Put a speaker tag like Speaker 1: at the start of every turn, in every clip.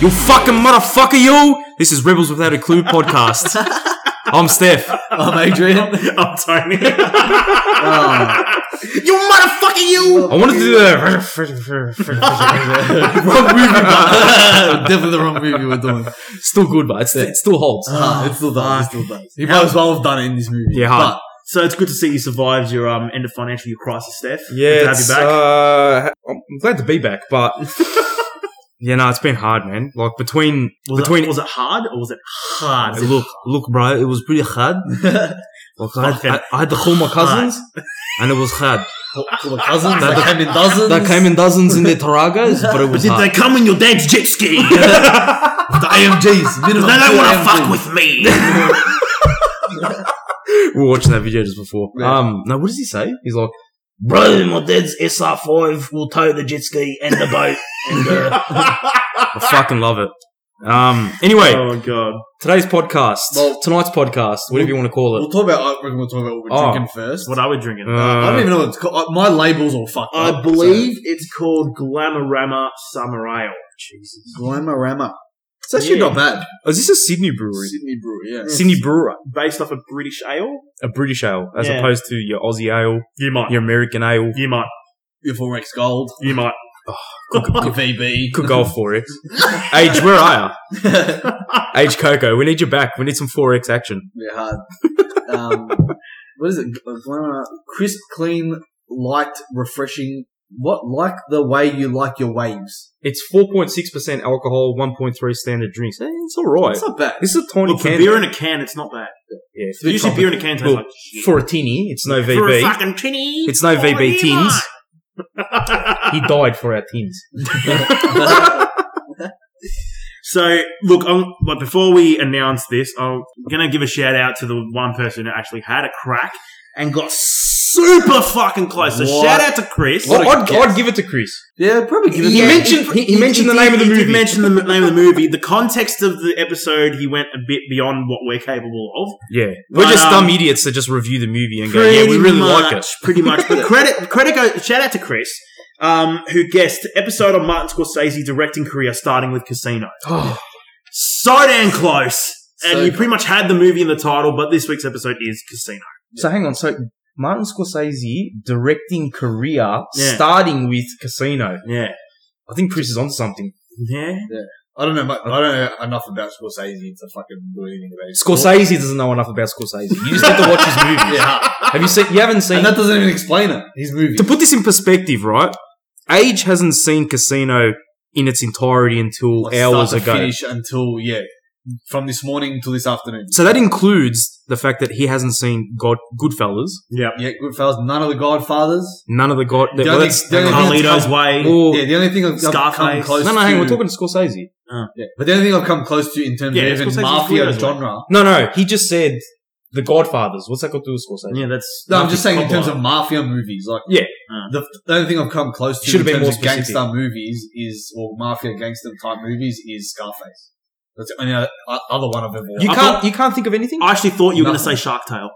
Speaker 1: You fucking motherfucker, you! This is Rebels Without a Clue podcast. I'm Steph.
Speaker 2: I'm Adrian.
Speaker 3: I'm Tony.
Speaker 1: You motherfucker, you! I wanted to do that. Wrong movie, but
Speaker 2: Definitely the wrong movie we're doing.
Speaker 1: still good, but it's, it still holds.
Speaker 2: Ah, it still does. It still does. He might as well have done it in this movie.
Speaker 1: Yeah, hard.
Speaker 2: but
Speaker 3: so it's good to see you survived your um, end of financial year crisis, Steph.
Speaker 1: Yeah,
Speaker 3: Good to have you
Speaker 1: it's,
Speaker 3: back.
Speaker 1: uh, I'm glad to be back, but yeah, no, it's been hard, man. Like between
Speaker 3: was,
Speaker 1: between
Speaker 3: it, was it hard or was it hard?
Speaker 1: look, look, bro, it was pretty hard. Like I, had- I, I had to call my cousins, and it was hard.
Speaker 2: for the cousins
Speaker 1: That-
Speaker 2: that, came in dozens.
Speaker 1: They came in dozens in their Taragas, but it
Speaker 3: But
Speaker 1: was
Speaker 3: did
Speaker 1: hard.
Speaker 3: they come in your dad's jet ski? they
Speaker 2: the AMGs. Minimum
Speaker 3: don't
Speaker 2: two
Speaker 3: want to
Speaker 2: AMGs.
Speaker 3: fuck with me.
Speaker 1: we were watching that video just before.
Speaker 2: Yeah.
Speaker 1: Um, no, what does he say? He's like,
Speaker 3: Bro, my dad's SR5 will tow the jet ski and the boat. And the-
Speaker 1: I fucking love it. Um, anyway,
Speaker 3: oh, God.
Speaker 1: today's podcast,
Speaker 2: Well-
Speaker 1: tonight's podcast, whatever you want to call
Speaker 2: We'll
Speaker 1: it.
Speaker 2: talk about. I reckon we'll talk about what we're
Speaker 1: Oh.
Speaker 2: drinking first.
Speaker 3: What are we drinking?
Speaker 2: I don't
Speaker 1: Uh,
Speaker 2: even know what it's called. Uh, My labels all fucked
Speaker 3: I
Speaker 2: up,
Speaker 3: believe it's called Glamorama Summer Ale. Jesus.
Speaker 2: So. Glamorama. It's actually
Speaker 3: Yeah.
Speaker 2: not bad.
Speaker 1: is this a Sydney brewery?
Speaker 2: Sydney brewery. Yeah.
Speaker 1: Sydney brewer,
Speaker 3: Based off a British ale?
Speaker 1: a British ale, as
Speaker 3: Yeah.
Speaker 1: opposed to your Aussie ale,
Speaker 3: You might.
Speaker 1: your American ale.
Speaker 3: You might.
Speaker 2: Your Forex Gold.
Speaker 3: You might. Oh,
Speaker 2: Your VB.
Speaker 1: Could go for it. Age, where are
Speaker 2: yeah,
Speaker 1: you? Age Coco, we need you back. We need some 4X action.
Speaker 2: hard. Um, what is it? uh, Glamorama. Crisp, clean, light, refreshing. What like the way you like your waves?
Speaker 1: It's 4.6% alcohol, 1.3 standard drinks. Eh, it's alright.
Speaker 2: It's not bad.
Speaker 1: This is a tiny
Speaker 3: Look, for
Speaker 1: can.
Speaker 3: beer in a can, it's not bad.
Speaker 1: yeah, it's a bit
Speaker 3: Usually beer in a can tastes
Speaker 1: Look,
Speaker 3: like shit.
Speaker 1: For a tinny, it's no
Speaker 3: For a
Speaker 1: VB.
Speaker 3: fucking tinny.
Speaker 1: It's no
Speaker 3: Oh,
Speaker 1: VB
Speaker 3: yeah,
Speaker 1: tins.
Speaker 3: mate.
Speaker 1: He died for our tins.
Speaker 3: so, look, I'm, but before we announce this, I'm going to give a shout out to the one person who actually had a crack and got super fucking close. So,
Speaker 2: What?
Speaker 3: shout out to Chris.
Speaker 1: I'd, I'd- I'd give it to Chris.
Speaker 2: yeah, probably give it.
Speaker 1: He
Speaker 2: a-
Speaker 1: mentioned he, he mentioned the name of the
Speaker 3: He
Speaker 1: movie.
Speaker 3: did mention the m- name of the movie. The context of the episode, he went a bit beyond what we're capable of.
Speaker 1: yeah, we're
Speaker 3: But,
Speaker 1: just
Speaker 3: um,
Speaker 1: dumb idiots that just review the movie and go, yeah, we really like it.
Speaker 3: Pretty much. But credit, credit go, shout out to Chris, um, who guessed episode on Martin Scorsese directing career starting with Casino.
Speaker 1: Oh,
Speaker 3: So damn close. And
Speaker 2: So
Speaker 3: you pretty much had the movie in the title, but this week's episode is Casino.
Speaker 1: so hang on. So Martin Scorsese directing career
Speaker 3: Yeah.
Speaker 1: starting with Casino.
Speaker 3: Yeah.
Speaker 1: I think Chris is onto something.
Speaker 3: Yeah.
Speaker 2: I don't know. mu- I don't know enough about Scorsese to fucking do anything about it.
Speaker 1: Scorsese doesn't know enough about Scorsese. You just have to watch his movies.
Speaker 2: Yeah,
Speaker 1: Have you seen? You haven't seen.
Speaker 2: and that doesn't even explain it. His movie.
Speaker 1: to put this in perspective, right? Age hasn't seen Casino in its entirety until
Speaker 2: Like, start
Speaker 1: hours
Speaker 2: to
Speaker 1: ago.
Speaker 2: Finish until yeah, from this morning till this afternoon.
Speaker 1: So that includes the fact that he hasn't seen God Goodfellas,
Speaker 3: Yep.
Speaker 2: Yeah, Goodfellas. None of the Godfathers.
Speaker 1: none of the God.
Speaker 2: The
Speaker 1: well,
Speaker 2: only-
Speaker 1: that's-
Speaker 2: the only
Speaker 1: hang on.
Speaker 2: thing-
Speaker 3: Carlito's Way.
Speaker 1: Well,
Speaker 2: Yeah, the only thing I've, I've come
Speaker 3: Scarface.
Speaker 2: close.
Speaker 1: no, no, hang. on,
Speaker 2: to,
Speaker 1: We're talking to Scorsese.
Speaker 2: Yeah, but the only thing I've come close to in terms
Speaker 3: Yeah,
Speaker 2: of even
Speaker 3: Scorsese's
Speaker 2: mafia
Speaker 3: weird as well.
Speaker 2: genre.
Speaker 1: No, no. He just said the Godfathers. What's that got to do with Scorsese?
Speaker 3: Yeah, that's.
Speaker 2: No, I'm
Speaker 3: that's
Speaker 2: just
Speaker 3: the
Speaker 2: saying in
Speaker 3: top
Speaker 2: terms
Speaker 3: line.
Speaker 2: of mafia movies, like uh,
Speaker 1: Yeah.
Speaker 2: the, the only thing I've come close to
Speaker 1: Should've
Speaker 2: in
Speaker 1: been
Speaker 2: terms
Speaker 1: more
Speaker 2: of gangster
Speaker 1: specific.
Speaker 2: movies is or mafia gangster type movies is Scarface. That's the only uh, o- other one I've ever.
Speaker 1: You
Speaker 3: I
Speaker 1: can't.
Speaker 3: thought-
Speaker 1: you can't think of
Speaker 2: Oh,
Speaker 1: anything.
Speaker 3: I actually thought you were going to
Speaker 2: Nothing.
Speaker 3: say Shark Tale.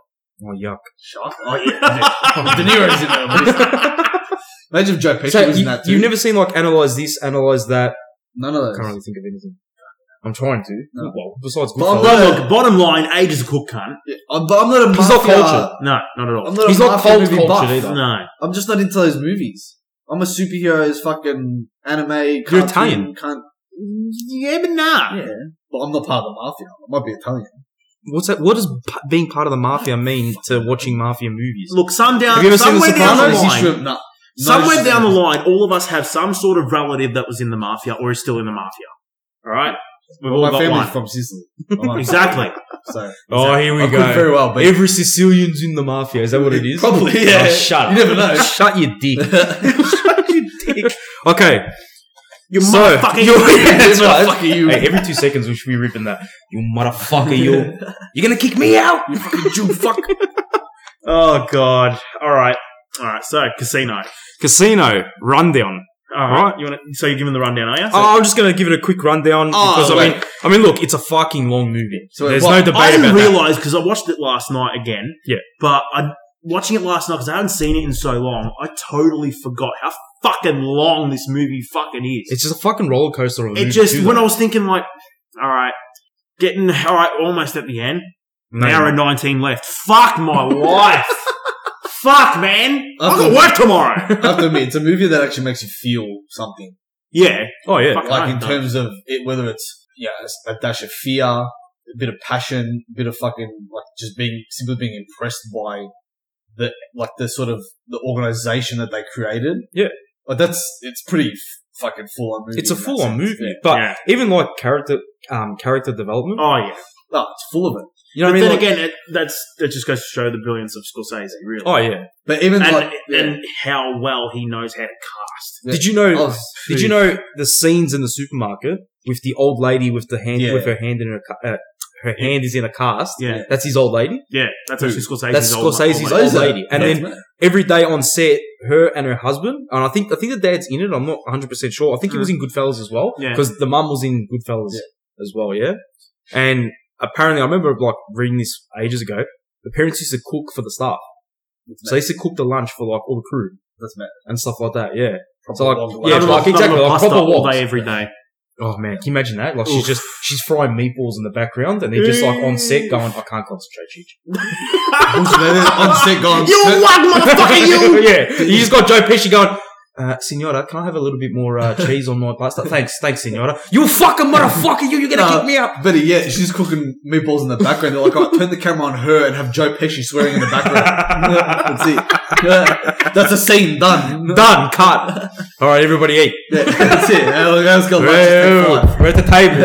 Speaker 1: oh yuck!
Speaker 2: Shark. Oh, yeah. De Niro's in that movie. Imagine if Joe Pesci
Speaker 1: So
Speaker 2: was
Speaker 1: you,
Speaker 2: in that too.
Speaker 1: you've never seen like analyze this, analyze that.
Speaker 2: None of
Speaker 1: I can't
Speaker 2: those.
Speaker 1: really think of anything. I'm trying to.
Speaker 2: No.
Speaker 1: Well, besides Goodfellas.
Speaker 2: Bob-
Speaker 3: But look, bottom line, Age is a cook cunt.
Speaker 2: I'm, but I'm not a
Speaker 1: He's
Speaker 2: mafia.
Speaker 1: not cultured.
Speaker 3: No, not at all.
Speaker 2: I'm not
Speaker 1: He's
Speaker 2: a
Speaker 1: not
Speaker 2: mafia
Speaker 1: cult
Speaker 2: movie
Speaker 1: cultured
Speaker 2: buff.
Speaker 1: either.
Speaker 3: No.
Speaker 2: I'm just not into those movies. I'm a superheroes, fucking anime.
Speaker 1: You're
Speaker 2: cartoon
Speaker 1: Italian.
Speaker 2: cunt.
Speaker 3: Yeah, but nah.
Speaker 2: Yeah, but I'm not part of the mafia. I might be Italian.
Speaker 1: What's that? What does p- being part of the mafia mean to watching mafia movies?
Speaker 3: Look, some down,
Speaker 1: Have you ever seen The
Speaker 3: somewhere down the
Speaker 1: Sopranos?
Speaker 2: Is he
Speaker 3: line,
Speaker 2: shrimp? Nah. No
Speaker 3: somewhere
Speaker 2: shrimp.
Speaker 3: down the line, all of us have some sort of relative that was in the mafia or is still in the mafia. All right, we've all
Speaker 2: My
Speaker 3: got
Speaker 2: family's
Speaker 3: one.
Speaker 2: from Sicily. I'm like,
Speaker 3: exactly.
Speaker 2: So
Speaker 1: oh, here we
Speaker 2: I could very well be.
Speaker 1: Every Sicilian's in the mafia. Is that what it is?
Speaker 2: Probably,
Speaker 1: Oh,
Speaker 2: yeah.
Speaker 1: shut up.
Speaker 2: You never know.
Speaker 1: Shut your dick. Shut your dick. Okay.
Speaker 3: You
Speaker 1: So,
Speaker 3: motherfucking.
Speaker 1: you- that's right.
Speaker 2: Motherfucker, you.
Speaker 1: Hey, every two seconds we should be ripping that. You motherfucker, you. You're gonna kick me out.
Speaker 2: You fucking Jew fuck.
Speaker 3: oh god. All right. All right. So casino.
Speaker 1: Casino rundown.
Speaker 3: All right, you want to? So you're giving the rundown, are you? So-
Speaker 1: Oh, I'm just going to give it a quick rundown
Speaker 2: Oh,
Speaker 1: because I
Speaker 2: wait.
Speaker 1: mean, I mean, look, it's a fucking long movie.
Speaker 2: So
Speaker 1: There's
Speaker 2: what-
Speaker 1: no debate
Speaker 3: I
Speaker 1: about
Speaker 3: didn't
Speaker 1: that.
Speaker 3: realize because I watched it last night again.
Speaker 1: Yeah.
Speaker 3: But I watching it last night because I hadn't seen it in so long. I totally forgot how fucking long this movie fucking is.
Speaker 1: It's just a fucking roller coaster of a
Speaker 3: it
Speaker 1: movie
Speaker 3: just
Speaker 1: too,
Speaker 3: when
Speaker 1: though.
Speaker 3: I was thinking like, all right, getting all right, almost at the end.
Speaker 1: No,
Speaker 3: hour
Speaker 1: no.
Speaker 3: and nineteen left. Fuck my life. Fuck man. I got
Speaker 2: Okay.
Speaker 3: work tomorrow.
Speaker 2: I have to admit, it's a movie that actually makes you feel something.
Speaker 3: yeah.
Speaker 1: Oh yeah,
Speaker 3: Fuck.
Speaker 2: like in
Speaker 3: No.
Speaker 2: terms of it, whether it's yeah, it's a dash of fear, a bit of passion, a bit of fucking like just being simply being impressed by the like the sort of the organization that they created.
Speaker 1: Yeah.
Speaker 2: but that's it's pretty f- fucking full on movie.
Speaker 1: it's a
Speaker 2: in that
Speaker 1: full on
Speaker 2: sense,
Speaker 1: movie,
Speaker 2: yeah.
Speaker 1: but
Speaker 3: Yeah.
Speaker 1: even like character um character development.
Speaker 3: Oh yeah.
Speaker 2: No, it's full of it.
Speaker 1: You know
Speaker 3: but
Speaker 1: what I mean?
Speaker 3: then
Speaker 1: Like-
Speaker 3: again, it, that's that just goes to show the brilliance of Scorsese, really.
Speaker 1: oh yeah.
Speaker 2: But even
Speaker 3: And,
Speaker 2: like yeah,
Speaker 3: and how well he knows how to cast.
Speaker 2: Yeah. Oh,
Speaker 1: Did you know?
Speaker 2: I was-
Speaker 1: Did you know the scenes in the supermarket with the old lady with the hand
Speaker 2: Yeah.
Speaker 1: with her hand in her ca- uh, her hand is in a cast?
Speaker 3: Yeah.
Speaker 1: That's his old lady.
Speaker 3: Yeah, that's
Speaker 2: Who?
Speaker 3: actually Scorsese's
Speaker 1: That's
Speaker 3: old
Speaker 1: Scorsese's
Speaker 3: old
Speaker 1: old
Speaker 3: mate.
Speaker 1: lady, and
Speaker 2: Yeah.
Speaker 1: then every day on set, her and her husband, and I think I think the dad's in it. I'm not 100 percent sure. I think he was in Goodfellas as well,
Speaker 3: Hmm. Yeah.
Speaker 1: because the mum was in Goodfellas as well. Yeah, and apparently I remember like reading this ages ago. The parents used to cook for the staff, so they used to cook the lunch for like all the crew
Speaker 2: that's mad.
Speaker 1: and stuff like that. Yeah.
Speaker 2: Proper
Speaker 1: So like,
Speaker 2: long
Speaker 1: yeah,
Speaker 2: way.
Speaker 1: like, exactly, like,
Speaker 3: pasta
Speaker 1: proper
Speaker 3: all
Speaker 1: woks.
Speaker 3: day every day.
Speaker 1: Oh man, can you imagine that? Like she's
Speaker 3: Oof.
Speaker 1: just she's frying meatballs in the background, and they're just like on set
Speaker 3: Oof.
Speaker 1: going, "I can't concentrate, Cheech."
Speaker 2: on set going,
Speaker 3: you
Speaker 2: "Sir,
Speaker 3: wag motherfucker, you!
Speaker 1: yeah, you just got Joe Pesci going. Uh, Signora, can I have a little bit more uh, cheese on my pasta? Thanks, thanks, Signora. You fucking motherfucker, you! You're gonna
Speaker 2: No.
Speaker 1: kick me out.
Speaker 2: But yeah, she's cooking meatballs in the background. They're like, oh, turn the camera on her and have Joe Pesci swearing in the background. That's it. That's a scene done.
Speaker 1: Done, cut. All right, everybody eat.
Speaker 2: Yeah, that's it. Yeah, look, that's got lunch
Speaker 1: We're,
Speaker 2: at five.
Speaker 1: we're at the table.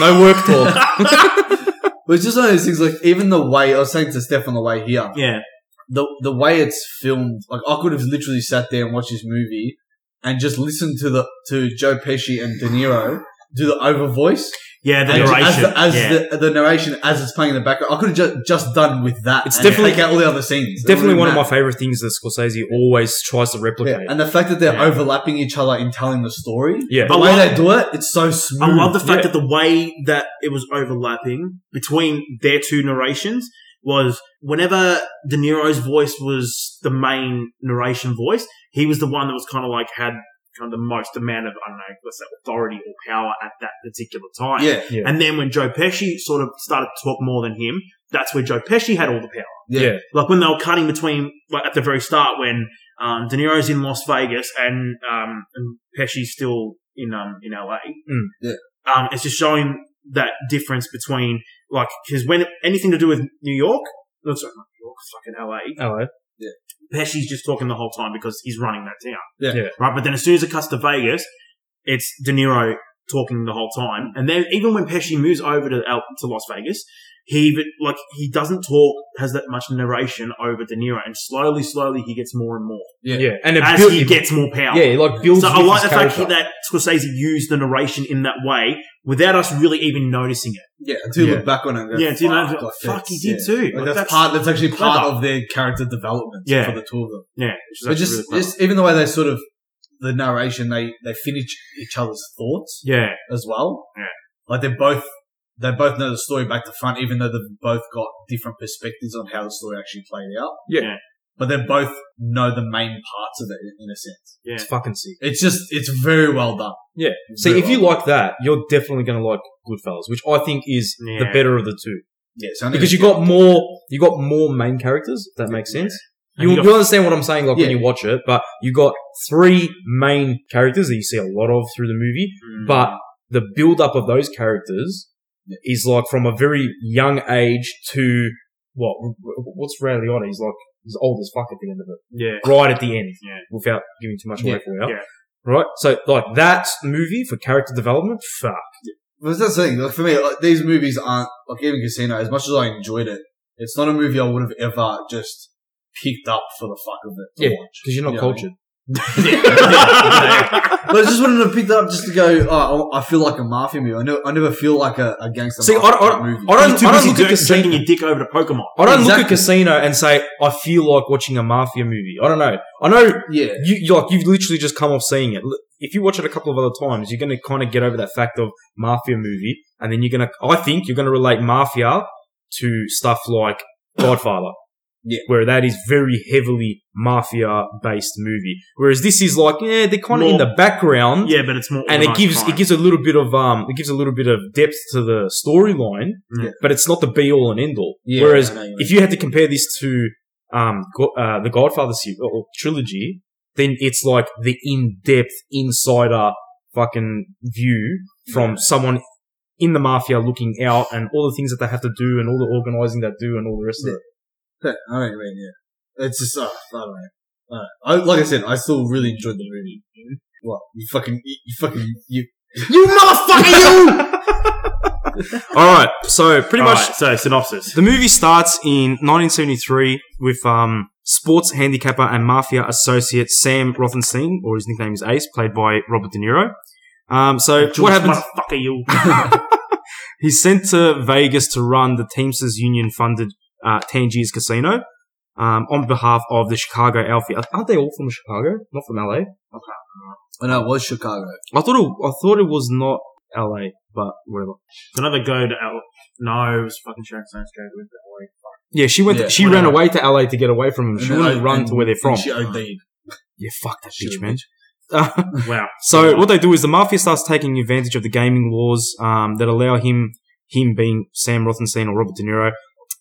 Speaker 2: Yeah.
Speaker 1: no work talk.
Speaker 2: But it's just one of those things. Like even the way I was saying to Steph on the way here,
Speaker 3: Yeah,
Speaker 2: the the way it's filmed, like I could have literally sat there and watched this movie and just listened to the to Joe Pesci and De Niro do the over voice
Speaker 3: yeah, the
Speaker 2: and ju-
Speaker 3: narration.
Speaker 2: as, the, as
Speaker 3: yeah.
Speaker 2: the, the narration as it's playing in the background. I could have just just done with that.
Speaker 1: It's
Speaker 2: and
Speaker 1: definitely-
Speaker 2: take out all the other scenes.
Speaker 1: It's
Speaker 2: It would've
Speaker 1: definitely
Speaker 2: been
Speaker 1: one of my
Speaker 2: mad.
Speaker 1: favorite things that Scorsese always tries to replicate.
Speaker 2: Yeah, and the fact that they're
Speaker 3: Yeah.
Speaker 2: overlapping each other in telling the story,
Speaker 1: Yeah.
Speaker 2: the
Speaker 3: I
Speaker 2: way
Speaker 3: love-
Speaker 2: they do it, it's so smooth.
Speaker 3: I love the fact
Speaker 1: Yeah.
Speaker 3: that the way that it was overlapping between their two narrations was whenever De Niro's voice was the main narration voice, he was the one that was kind of like had kind of the most amount of, I don't know, let's say authority or power at that particular time.
Speaker 2: yeah,
Speaker 1: Yeah.
Speaker 3: And then when Joe Pesci sort of started to talk more than him, that's where Joe Pesci had all the power.
Speaker 2: yeah.
Speaker 1: Yeah.
Speaker 3: Like when they were cutting between, like at the very start when um, De Niro's in Las Vegas and um, and Pesci's still in um in LA.
Speaker 1: Mm.
Speaker 2: Yeah.
Speaker 3: Um, it's just showing that difference between like because when anything to do with New York, no, sorry, not New York, fucking LA.
Speaker 1: Hello.
Speaker 3: Pesci's just talking the whole time because he's running that town.
Speaker 2: Yeah.
Speaker 1: Yeah.
Speaker 3: Right. But then as soon as it cuts to Vegas, it's De Niro talking the whole time. And then even when Pesci moves over to El- to Las Vegas, he even- like he doesn't talk, has that much narration over De Niro, and slowly, slowly he gets more and more
Speaker 2: Yeah.
Speaker 1: Yeah, and it
Speaker 3: as
Speaker 1: built-
Speaker 3: he gets more power.
Speaker 1: Yeah, it, like builds.
Speaker 3: So I
Speaker 1: with
Speaker 3: like the
Speaker 1: his
Speaker 3: fact
Speaker 1: character.
Speaker 3: that Scorsese used the narration in that way without us really even noticing it.
Speaker 2: Yeah, until you
Speaker 1: Yeah.
Speaker 2: look back on it and go,
Speaker 3: Yeah, do you know?
Speaker 2: fuck,
Speaker 3: Fuck,
Speaker 2: like,
Speaker 3: he
Speaker 2: that's-
Speaker 3: did
Speaker 2: yeah.
Speaker 3: too.
Speaker 2: Like,
Speaker 3: Like,
Speaker 2: that's, part, that's actually part
Speaker 3: clever.
Speaker 2: of their character development
Speaker 3: Yeah.
Speaker 2: for the two of them.
Speaker 3: Yeah, which is
Speaker 2: But
Speaker 3: actually
Speaker 2: just,
Speaker 3: really clever.
Speaker 2: just even the way they sort of, the narration, they, they finish each other's thoughts
Speaker 3: yeah,
Speaker 2: as well.
Speaker 3: Yeah.
Speaker 2: Like they're both, they both know the story back to front, even though they've both got different perspectives on how the story actually played out.
Speaker 1: Yeah.
Speaker 3: Yeah.
Speaker 2: But they both know the main parts of it in- in a sense.
Speaker 3: yeah.
Speaker 1: It's fucking sick.
Speaker 2: It's just, it's very well done.
Speaker 1: Yeah. See,
Speaker 2: Very
Speaker 1: if you
Speaker 2: well
Speaker 1: like that, you're definitely going to like Goodfellas, which I think is the
Speaker 3: Yeah.
Speaker 1: better of the two
Speaker 2: done. yeah, so I think
Speaker 1: because you
Speaker 2: it's-
Speaker 1: got more you got more main characters. If that makes sense.
Speaker 3: And
Speaker 1: You,
Speaker 3: you
Speaker 1: you,
Speaker 3: got-
Speaker 1: understand what I'm saying, like when
Speaker 2: Yeah.
Speaker 1: you watch it, but you got three main characters that you see a lot of through the movie,
Speaker 3: Mm.
Speaker 1: but the build up of those characters
Speaker 2: Yeah.
Speaker 1: is like from a very young age to what? What's Ray Liotta? He's like he's old as fuck at the end of it
Speaker 3: yeah,
Speaker 1: right at the end
Speaker 3: Yeah.
Speaker 1: without giving too much
Speaker 2: Yeah,
Speaker 1: away for you.
Speaker 3: yeah.
Speaker 1: Right? So, like, that movie for character development, fuck.
Speaker 2: Well, that's the thing. Like for me, like, these movies aren't like even Casino. As much as I enjoyed it, it's not a movie I would have ever just picked up for the fuck of it. To
Speaker 1: Yeah,
Speaker 2: watch.
Speaker 1: Because you're not
Speaker 2: You know what I mean?
Speaker 1: cultured.
Speaker 2: But I just wanted to pick that up just to go. Oh, I I feel like a mafia movie. I know. I never feel like a, a gangster
Speaker 1: See, I
Speaker 2: mafia
Speaker 1: don't- I don't-
Speaker 2: movie.
Speaker 1: I
Speaker 3: You're
Speaker 1: don't,
Speaker 3: too
Speaker 1: I don't
Speaker 3: busy
Speaker 1: look at
Speaker 3: jerk- shaking
Speaker 1: Casino.
Speaker 3: your dick over to Pokemon.
Speaker 1: I don't look at
Speaker 2: Exactly.
Speaker 1: Casino and say I feel like watching a mafia movie. I don't know. I know
Speaker 2: yeah,
Speaker 1: you you- like you've literally just come off seeing it. L- If you watch it a couple of other times, you're going to kind of get over that fact of mafia movie, and then you're going to. I think you're going to relate mafia to stuff like Godfather,
Speaker 2: Yeah.
Speaker 1: where that is very heavily mafia based movie. Whereas this is like, yeah, they're kind of in
Speaker 3: More-
Speaker 1: the background,
Speaker 3: Yeah, but it's more.
Speaker 1: Hmm? and it
Speaker 3: organized
Speaker 1: gives
Speaker 3: crime.
Speaker 1: it gives a little bit of um, it gives a little bit of depth to the storyline,
Speaker 3: Yeah.
Speaker 1: but it's not the be all and end all.
Speaker 2: yeah.
Speaker 1: Whereas
Speaker 2: I know you
Speaker 1: if you had to compare this to um, Go- uh, the Godfather se- or trilogy, then it's like the in-depth insider fucking view from someone in the mafia looking out and all the things that they have to do and all the organizing they do and all the rest of it.
Speaker 2: mean. I know what you mean. Yeah, it's just. Oh, I don't know. I don't know. I, like I said, I still really enjoyed the movie. What you fucking you, you fucking you you motherfucker you.
Speaker 1: All right, so pretty
Speaker 3: All
Speaker 1: much
Speaker 3: right, so synopsis.
Speaker 1: the movie starts in 1973 with um, sports handicapper and mafia associate Sam Rothenstein, or his nickname is Ace, played by Robert De Niro. Um, so
Speaker 3: George
Speaker 1: what happens?
Speaker 3: Motherfucker, you.
Speaker 1: He's sent to Vegas to run the Teamsters Union funded uh, Tangiers Casino um, on behalf of the Chicago outfit. Aren't they all from Chicago? Not from LA?
Speaker 2: I know it was Chicago.
Speaker 1: I thought it, I thought it was not LA, but whatever.
Speaker 3: Another go to L. No, it was fucking Sharon Stone's go with that
Speaker 1: Yeah, she went.
Speaker 2: Yeah,
Speaker 1: to, she
Speaker 3: whatever.
Speaker 1: ran away to LA to get away from them. She
Speaker 2: And
Speaker 1: wouldn't
Speaker 2: I-
Speaker 1: run
Speaker 2: and-
Speaker 1: to where they're
Speaker 2: and
Speaker 1: from.
Speaker 2: She OD'd.
Speaker 1: yeah, fuck that
Speaker 2: She
Speaker 1: bitch,
Speaker 2: was
Speaker 1: man. Uh,
Speaker 3: way. Wow.
Speaker 1: So what they do is the mafia starts taking advantage of the gaming laws um, that allow him, him being Sam Rothenstein or Robert De Niro,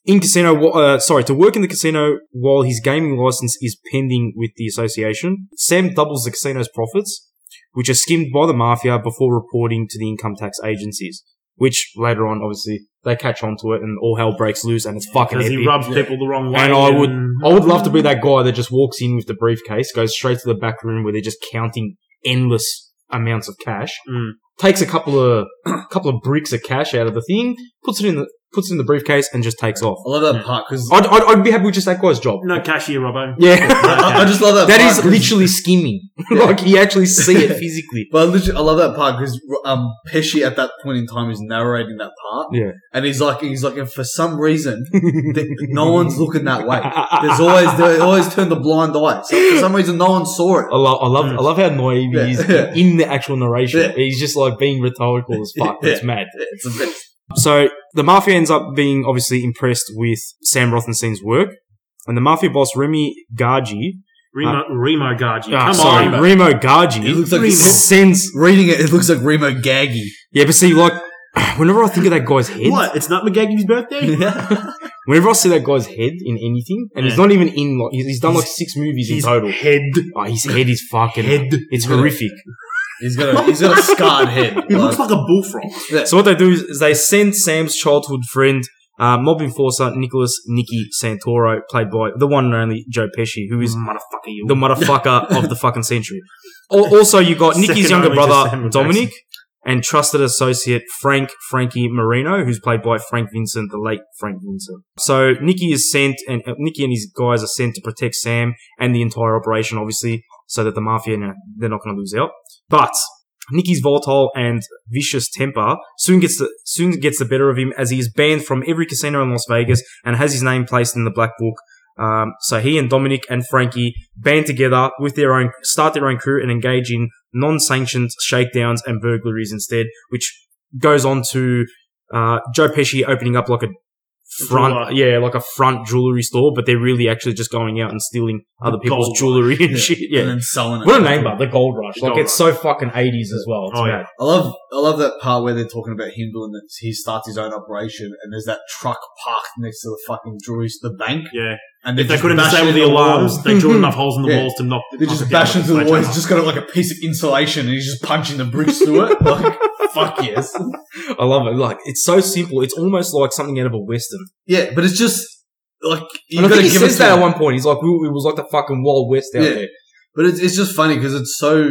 Speaker 1: in casino. wa- Uh, sorry, to work in the casino while his gaming license is pending with the association. Sam doubles the casino's profits, which are skimmed by the mafia before reporting to the income tax agencies. Which later on, obviously, they catch on to it and all hell breaks loose, and it's fucking
Speaker 3: Because
Speaker 1: epic.
Speaker 3: he rubs
Speaker 2: Yeah.
Speaker 3: people the wrong way.
Speaker 1: And I would- I would love to be that guy that just walks in with the briefcase, goes straight to the back room where they're just counting endless amounts of cash,
Speaker 3: Mm.
Speaker 1: takes a couple of couple of bricks of cash out of the thing, puts it in the puts it in the briefcase, and just takes off.
Speaker 2: I love that
Speaker 3: Yeah.
Speaker 2: part because
Speaker 1: I'd, I'd, I'd be happy with just that guy's job.
Speaker 3: No cashier, Robbo.
Speaker 1: Yeah,
Speaker 2: I, I just love that.
Speaker 1: Oh, that
Speaker 2: part
Speaker 1: is
Speaker 2: 'cause-
Speaker 1: literally skimming. like you actually see it physically.
Speaker 2: But I, literally, I love that part because um, Pesci at that point in time is narrating that part.
Speaker 1: Yeah.
Speaker 2: and he's like, he's like, and for some reason, th- no one's looking that way. There's always they always turn the blind eye. So for some reason, no one saw it.
Speaker 1: I love, I love, I love how naive he is
Speaker 2: Mm. Yeah.
Speaker 1: in the actual narration.
Speaker 2: Yeah.
Speaker 1: He's just like being rhetorical as fuck. It's mad.
Speaker 2: It's a bit,
Speaker 1: So the mafia ends up being obviously impressed with Sam Rothenstein's work, and the mafia boss Remy Gargi,
Speaker 3: Remo, Remo Gargi.
Speaker 1: ah,
Speaker 3: Come
Speaker 1: sorry,
Speaker 3: on.
Speaker 1: Remo
Speaker 2: He
Speaker 1: Gargi,
Speaker 2: looks like a s-
Speaker 1: sends.
Speaker 2: reading it, it looks like Remo Gaggy.
Speaker 1: Yeah, but see, like whenever I think of that guy's head,
Speaker 3: What? It's not McGaggy's birthday?
Speaker 1: whenever I see that guy's head in anything, and he's
Speaker 3: Yeah.
Speaker 1: not even in, like he's, he's done like six movies in
Speaker 3: His
Speaker 1: total.
Speaker 3: head.
Speaker 1: Oh, his head is fucking.
Speaker 3: Head.
Speaker 1: It's horrific.
Speaker 2: He's got a, he's got a scarred head.
Speaker 3: He looks like a bullfrog.
Speaker 1: So what they do is, is they send Sam's childhood friend, uh, mob enforcer Nicholas Nicky Santoro, played by the one and only Joe Pesci, who is
Speaker 3: Motherfucker, you.
Speaker 1: the motherfucker of the fucking century. Al- Also, you got
Speaker 3: Second
Speaker 1: Nicky's younger
Speaker 3: only to
Speaker 1: brother
Speaker 3: Samuel
Speaker 1: Dominic and trusted associate Frank Frankie Marino, who's played by Frank Vincent, the late Frank Vincent. So Nicky is sent, and uh, Nicky and his guys are sent to protect Sam and the entire operation, obviously, so that the mafia no- they're not going to lose out. But Nicky's volatile and vicious temper soon gets the, soon gets the better of him as he is banned from every casino in Las Vegas and has his name placed in the black book. Um, so he and Dominic and Frankie band together with their own start their own crew and engage in non-sanctioned shakedowns and burglaries instead, which goes on to uh, Joe Pesci opening up like a front, yeah, like a front jewelry store, but they're really actually just going out and stealing other
Speaker 3: The
Speaker 1: people's
Speaker 3: gold
Speaker 1: jewelry and
Speaker 2: Yeah.
Speaker 1: shit. Yeah,
Speaker 2: And then selling it.
Speaker 1: what a name, but the Gold Rush. Like
Speaker 3: Gold
Speaker 1: it's so fucking eighties as well. It's
Speaker 3: Oh,
Speaker 1: mad.
Speaker 2: I love I love that part where they're talking about him doing that. He starts his own operation, and there's that truck parked next to the fucking jewelry, the bank,
Speaker 3: Yeah.
Speaker 2: and
Speaker 3: If they
Speaker 2: just
Speaker 3: couldn't
Speaker 2: bashing
Speaker 3: disable the
Speaker 2: into walls.
Speaker 3: alarms, they drilled
Speaker 1: Mhm.
Speaker 3: enough holes in the
Speaker 2: Yeah.
Speaker 3: walls to knock
Speaker 2: They're
Speaker 3: knock
Speaker 2: just
Speaker 3: it down
Speaker 2: bashing
Speaker 3: with a
Speaker 2: through the wall.
Speaker 3: sledgehammer.
Speaker 2: He's just got like a piece of insulation, and he's just punching the bricks through it. Like, fuck yes,
Speaker 1: I love it. Like it's so simple. It's almost like something out of a western.
Speaker 2: yeah. But it's just like you
Speaker 1: And I
Speaker 2: gotta
Speaker 1: think he
Speaker 2: give it
Speaker 1: says
Speaker 2: to
Speaker 1: that
Speaker 2: him.
Speaker 1: at one point. He's like, we, it was like the fucking Wild West out
Speaker 2: Yeah.
Speaker 1: there.
Speaker 2: But it's, it's just funny because it's so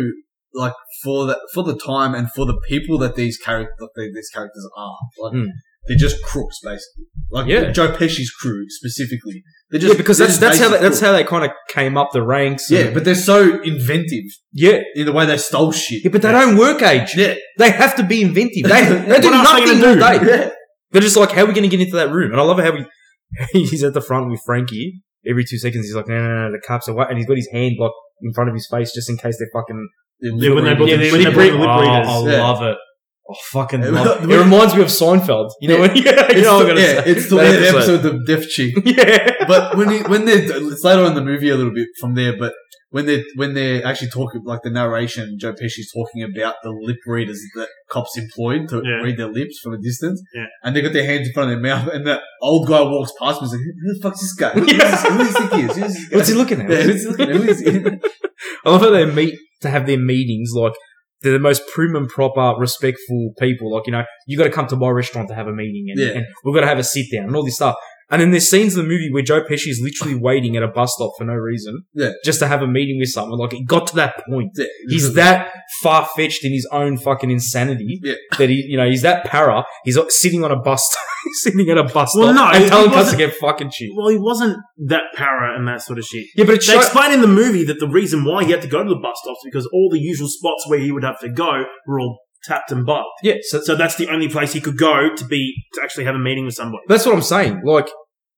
Speaker 2: like for the for the time and for the people that these characters that they, these characters are. Like,
Speaker 1: Mm.
Speaker 2: They're just crooks, basically. Like
Speaker 1: Yeah.
Speaker 2: Joe Pesci's crew specifically. They're just
Speaker 1: yeah, because
Speaker 2: they're
Speaker 1: that's
Speaker 2: just
Speaker 1: that's how they,
Speaker 2: basic
Speaker 1: that's
Speaker 2: crooks.
Speaker 1: how they kind of came up the ranks.
Speaker 2: yeah,
Speaker 1: and-
Speaker 2: but they're so inventive
Speaker 1: yeah,
Speaker 2: in the way they stole shit.
Speaker 1: yeah, but they don't work age.
Speaker 2: Yeah,
Speaker 1: They have to be inventive. They, they
Speaker 2: What
Speaker 1: do
Speaker 3: else they
Speaker 1: nothing
Speaker 3: gonna
Speaker 1: all day.
Speaker 3: do?
Speaker 2: yeah.
Speaker 1: They're just like, how are we going to get into that room? And I love how we, he's at the front with Frankie. Every two seconds, he's like, no, no, no, the cops are what? And he's got his hand like in front of his face just in case they're fucking.
Speaker 3: Yeah, when they bought
Speaker 2: Yeah,
Speaker 3: the-
Speaker 2: they-
Speaker 3: when they
Speaker 2: they-
Speaker 3: bought the
Speaker 1: Oh,
Speaker 3: lip readers.
Speaker 1: I
Speaker 2: Yeah.
Speaker 1: love it. I fucking
Speaker 2: Yeah,
Speaker 1: love it.
Speaker 2: we-
Speaker 1: It reminds me of Seinfeld. You know
Speaker 2: Yeah.
Speaker 1: what? Yeah, you
Speaker 2: it's
Speaker 1: know what
Speaker 2: the,
Speaker 1: I'm gonna
Speaker 2: yeah,
Speaker 1: say.
Speaker 2: it's the
Speaker 1: That
Speaker 2: weird episode, the deaf chick.
Speaker 1: Yeah.
Speaker 2: But when he, when they it's later on in the movie a little bit from there, but when they when they're actually talking like the narration, Joe Pesci's talking about the lip readers that cops employed to
Speaker 3: Yeah.
Speaker 2: read their lips from a distance,
Speaker 3: Yeah.
Speaker 2: and they got their hands in front of their mouth, and the old guy walks past me and says, "Who the fuck's this guy? Who is this, who is this he is? Who is this guy?"
Speaker 1: What's he looking at?
Speaker 2: Yeah, who's looking at- who is he?
Speaker 1: I love how they meet to have their meetings. Like they're the most prim and proper, respectful people. Like you know, you got to come to my restaurant to have a meeting, and,
Speaker 2: Yeah.
Speaker 1: and we've got to have a sit down and all this stuff. And then there's scenes in the movie where Joe Pesci is literally waiting at a bus stop for no reason,
Speaker 2: Yeah.
Speaker 1: just to have a meeting with someone. Like it got to that point.
Speaker 2: Yeah,
Speaker 1: He's that far fetched in his own fucking insanity
Speaker 2: Yeah.
Speaker 1: that he, you know, he's that para. He's like, sitting on a bus, sitting at a bus stop,
Speaker 3: Well, no,
Speaker 1: and
Speaker 3: he-
Speaker 1: telling
Speaker 3: he
Speaker 1: us to
Speaker 3: wasn't-
Speaker 1: get fucking shit.
Speaker 3: Well, he wasn't that para and that sort of shit.
Speaker 1: Yeah, but it's
Speaker 3: They explain in the movie that the reason why he had to go to the bus stops because all the usual spots where he would have to go were all tapped and bugged.
Speaker 1: yeah. So
Speaker 3: So that's the only place he could go to be to actually have a meeting with somebody.
Speaker 1: That's what I'm saying. Like,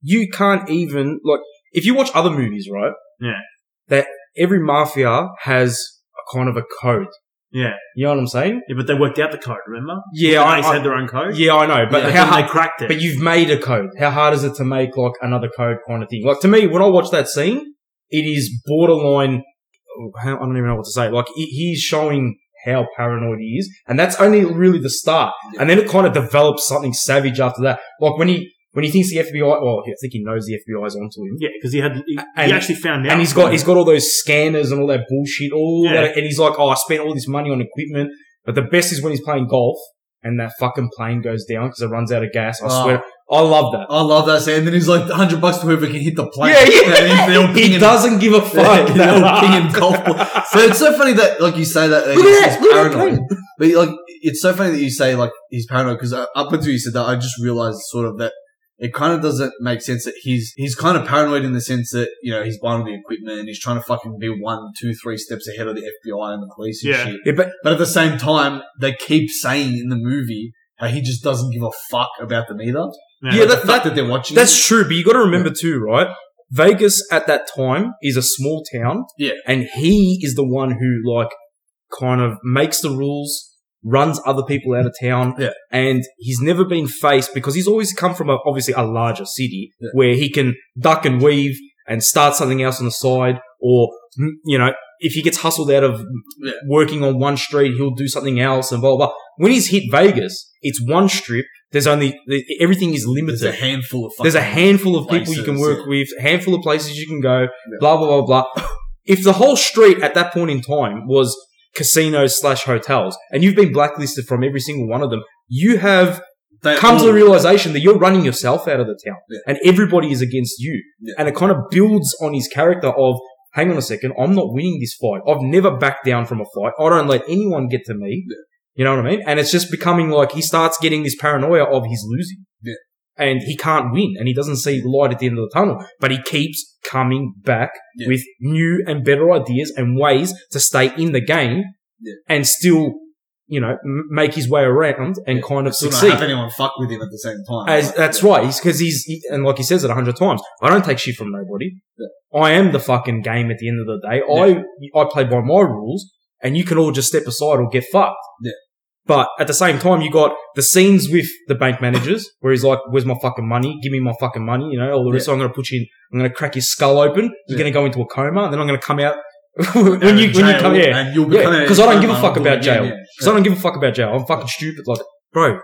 Speaker 1: you can't even like if you watch other movies, right?
Speaker 3: Yeah.
Speaker 1: That every mafia has a kind of a code.
Speaker 3: Yeah.
Speaker 1: You know what I'm saying?
Speaker 3: Yeah, but they worked out the code. Remember?
Speaker 1: Yeah,
Speaker 3: they
Speaker 1: I, I-
Speaker 3: had their own code.
Speaker 1: yeah, I know. But
Speaker 3: but
Speaker 1: how
Speaker 3: then they
Speaker 1: hard,
Speaker 3: cracked it.
Speaker 1: but you've made a code. How hard is it to make like another code kind of thing? Like to me, when I watch that scene, it is borderline. oh, how- I don't even know what to say. Like he- he's showing how paranoid he is, and that's only really the start.
Speaker 2: Yeah.
Speaker 1: And then it kind of develops something savage after that. Like when he when he thinks the FBI, well, I think he knows the FBI's onto him.
Speaker 3: yeah, because he had he,
Speaker 1: And-
Speaker 3: he actually found out,
Speaker 1: And he's got he's got all those scanners and all that bullshit, all
Speaker 3: Yeah.
Speaker 1: that, and he's like, "Oh, I spent all this money on equipment." But the best is when he's playing golf and that fucking plane goes down because it runs out of gas. I
Speaker 2: Oh.
Speaker 1: swear, I love that.
Speaker 2: I love that scene. And then he's like, 100 bucks to whoever can hit the plane.
Speaker 1: Yeah, yeah.
Speaker 2: And they're all
Speaker 1: He
Speaker 2: pinging-
Speaker 1: doesn't give a fuck.
Speaker 2: they're all pinging golf balls. So it's so funny that, like, you say that.
Speaker 1: Look at
Speaker 2: he's
Speaker 1: that! Look at that
Speaker 2: paranoid.
Speaker 1: plane.
Speaker 2: But, like, it's so funny that you say, like, he's paranoid because up until you said that, I just realized sort of that it kind of doesn't make sense that he's, he's kind of paranoid in the sense that, you know, he's buying all the equipment and he's trying to fucking be one, two, three steps ahead of the FBI and the police and
Speaker 3: Yeah.
Speaker 2: shit.
Speaker 1: Yeah, but
Speaker 2: But at the same time, they keep saying in the movie how he just doesn't give a fuck about them either.
Speaker 3: Yeah.
Speaker 1: yeah,
Speaker 2: the
Speaker 1: that,
Speaker 2: fact
Speaker 1: that,
Speaker 2: that they're watching it-
Speaker 1: that's true. But you got to remember too, right? Vegas at that time is a small town.
Speaker 2: Yeah.
Speaker 1: and he is the one who like kind of makes the rules, runs other people out of town.
Speaker 2: Yeah.
Speaker 1: And he's never been faced because he's always come from a, obviously a larger city
Speaker 2: Yeah.
Speaker 1: where he can duck and weave and start something else on the side or, mm, you know, if he gets hustled out of
Speaker 2: Yeah.
Speaker 1: working on one street, he'll do something else and blah, blah, blah. When he's hit Vegas, it's one strip. There's only, everything is limited.
Speaker 2: There's a handful of fucking
Speaker 1: There's a handful of people you
Speaker 2: places,
Speaker 1: can work
Speaker 2: yeah.
Speaker 1: with, handful of places you can go, blah blah blah blah. If the whole street at that point in time was casinos slash hotels, and you've been blacklisted from every single one of them, you have
Speaker 2: They
Speaker 1: come to the
Speaker 2: all-
Speaker 1: realization that you're running yourself out of the town,
Speaker 2: Yeah.
Speaker 1: and everybody is against you,
Speaker 2: Yeah.
Speaker 1: and it kind of builds on his character of. Hang on a second, I'm not winning this fight. I've never backed down from a fight. I don't let anyone get to me. You know what I mean? And it's just becoming like he starts getting this paranoia of he's losing.
Speaker 2: Yeah.
Speaker 1: And he can't win and he doesn't see the light at the end of the tunnel. But he keeps coming back
Speaker 2: Yeah.
Speaker 1: with new and better ideas and ways to stay in the game
Speaker 2: Yeah.
Speaker 1: and still, you know, m- make his way around and
Speaker 2: Yeah.
Speaker 1: kind of
Speaker 2: still
Speaker 1: succeed.
Speaker 2: not have anyone fuck with him at the same time.
Speaker 1: As,
Speaker 2: Like,
Speaker 1: that's
Speaker 2: yeah.
Speaker 1: right. He's because he's he- and like he says it a hundred times. I don't take shit from nobody. I am the fucking game at the end of the day. I I play by my rules, and you can all just step aside or get fucked.
Speaker 2: Yeah.
Speaker 1: But at the same time, you got the scenes with the bank managers where he's like, "Where's my fucking money? Give me my fucking money!" You know, all the rest. I'm gonna put you in. I'm gonna crack your skull open. You're gonna
Speaker 2: Yeah.
Speaker 1: go into a coma, and then I'm gonna come out when you when you come. Yeah,
Speaker 2: and you'll
Speaker 1: Yeah,
Speaker 2: become a-
Speaker 1: 'cause I don't give a
Speaker 2: Yeah,
Speaker 1: fuck about
Speaker 2: yeah,
Speaker 1: jail.
Speaker 2: yeah.
Speaker 1: because I don't give a fuck about jail. I'm fucking stupid. Like, bro,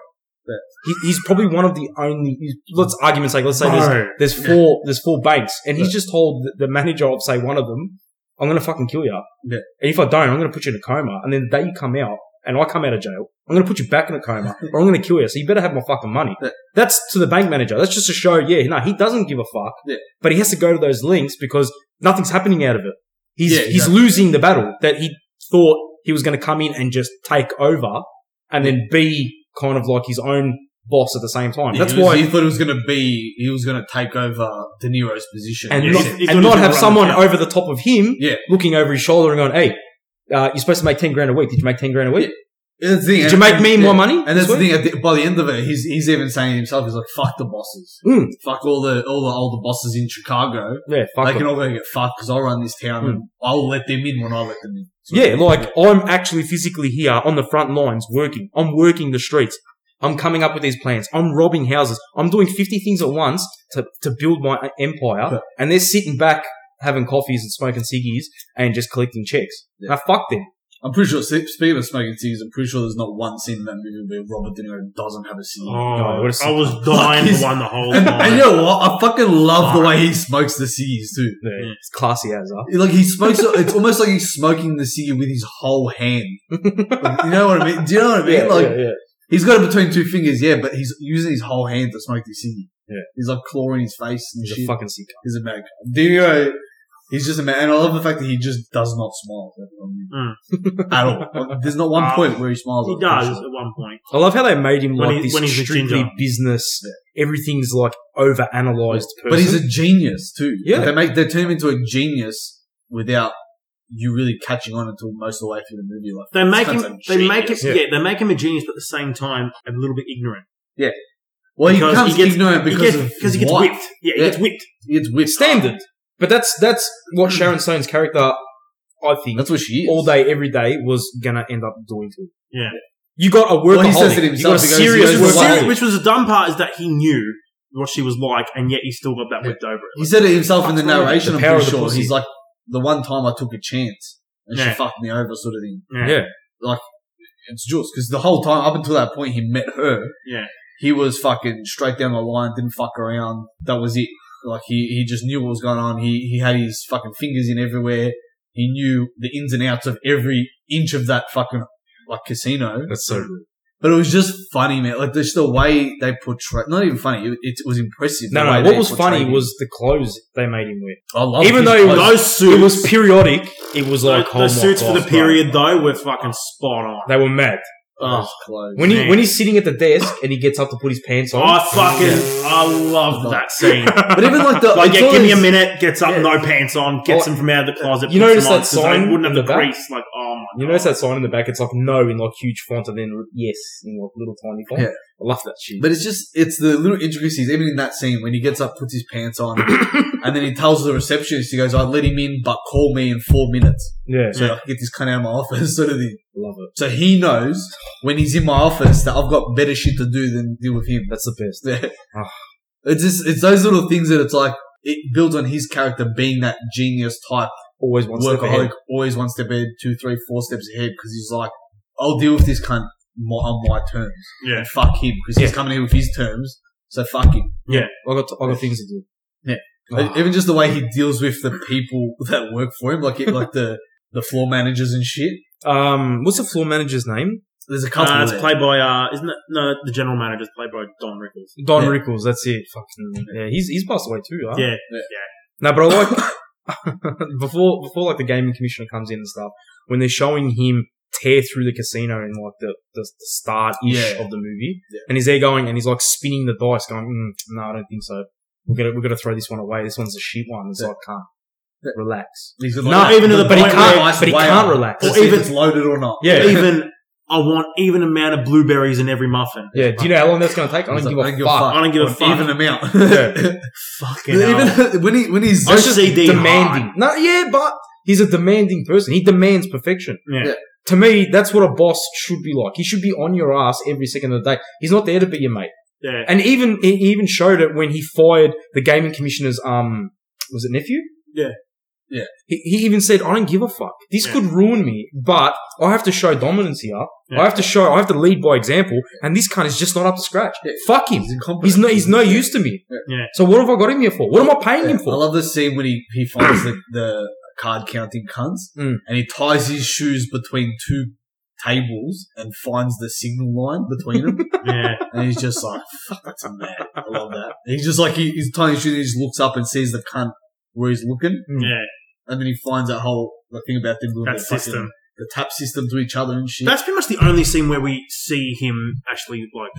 Speaker 1: he, he's probably one of the only. Let's argument's sake. Let's say there's,
Speaker 3: Bro.
Speaker 1: there's four there's four banks, and he's just told the, the manager of say one of them, I'm gonna fucking kill you.
Speaker 2: Yeah.
Speaker 1: And if I don't, I'm gonna put you in a coma. And then the day you come out, and I come out of jail, I'm gonna put you back in a coma, or I'm gonna kill you. So you better have my fucking money.
Speaker 2: Yeah.
Speaker 1: That's to the bank manager. That's just to show, yeah, no, he doesn't give a fuck.
Speaker 2: Yeah.
Speaker 1: But he has to go to those links because nothing's happening out of it. He's
Speaker 2: Yeah,
Speaker 1: he's
Speaker 2: exactly.
Speaker 1: losing the battle that he thought he was going to come in and just take over and then be kind of like his own boss at the same time. That's
Speaker 2: he was-
Speaker 1: why
Speaker 2: he thought it was going to be he was going to take over De Niro's position.
Speaker 1: and
Speaker 3: Yeah,
Speaker 1: not,
Speaker 3: he
Speaker 2: yeah,
Speaker 3: thought he
Speaker 1: and
Speaker 3: was
Speaker 1: not
Speaker 3: gonna
Speaker 1: have
Speaker 3: run
Speaker 1: someone
Speaker 3: the
Speaker 1: over the top of him
Speaker 2: yeah.
Speaker 1: looking over his shoulder and going, "Hey, uh, you're supposed to make ten grand a week. Did you make ten grand a week?
Speaker 2: And that's the thing.
Speaker 1: Did
Speaker 2: and-
Speaker 1: you make me
Speaker 2: yeah.
Speaker 1: more money?"
Speaker 2: And
Speaker 1: this
Speaker 2: that's the
Speaker 1: week?
Speaker 2: thing. At the, by the end of it, he's he's even saying himself, he's like, "Fuck the bosses.
Speaker 1: Mm.
Speaker 2: Fuck all the all the all the bosses in Chicago.
Speaker 1: Yeah, fuck them.
Speaker 2: they
Speaker 1: Hmm.
Speaker 2: can all go get fucked because I'll run this town and I'll let them in when I let them in." So-
Speaker 1: Yeah, like I'm actually physically here on the front lines working. I'm working the streets. I'm coming up with these plans. I'm robbing houses. I'm doing 50 things at once to, to build my empire.
Speaker 2: Yeah.
Speaker 1: And they're sitting back having coffees and smoking ciggies and just collecting checks. Now, fuck them.
Speaker 2: I'm pretty sure. see, Speaking of smoking cigs, I'm pretty sure there's not one scene in that movie where Robert De Niro doesn't have a
Speaker 3: Oh,
Speaker 2: cig.
Speaker 1: what a
Speaker 3: I was dying for one the whole
Speaker 2: And, and you
Speaker 3: time.
Speaker 2: know what? I fucking love the way he smokes the ciggies too.
Speaker 1: Yeah, It's classy as up.
Speaker 2: Like he smokes, it's almost like he's smoking the ciggy with his whole hand. Like, you know what I mean? Do you know what I mean? like he's got it between two fingers, yeah, but he's using his whole hand to smoke the ciggy.
Speaker 1: Yeah.
Speaker 2: he's like clawing his face and
Speaker 1: He's
Speaker 2: shit.
Speaker 1: a fucking sick guy.
Speaker 2: He's a mad guy. De Niro, he's just a man, and I love the fact that he just does not smile
Speaker 3: Mm.
Speaker 2: at all. Like, There's not one
Speaker 3: Ah,
Speaker 2: point where he smiles.
Speaker 3: He
Speaker 2: I'm pretty
Speaker 3: does
Speaker 2: sure.
Speaker 3: at one point.
Speaker 1: I love how they made him
Speaker 3: When
Speaker 1: like
Speaker 3: he-
Speaker 1: this
Speaker 3: when he's a
Speaker 1: strictly
Speaker 3: ginger.
Speaker 1: business. Everything's like over analyzed.
Speaker 2: but he's a genius too.
Speaker 1: Yeah.
Speaker 2: they make they turn him into a genius without you really catching on until most of the way through the movie. Like
Speaker 3: They make
Speaker 2: this
Speaker 3: him.
Speaker 2: guy's a
Speaker 3: They make him.
Speaker 2: genius.
Speaker 3: Yeah.
Speaker 1: Yeah.
Speaker 3: they make him a genius, but at the same time, a little bit ignorant.
Speaker 2: Well, he
Speaker 3: because
Speaker 2: becomes
Speaker 3: he gets-
Speaker 2: ignorant because
Speaker 3: he
Speaker 2: of
Speaker 3: gets,
Speaker 2: his
Speaker 3: he gets
Speaker 2: wife.
Speaker 3: whipped. Yeah, he
Speaker 2: Yeah.
Speaker 3: gets whipped.
Speaker 2: He gets whipped.
Speaker 1: standard. But that's that's what Sharon Stone's character, I think,
Speaker 2: That's what she is.
Speaker 1: all day, every day was gonna end up doing to.
Speaker 3: Yeah.
Speaker 1: You got a workaholic.
Speaker 2: Well, he says it
Speaker 1: you got a
Speaker 2: himself, he goes,
Speaker 1: serious
Speaker 2: he
Speaker 3: Which was,
Speaker 2: goes,
Speaker 1: workaholic.
Speaker 2: "Wow."
Speaker 3: which was the dumb part is that he knew what she was like, and yet he still got that whipped over it.
Speaker 2: He said it himself in the
Speaker 1: Fuck's wrong with
Speaker 2: narration.
Speaker 1: the
Speaker 2: I'm
Speaker 1: power
Speaker 2: pretty
Speaker 1: of the
Speaker 2: sure
Speaker 1: pussy.
Speaker 2: he's like the one time I took a chance and
Speaker 3: Yeah.
Speaker 2: she fucked me over, sort of thing.
Speaker 3: yeah.
Speaker 1: Yeah.
Speaker 2: It's Jules because the whole time up until that point he met her.
Speaker 3: Yeah.
Speaker 2: he was fucking straight down the line, didn't fuck around. That was it. Like he, he just knew what was going on. He he had his fucking fingers in everywhere. He knew the ins and outs of every inch of that fucking like casino.
Speaker 1: That's so good.
Speaker 2: But it was just funny, man. Like just the way they portray. Not even funny. It, it was impressive. the
Speaker 1: No,
Speaker 2: way
Speaker 1: no. What
Speaker 2: they
Speaker 1: was
Speaker 2: portrayed
Speaker 1: funny
Speaker 2: him.
Speaker 1: was the clothes they made him wear.
Speaker 2: I love
Speaker 1: even
Speaker 2: his
Speaker 1: though it was-
Speaker 2: clothes.
Speaker 3: Those suits.
Speaker 1: It was periodic. It was like
Speaker 3: those,
Speaker 1: oh
Speaker 3: those
Speaker 1: my
Speaker 3: suits for
Speaker 1: God,
Speaker 3: the period though were fucking spot on.
Speaker 1: bro. They were mad
Speaker 2: Those Oh, clothes.
Speaker 1: when he
Speaker 3: Man. Oh.
Speaker 1: when he's sitting at the desk and he gets up to put his pants on.
Speaker 3: I fucking I love that scene.
Speaker 2: But even like the
Speaker 3: Like,
Speaker 2: it's
Speaker 3: yeah, give me a
Speaker 2: always-
Speaker 3: minute. Gets up,
Speaker 2: Yeah.
Speaker 3: no pants on. Gets him from out of the closet.
Speaker 1: You
Speaker 3: puts
Speaker 1: notice
Speaker 3: him on,
Speaker 1: that
Speaker 3: 'cause they
Speaker 1: sign
Speaker 3: Wouldn't have
Speaker 1: in the
Speaker 3: the
Speaker 1: back?
Speaker 3: crease. Like, oh my.
Speaker 1: You
Speaker 3: God.
Speaker 1: notice that sign in the back? It's like no in like huge font and then yes in like little tiny font.
Speaker 2: Yeah.
Speaker 1: I love that shit.
Speaker 2: But it's just it's the little intricacies, even in that scene when he gets up, puts his pants on, and then he tells the receptionist, he goes, "I let him in, but call me in four minutes
Speaker 1: yeah,
Speaker 2: so I can get this cunt out of my office." Sort of thing.
Speaker 1: love it.
Speaker 2: So he knows when he's in my office that I've got better shit to do than deal with him.
Speaker 1: That's the best.
Speaker 2: Yeah.
Speaker 1: Ah.
Speaker 2: it's just it's those little things that it's like it builds on his character being that genius type
Speaker 1: Always one step
Speaker 2: workaholic,
Speaker 1: ahead.
Speaker 2: always one step ahead, two, three, four steps ahead because he's like, "I'll deal with this cunt my- on my terms."
Speaker 3: Yeah.
Speaker 2: and fuck him because he's
Speaker 1: Yeah.
Speaker 2: coming here with his terms. So fuck him.
Speaker 1: I got I got things to do.
Speaker 2: Yeah.
Speaker 1: Ah.
Speaker 2: Even just the way he deals with the people that work for him, like it, like the the floor managers and shit.
Speaker 1: Um, what's the floor manager's name?
Speaker 2: There's a couple.
Speaker 3: Uh, it's
Speaker 2: there.
Speaker 3: played by uh, isn't it? No, the general manager's played by Don Rickles.
Speaker 1: Don
Speaker 2: Yeah.
Speaker 1: Rickles. That's it. Fucking yeah. He's he's passed away too. Huh?
Speaker 3: Yeah,
Speaker 1: No, but I like before before like the gaming commissioner comes in and stuff when they're showing him tear through the casino in like the the, the start ish
Speaker 2: Yeah.
Speaker 1: of the movie,
Speaker 2: Yeah.
Speaker 1: and he's there going and he's like spinning the dice, going, mm, "No, I don't think so. We're gonna we're gonna throw this one away. This one's a shit one." It's
Speaker 2: Yeah.
Speaker 1: like, "Can't
Speaker 2: Yeah.
Speaker 1: relax."
Speaker 2: He's got
Speaker 1: No,
Speaker 2: like-
Speaker 3: even to the
Speaker 1: but he
Speaker 3: point
Speaker 1: can't.
Speaker 2: where-
Speaker 1: but he
Speaker 2: Wow.
Speaker 1: can't relax.
Speaker 2: to
Speaker 3: Or
Speaker 2: see if
Speaker 3: even-
Speaker 2: it's loaded or not.
Speaker 1: Yeah.
Speaker 3: even I want even amount of blueberries in every muffin.
Speaker 1: Yeah. Do you know how long that's gonna take? I
Speaker 2: He's
Speaker 1: don't
Speaker 2: like,
Speaker 1: give a fuck.
Speaker 3: I don't give a
Speaker 2: On
Speaker 3: fuck.
Speaker 2: Even amount.
Speaker 1: Yeah.
Speaker 3: Fucking hell.
Speaker 2: even when he when he's
Speaker 1: I was just
Speaker 3: OCD
Speaker 1: demanding. No, yeah, but he's a demanding person. He demands perfection.
Speaker 3: Yeah.
Speaker 2: Yeah.
Speaker 1: To me, that's what a boss should be like. He should be on your ass every second of the day. He's not there to be your mate.
Speaker 3: Yeah.
Speaker 1: And even he even showed it when he fired the gaming commissioner's um was it nephew?
Speaker 3: Yeah.
Speaker 2: Yeah.
Speaker 1: He, he even said, "I don't give a fuck. This
Speaker 3: Yeah.
Speaker 1: could ruin me, but I have to show dominance here.
Speaker 3: Yeah.
Speaker 1: I have to show. I have to lead by example. And this cunt is just not up to scratch.
Speaker 2: Yeah.
Speaker 1: Fuck him.
Speaker 2: he's incompetent.
Speaker 1: He's no. He's no use to me.
Speaker 3: Yeah.
Speaker 1: So what have I got him here for? What am I paying
Speaker 2: Yeah.
Speaker 1: him
Speaker 2: I
Speaker 1: for?
Speaker 2: love the scene when he he finds the, the card counting cunts
Speaker 1: Mm.
Speaker 2: and he ties his shoes between two tables and finds the signal line between them.
Speaker 3: yeah.
Speaker 2: And he's just like, fuck, that's mad. I love that. He's just like, he, he's tiny shit, he just looks up and sees the cunt where he's looking.
Speaker 3: Yeah.
Speaker 2: And then he finds that whole the thing about them doing
Speaker 3: That
Speaker 2: the fucking-
Speaker 3: system.
Speaker 2: the tap system to each other and shit.
Speaker 3: That's pretty much the only scene where we see him actually like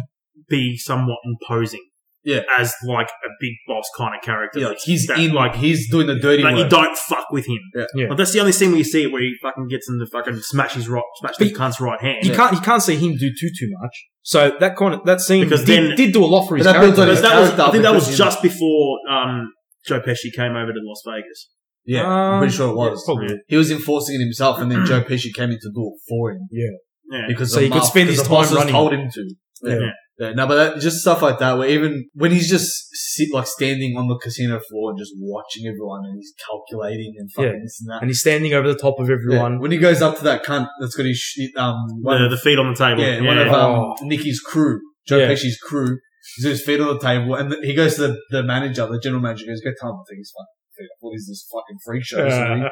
Speaker 3: be somewhat imposing.
Speaker 2: Yeah.
Speaker 3: As like a big boss kind of character.
Speaker 2: Yeah, like
Speaker 3: that's-
Speaker 2: he's
Speaker 3: that,
Speaker 2: in, like
Speaker 3: like
Speaker 2: he's doing the dirty
Speaker 3: like you
Speaker 2: work.
Speaker 3: don't fuck with him.
Speaker 2: Yeah.
Speaker 1: Yeah.
Speaker 3: Like, that's the only scene where you see it where he fucking gets him to fucking smash his right, smash the
Speaker 1: But-
Speaker 3: cunt's right hand.
Speaker 1: You can't you can't see him do too too much. So that kind of that scene
Speaker 3: Because
Speaker 1: did,
Speaker 3: then-
Speaker 1: did do a lot for his
Speaker 2: But that builds
Speaker 1: character.
Speaker 2: on
Speaker 3: Because
Speaker 2: his
Speaker 3: that was,
Speaker 2: character
Speaker 3: I think that was
Speaker 2: because he-
Speaker 3: just before um, Joe Pesci came over to Las Vegas.
Speaker 2: yeah,
Speaker 1: Um,
Speaker 2: I'm pretty sure it
Speaker 1: yeah,
Speaker 2: was.
Speaker 1: probably.
Speaker 2: he was enforcing it himself, and then Joe Pesci came in to do it for him
Speaker 3: Yeah.
Speaker 2: because
Speaker 1: So
Speaker 2: the
Speaker 1: he could
Speaker 2: mouth-
Speaker 1: spend
Speaker 2: because
Speaker 1: his
Speaker 2: the boss
Speaker 1: time running.
Speaker 2: has Told him to. Yeah.
Speaker 3: Yeah.
Speaker 2: Yeah, no, but that, just stuff like that, where even when he's just sit, like standing on the casino floor and just watching everyone, and he's calculating and fucking
Speaker 1: Yeah.
Speaker 2: this and that.
Speaker 1: and he's standing over the top of
Speaker 2: Yeah,
Speaker 1: everyone.
Speaker 2: When he goes up to that cunt that's got his sh- um one
Speaker 3: the,
Speaker 2: of-
Speaker 3: the feet on the table.
Speaker 2: yeah, one of um,
Speaker 1: Oh.
Speaker 2: Nicky's crew, Joe
Speaker 1: Yeah.
Speaker 2: Pesci's crew, he's with his feet on the table, and he goes to the, the manager, the general manager, goes, "Go tell him the thing's fucking." fit. What is this fucking freak show? or something?"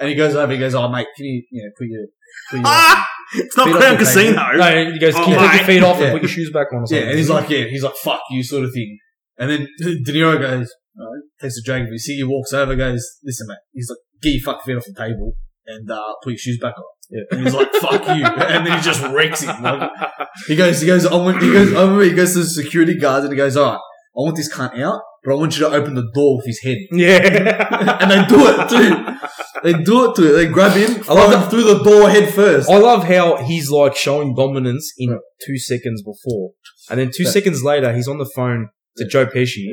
Speaker 2: and he goes over. He goes, "Oh mate, can you, you know, put your, put your
Speaker 3: ah! It's not
Speaker 2: Feet
Speaker 3: Crown
Speaker 2: off the
Speaker 3: Casino.
Speaker 1: no, and he goes,
Speaker 3: Oh,
Speaker 1: "Can you take your
Speaker 3: right.
Speaker 1: feet off
Speaker 2: Yeah.
Speaker 1: and put your shoes back on?" Or something.
Speaker 2: Yeah, and he's like, yeah, he's like, fuck you, sort of thing. And then De Niro goes, alright, takes a drag of his ciggy, walks over, goes, listen, mate. He's like, get your fuck feet off the table and uh, put your shoes back on.
Speaker 1: Yeah.
Speaker 2: And he's like, fuck you. And then he just wrecks him. Like, he goes, he goes, I want, he goes, I remember he goes to the security guards and he goes, alright, I want this cunt out, but I want you to open the door with his head.
Speaker 1: yeah.
Speaker 2: and they do it too. They do it too. They grab him, I love him through the door head first.
Speaker 1: I love how he's like showing dominance in two seconds before, and then two
Speaker 2: Yeah.
Speaker 1: seconds later he's on the phone to Joe Pesci,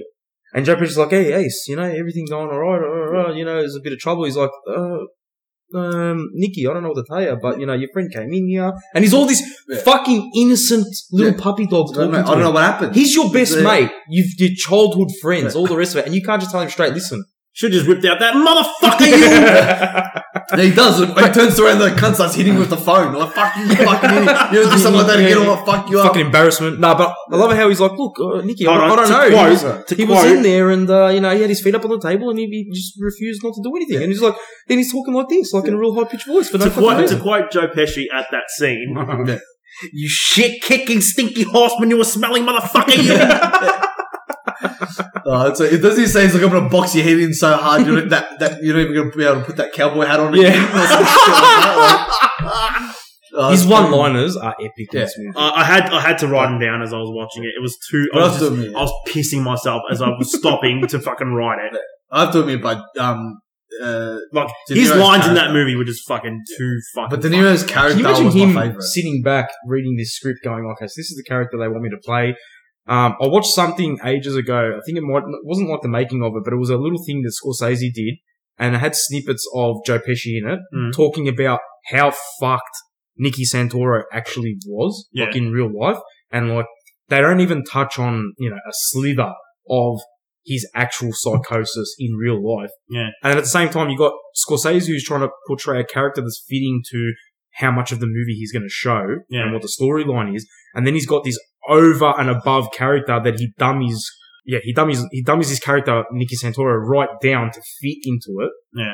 Speaker 1: and Joe Pesci's like, "Hey Ace, you know everything's going all right, all right, all right, you know there's a bit of trouble." He's like, uh, "Um, Nikki, I don't know what to tell you, but you know your friend came in here, and he's all this
Speaker 2: Yeah.
Speaker 1: fucking innocent little puppy dog
Speaker 2: I
Speaker 1: talking
Speaker 2: don't know, I
Speaker 1: to
Speaker 2: don't
Speaker 1: him.
Speaker 2: know what happened.
Speaker 1: He's your best
Speaker 2: Yeah.
Speaker 1: mate. You've your childhood friends, all the rest of it, and you can't just tell him straight. Listen,
Speaker 3: Should have just ripped out that motherfucker, you!
Speaker 2: And he does. He turns around and the cunt starts hitting with the phone. Like, fuck you, fucking idiot. You do something like that again, I'll fuck you
Speaker 1: fucking embarrassment. No, but I love how he's like, look, uh, Nicky, I, don't-
Speaker 3: Hold
Speaker 1: I
Speaker 3: on,
Speaker 1: don't
Speaker 3: to
Speaker 1: know.
Speaker 3: quote-
Speaker 1: he was,
Speaker 2: up.
Speaker 3: to
Speaker 1: he was
Speaker 3: quote-
Speaker 1: in there and, uh, you know, he had his feet up on the table and he, he just refused not to do anything. And he's like, then he's talking like this, like in a real high pitched voice for no
Speaker 3: to,
Speaker 1: fucking
Speaker 3: quote, to
Speaker 1: reason.
Speaker 3: quote Joe Pesci at that scene,
Speaker 2: Yeah.
Speaker 3: you shit kicking, stinky horseman, you were smelling motherfucker, you!
Speaker 2: Uh, so it doesn't say he's like, I'm gonna box your head in so hard you're, that, that you're not even gonna be able to put that cowboy hat on
Speaker 1: Yeah.
Speaker 2: again. Or some shit like that, like. Uh,
Speaker 1: His one liners are epic in this movie.
Speaker 3: I I had I had to write them down as I was watching it. It was too. I
Speaker 2: What
Speaker 3: was,
Speaker 2: else do
Speaker 3: just,
Speaker 2: we mean?
Speaker 3: I was pissing myself as I was stopping to fucking write it.
Speaker 2: I have to admit, but, um, uh,
Speaker 3: Like
Speaker 2: De
Speaker 3: his
Speaker 2: Niro's
Speaker 3: lines in that
Speaker 2: character.
Speaker 3: movie were just fucking too fucking.
Speaker 2: but De Niro's character
Speaker 1: Can you imagine
Speaker 2: was my
Speaker 1: him
Speaker 2: favorite.
Speaker 1: sitting back reading this script going, okay, so this is the character they want me to play. Um, I watched something ages ago. I think it might, it wasn't like the making of it, but it was a little thing that Scorsese did and it had snippets of Joe Pesci in it
Speaker 3: Mm.
Speaker 1: talking about how fucked Nicky Santoro actually was, like
Speaker 3: Yeah.
Speaker 1: in real life. And like, they don't even touch on, you know, a slither of his actual psychosis in real life.
Speaker 3: Yeah.
Speaker 1: And at the same time, you got Scorsese who's trying to portray a character that's fitting to how much of the movie he's going to show
Speaker 3: Yeah.
Speaker 1: and what the storyline is. And then he's got this over and above character that he dummies. Yeah, he dummies, he dummies his character, Nicky Santoro, right down to fit into it.
Speaker 3: Yeah.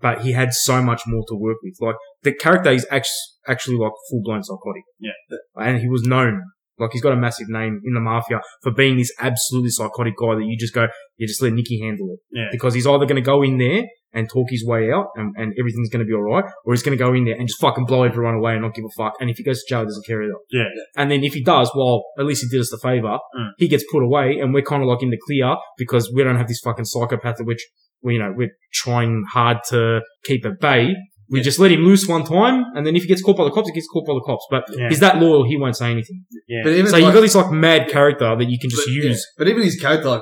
Speaker 1: But he had so much more to work with. Like, the character is act- actually like full blown psychotic.
Speaker 3: Yeah.
Speaker 1: And he was known. Like, he's got a massive name in the mafia for being this absolutely psychotic guy that you just go, you just let Nicky handle it.
Speaker 3: Yeah.
Speaker 1: Because he's either going to go in there and talk his way out and, and everything's going to be all right, or he's going to go in there and just fucking blow everyone away and not give a fuck. And if he goes to jail, he doesn't care either.
Speaker 3: Yeah.
Speaker 1: And then if he does, well, at least he did us the favor.
Speaker 3: Mm.
Speaker 1: He gets put away and we're kind of like in the clear because we don't have this fucking psychopath that we're, tr- we, you know, we're trying hard to keep at bay. We just let him loose one time, and then if he gets caught by the cops, he gets caught by the cops. But
Speaker 3: Yeah.
Speaker 1: he's that loyal, he won't say anything.
Speaker 3: Yeah.
Speaker 2: But even
Speaker 1: So
Speaker 2: like-
Speaker 1: you've got this like mad character that you can just
Speaker 2: but, yeah,
Speaker 1: use.
Speaker 2: but even his character, like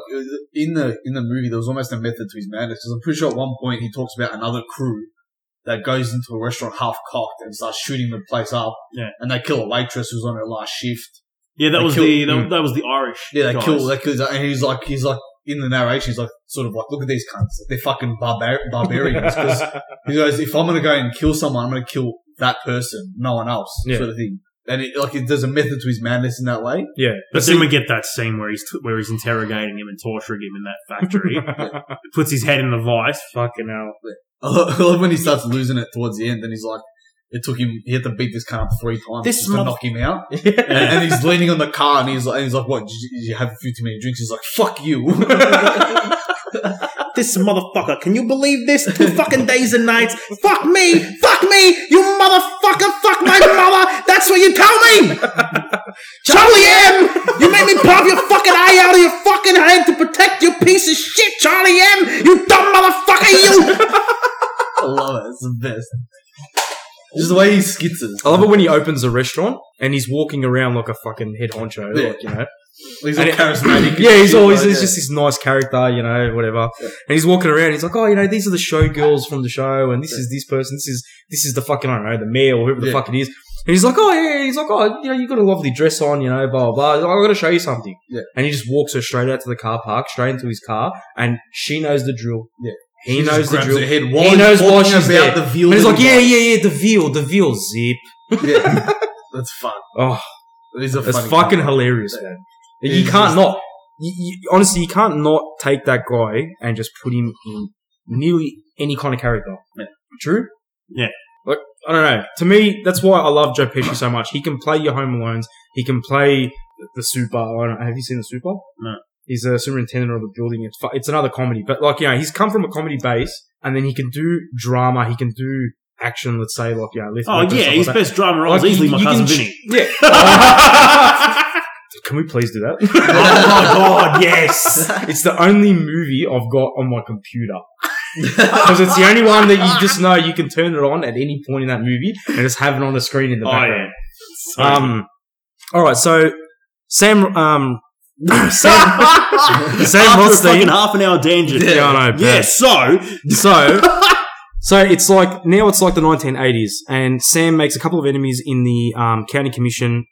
Speaker 2: in the in the movie, there was almost a method to his madness. Because I'm pretty sure at one point he talks about another crew that goes into a restaurant half cocked and starts shooting the place up.
Speaker 3: Yeah.
Speaker 2: and they kill a waitress who's on her last shift.
Speaker 3: yeah, that
Speaker 2: They
Speaker 3: was
Speaker 2: killed-
Speaker 3: the that,
Speaker 1: Mm.
Speaker 3: that was the Irish.
Speaker 2: Yeah, they
Speaker 3: guys.
Speaker 2: kill. They kill. And he's like, he's like in the narration, he's like, sort of like, look at these cunts. They're fucking barbar- barbarians. 'Cause he goes, if I'm gonna go and kill someone, I'm gonna kill that person, no one else,
Speaker 1: Yeah.
Speaker 2: sort of thing. And it, like, it, there's a method to his madness in that way.
Speaker 1: Yeah.
Speaker 3: But then we get that scene where he's where he's interrogating him and torturing him in that factory. puts his head in the vice. Fucking hell.
Speaker 2: I love when he starts losing it towards the end, and he's like, "It took him. He had to beat this cunt up three times
Speaker 3: This
Speaker 2: just to
Speaker 3: mother-
Speaker 2: knock him out." And, and he's leaning on the car, and he's like, and "He's like, what? Did you, did you have a few too many drinks?" He's like, "Fuck you."
Speaker 3: This motherfucker, can you believe this? Two fucking days and nights. Fuck me! Fuck me! You motherfucker! Fuck my mother! That's what you tell me! Charlie M!
Speaker 4: You made me pop your fucking eye out of your fucking head to protect your piece of shit, Charlie M. You dumb motherfucker,
Speaker 3: Oh,
Speaker 4: you.
Speaker 2: I love it. It's the best. Just the way he skitters.
Speaker 1: I love it when he opens a restaurant and he's walking around like a fucking head honcho,
Speaker 2: Yeah.
Speaker 1: like, you know.
Speaker 2: He's all
Speaker 1: And it-
Speaker 2: charismatic.
Speaker 1: Yeah, he's
Speaker 2: Shit,
Speaker 1: always
Speaker 2: like,
Speaker 1: he's
Speaker 2: yeah.
Speaker 1: just this nice character, you know, whatever. And he's walking around. He's like, oh, you know, these are the showgirls from the show, and this is this person. This is this is the fucking I don't know the mayor or whoever the
Speaker 2: Yeah.
Speaker 1: fuck it is. And he's like, oh yeah, yeah. he's like, oh, you know, you got a lovely dress on, you know, blah blah. blah. I got to show you something.
Speaker 2: Yeah.
Speaker 1: And he just walks her straight out to the car park, straight into his car, and she knows the drill.
Speaker 2: Yeah.
Speaker 1: He
Speaker 2: She just
Speaker 1: knows the
Speaker 2: grabs
Speaker 1: drill.
Speaker 2: her head while
Speaker 1: He knows
Speaker 2: he's
Speaker 1: why
Speaker 2: talking
Speaker 1: she's there.
Speaker 2: about the veal.
Speaker 1: and he's like,
Speaker 2: little
Speaker 1: yeah, yeah, yeah, the veal, the veal, zip.
Speaker 2: guy. yeah. That's fun.
Speaker 1: Oh,
Speaker 2: He's a
Speaker 1: It's
Speaker 2: funny
Speaker 1: fucking
Speaker 2: guy.
Speaker 1: hilarious, man.
Speaker 2: It
Speaker 1: you
Speaker 2: is
Speaker 1: can't
Speaker 2: just-
Speaker 1: not. You, you, honestly, you can't not take that guy and just put him in nearly any kind of character.
Speaker 2: Yeah.
Speaker 1: True.
Speaker 3: Yeah.
Speaker 1: Like I don't know. To me, that's why I love Joe Pesci so much. He can play your Home Alones. He can play the Super. I don't know. Have you seen the Super?
Speaker 3: No.
Speaker 1: He's a superintendent of a building. It's fu- it's another comedy, but like you know, he's come from a comedy base, and then he can do drama. He can do action. Let's say like you know, Lethal
Speaker 3: Oh
Speaker 1: Weapon,
Speaker 3: yeah,
Speaker 1: stuff
Speaker 3: his
Speaker 1: like that.
Speaker 3: best drama role is
Speaker 1: Like,
Speaker 3: easily
Speaker 1: you-
Speaker 3: my
Speaker 1: you
Speaker 3: cousin
Speaker 1: can ch-
Speaker 3: Vinny.
Speaker 1: Yeah. Can we please do that?
Speaker 3: oh my god, yes.
Speaker 1: it's the only movie I've got on my computer. Because it's the only one that you just know you can turn it on at any point in that movie and just have it on the screen in the
Speaker 3: Oh,
Speaker 1: background. Um, all right, so Sam, um, Sam, Sam
Speaker 3: After a
Speaker 1: Rothstein-
Speaker 3: fucking half an hour tangent.
Speaker 1: Yeah, I know,
Speaker 3: Yeah,
Speaker 1: Pat.
Speaker 3: so
Speaker 1: So, so it's like now it's like the 1980s, and Sam makes a couple of enemies in the um, county commission.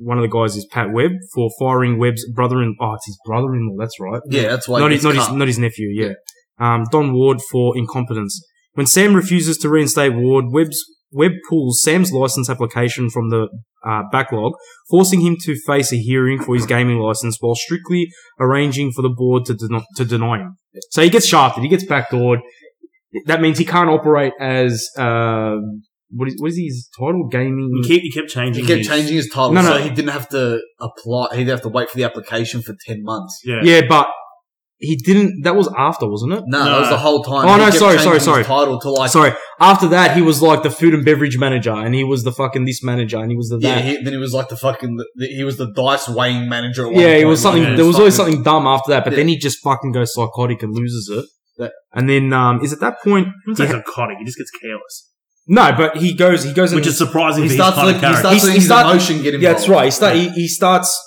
Speaker 1: One of the guys is Pat Webb for firing Webb's brother in oh, it's his brother in law. That's right.
Speaker 2: Yeah, that's why.
Speaker 1: not
Speaker 2: he
Speaker 1: his,
Speaker 2: gets
Speaker 1: not his,
Speaker 2: cut.
Speaker 1: not his nephew. Yeah. Um, Don Ward for incompetence. When Sam refuses to reinstate Ward, Webb's Webb pulls Sam's license application from the uh, backlog, forcing him to face a hearing for his gaming license while strictly arranging for the board to, den- to deny him. So he gets shafted, he gets backdoored. That means he can't operate as, um what, is, what is his title? Gaming.
Speaker 3: he kept, he kept changing.
Speaker 2: He kept
Speaker 3: his-
Speaker 2: changing his title,
Speaker 1: No, no.
Speaker 2: so he didn't have to apply. He didn't have to wait for the application for ten months.
Speaker 3: Yeah.
Speaker 1: Yeah, but he didn't, that was after, wasn't it?
Speaker 3: No.
Speaker 2: No, that was the whole time.
Speaker 1: Oh,
Speaker 2: He
Speaker 1: no,
Speaker 2: kept
Speaker 1: sorry,
Speaker 2: changing
Speaker 1: sorry,
Speaker 2: his
Speaker 1: sorry.
Speaker 2: Title to like,
Speaker 1: Uh, Sorry. After that, he was like the food and beverage manager, and he was the fucking this manager, and he was the
Speaker 2: yeah.
Speaker 1: that. Yeah,
Speaker 2: He, then he was like the fucking. The, he was the dice weighing manager. At
Speaker 1: he,
Speaker 2: one point,
Speaker 1: was
Speaker 2: like,
Speaker 1: something.
Speaker 2: he
Speaker 1: there was always
Speaker 2: fucking-
Speaker 1: something dumb after that, but
Speaker 2: Yeah.
Speaker 1: then he just fucking goes psychotic and loses it.
Speaker 2: Yeah.
Speaker 1: And then um, is at that point
Speaker 3: He was psychotic. He just gets careless,
Speaker 1: no, but he goes. He goes.
Speaker 3: which
Speaker 1: and,
Speaker 3: is surprising.
Speaker 2: He
Speaker 3: for his
Speaker 2: starts.
Speaker 3: kind
Speaker 2: Like,
Speaker 3: of
Speaker 2: he
Speaker 3: character.
Speaker 2: starts.
Speaker 1: He's-
Speaker 2: letting
Speaker 1: he
Speaker 2: his
Speaker 1: start-
Speaker 2: emotion get involved.
Speaker 1: yeah, that's right. He start. He, he starts.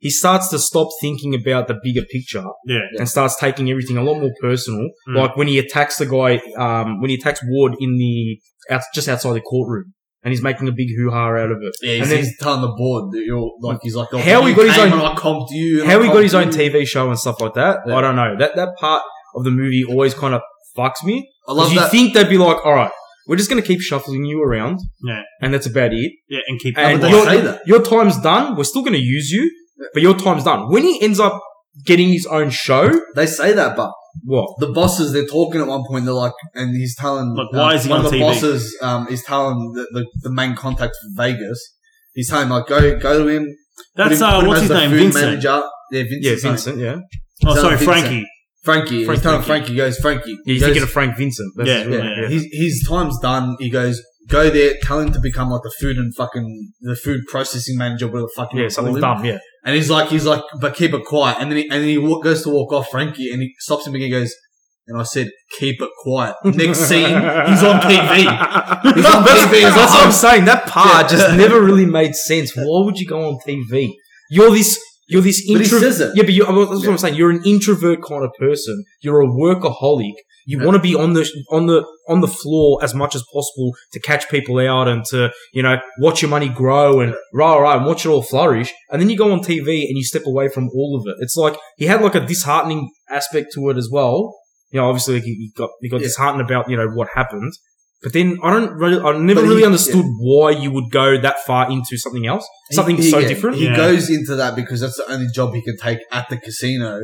Speaker 1: He starts to stop thinking about the bigger picture
Speaker 3: yeah,
Speaker 1: and starts taking everything a lot more personal.
Speaker 3: Mm.
Speaker 1: Like when he attacks the guy, um, when he attacks Ward in the out, just outside the courtroom, and he's making a big hoo ha out of it.
Speaker 2: Yeah,
Speaker 1: And
Speaker 2: he's,
Speaker 1: then-
Speaker 2: he's telling the board that you're like he's like oh,
Speaker 1: How he
Speaker 2: you
Speaker 1: got his
Speaker 2: came
Speaker 1: own-
Speaker 2: and I comped you. and I
Speaker 1: How he got
Speaker 2: comped
Speaker 1: his own
Speaker 2: you.
Speaker 1: TV show and stuff like that,
Speaker 2: Yeah.
Speaker 1: I don't know. That that part of the movie always kind of fucks me.
Speaker 2: I
Speaker 1: 'Cause
Speaker 2: love
Speaker 1: you
Speaker 2: that.
Speaker 1: think they'd be like, all right, we're just going to keep shuffling you around.
Speaker 3: Yeah.
Speaker 1: And that's about it.
Speaker 3: yeah, and keep.
Speaker 1: And
Speaker 2: they
Speaker 1: your,
Speaker 2: say that.
Speaker 1: your time's done. We're still going to use you, but your time's done. When he ends up getting his own show,
Speaker 2: They say that, but
Speaker 1: what?
Speaker 2: the bosses they're talking at one point. They're like, and he's telling
Speaker 3: Like, why
Speaker 2: um,
Speaker 3: is he
Speaker 2: one
Speaker 3: on
Speaker 2: of the
Speaker 3: TV?
Speaker 2: bosses um, is telling the, the, the main contact from Vegas. He's telling like go go to him. put
Speaker 3: That's
Speaker 2: him- put
Speaker 3: uh,
Speaker 2: him
Speaker 3: what's his
Speaker 2: as the
Speaker 3: name?
Speaker 2: food
Speaker 3: Vincent.
Speaker 2: Manager. Yeah, Vincent.
Speaker 1: Yeah, Vincent, yeah.
Speaker 3: Oh,
Speaker 2: He's, uh,
Speaker 3: sorry,
Speaker 2: Vincent.
Speaker 3: Frankie.
Speaker 2: Frankie.
Speaker 3: Frank
Speaker 2: he's telling
Speaker 3: Vincent.
Speaker 2: Frankie. He goes Frankie.
Speaker 1: Yeah,
Speaker 2: He
Speaker 1: you're
Speaker 2: goes,
Speaker 1: thinking of Frank Vincent. That's
Speaker 3: Yeah,
Speaker 1: his real
Speaker 2: yeah,
Speaker 1: name,
Speaker 3: yeah.
Speaker 2: His, his time's done. He goes, go there, tell him to become like the food and fucking the food processing manager, whatever the fuck. you
Speaker 1: Yeah,
Speaker 2: wanna
Speaker 1: something
Speaker 2: call him.
Speaker 1: dumb, yeah.
Speaker 2: And he's like, he's like, but keep it quiet. And then he, and then he wa- goes to walk off Frankie, and he stops him again. and Goes, and I said, keep it quiet. Next scene, he's on TV. He's on
Speaker 1: that's,
Speaker 2: TV as
Speaker 1: that's what
Speaker 2: well.
Speaker 1: I'm saying. That part
Speaker 2: Yeah.
Speaker 1: just never really made sense. Why would you go on TV? You're this. You're this
Speaker 2: But he
Speaker 1: introvert.
Speaker 2: says it.
Speaker 1: Yeah, but you, that's what
Speaker 2: Yeah.
Speaker 1: I'm saying. You're an introvert kind of person. You're a workaholic. You
Speaker 2: Yeah.
Speaker 1: want to be on the on the on the floor as much as possible to catch people out and to you know watch your money grow and rah rah and watch it all flourish. And then you go on TV and you step away from all of it. It's like he had like a disheartening aspect to it as well. You know, obviously like, he he got he got
Speaker 2: Yeah.
Speaker 1: disheartened about you know what happened. But then I don't really, I never
Speaker 2: But he-
Speaker 1: really understood why you would go that far into something else, something
Speaker 2: He- he-
Speaker 1: so
Speaker 2: yeah,
Speaker 1: different.
Speaker 2: He
Speaker 3: Yeah.
Speaker 2: goes into that because that's the only job he can take at the casino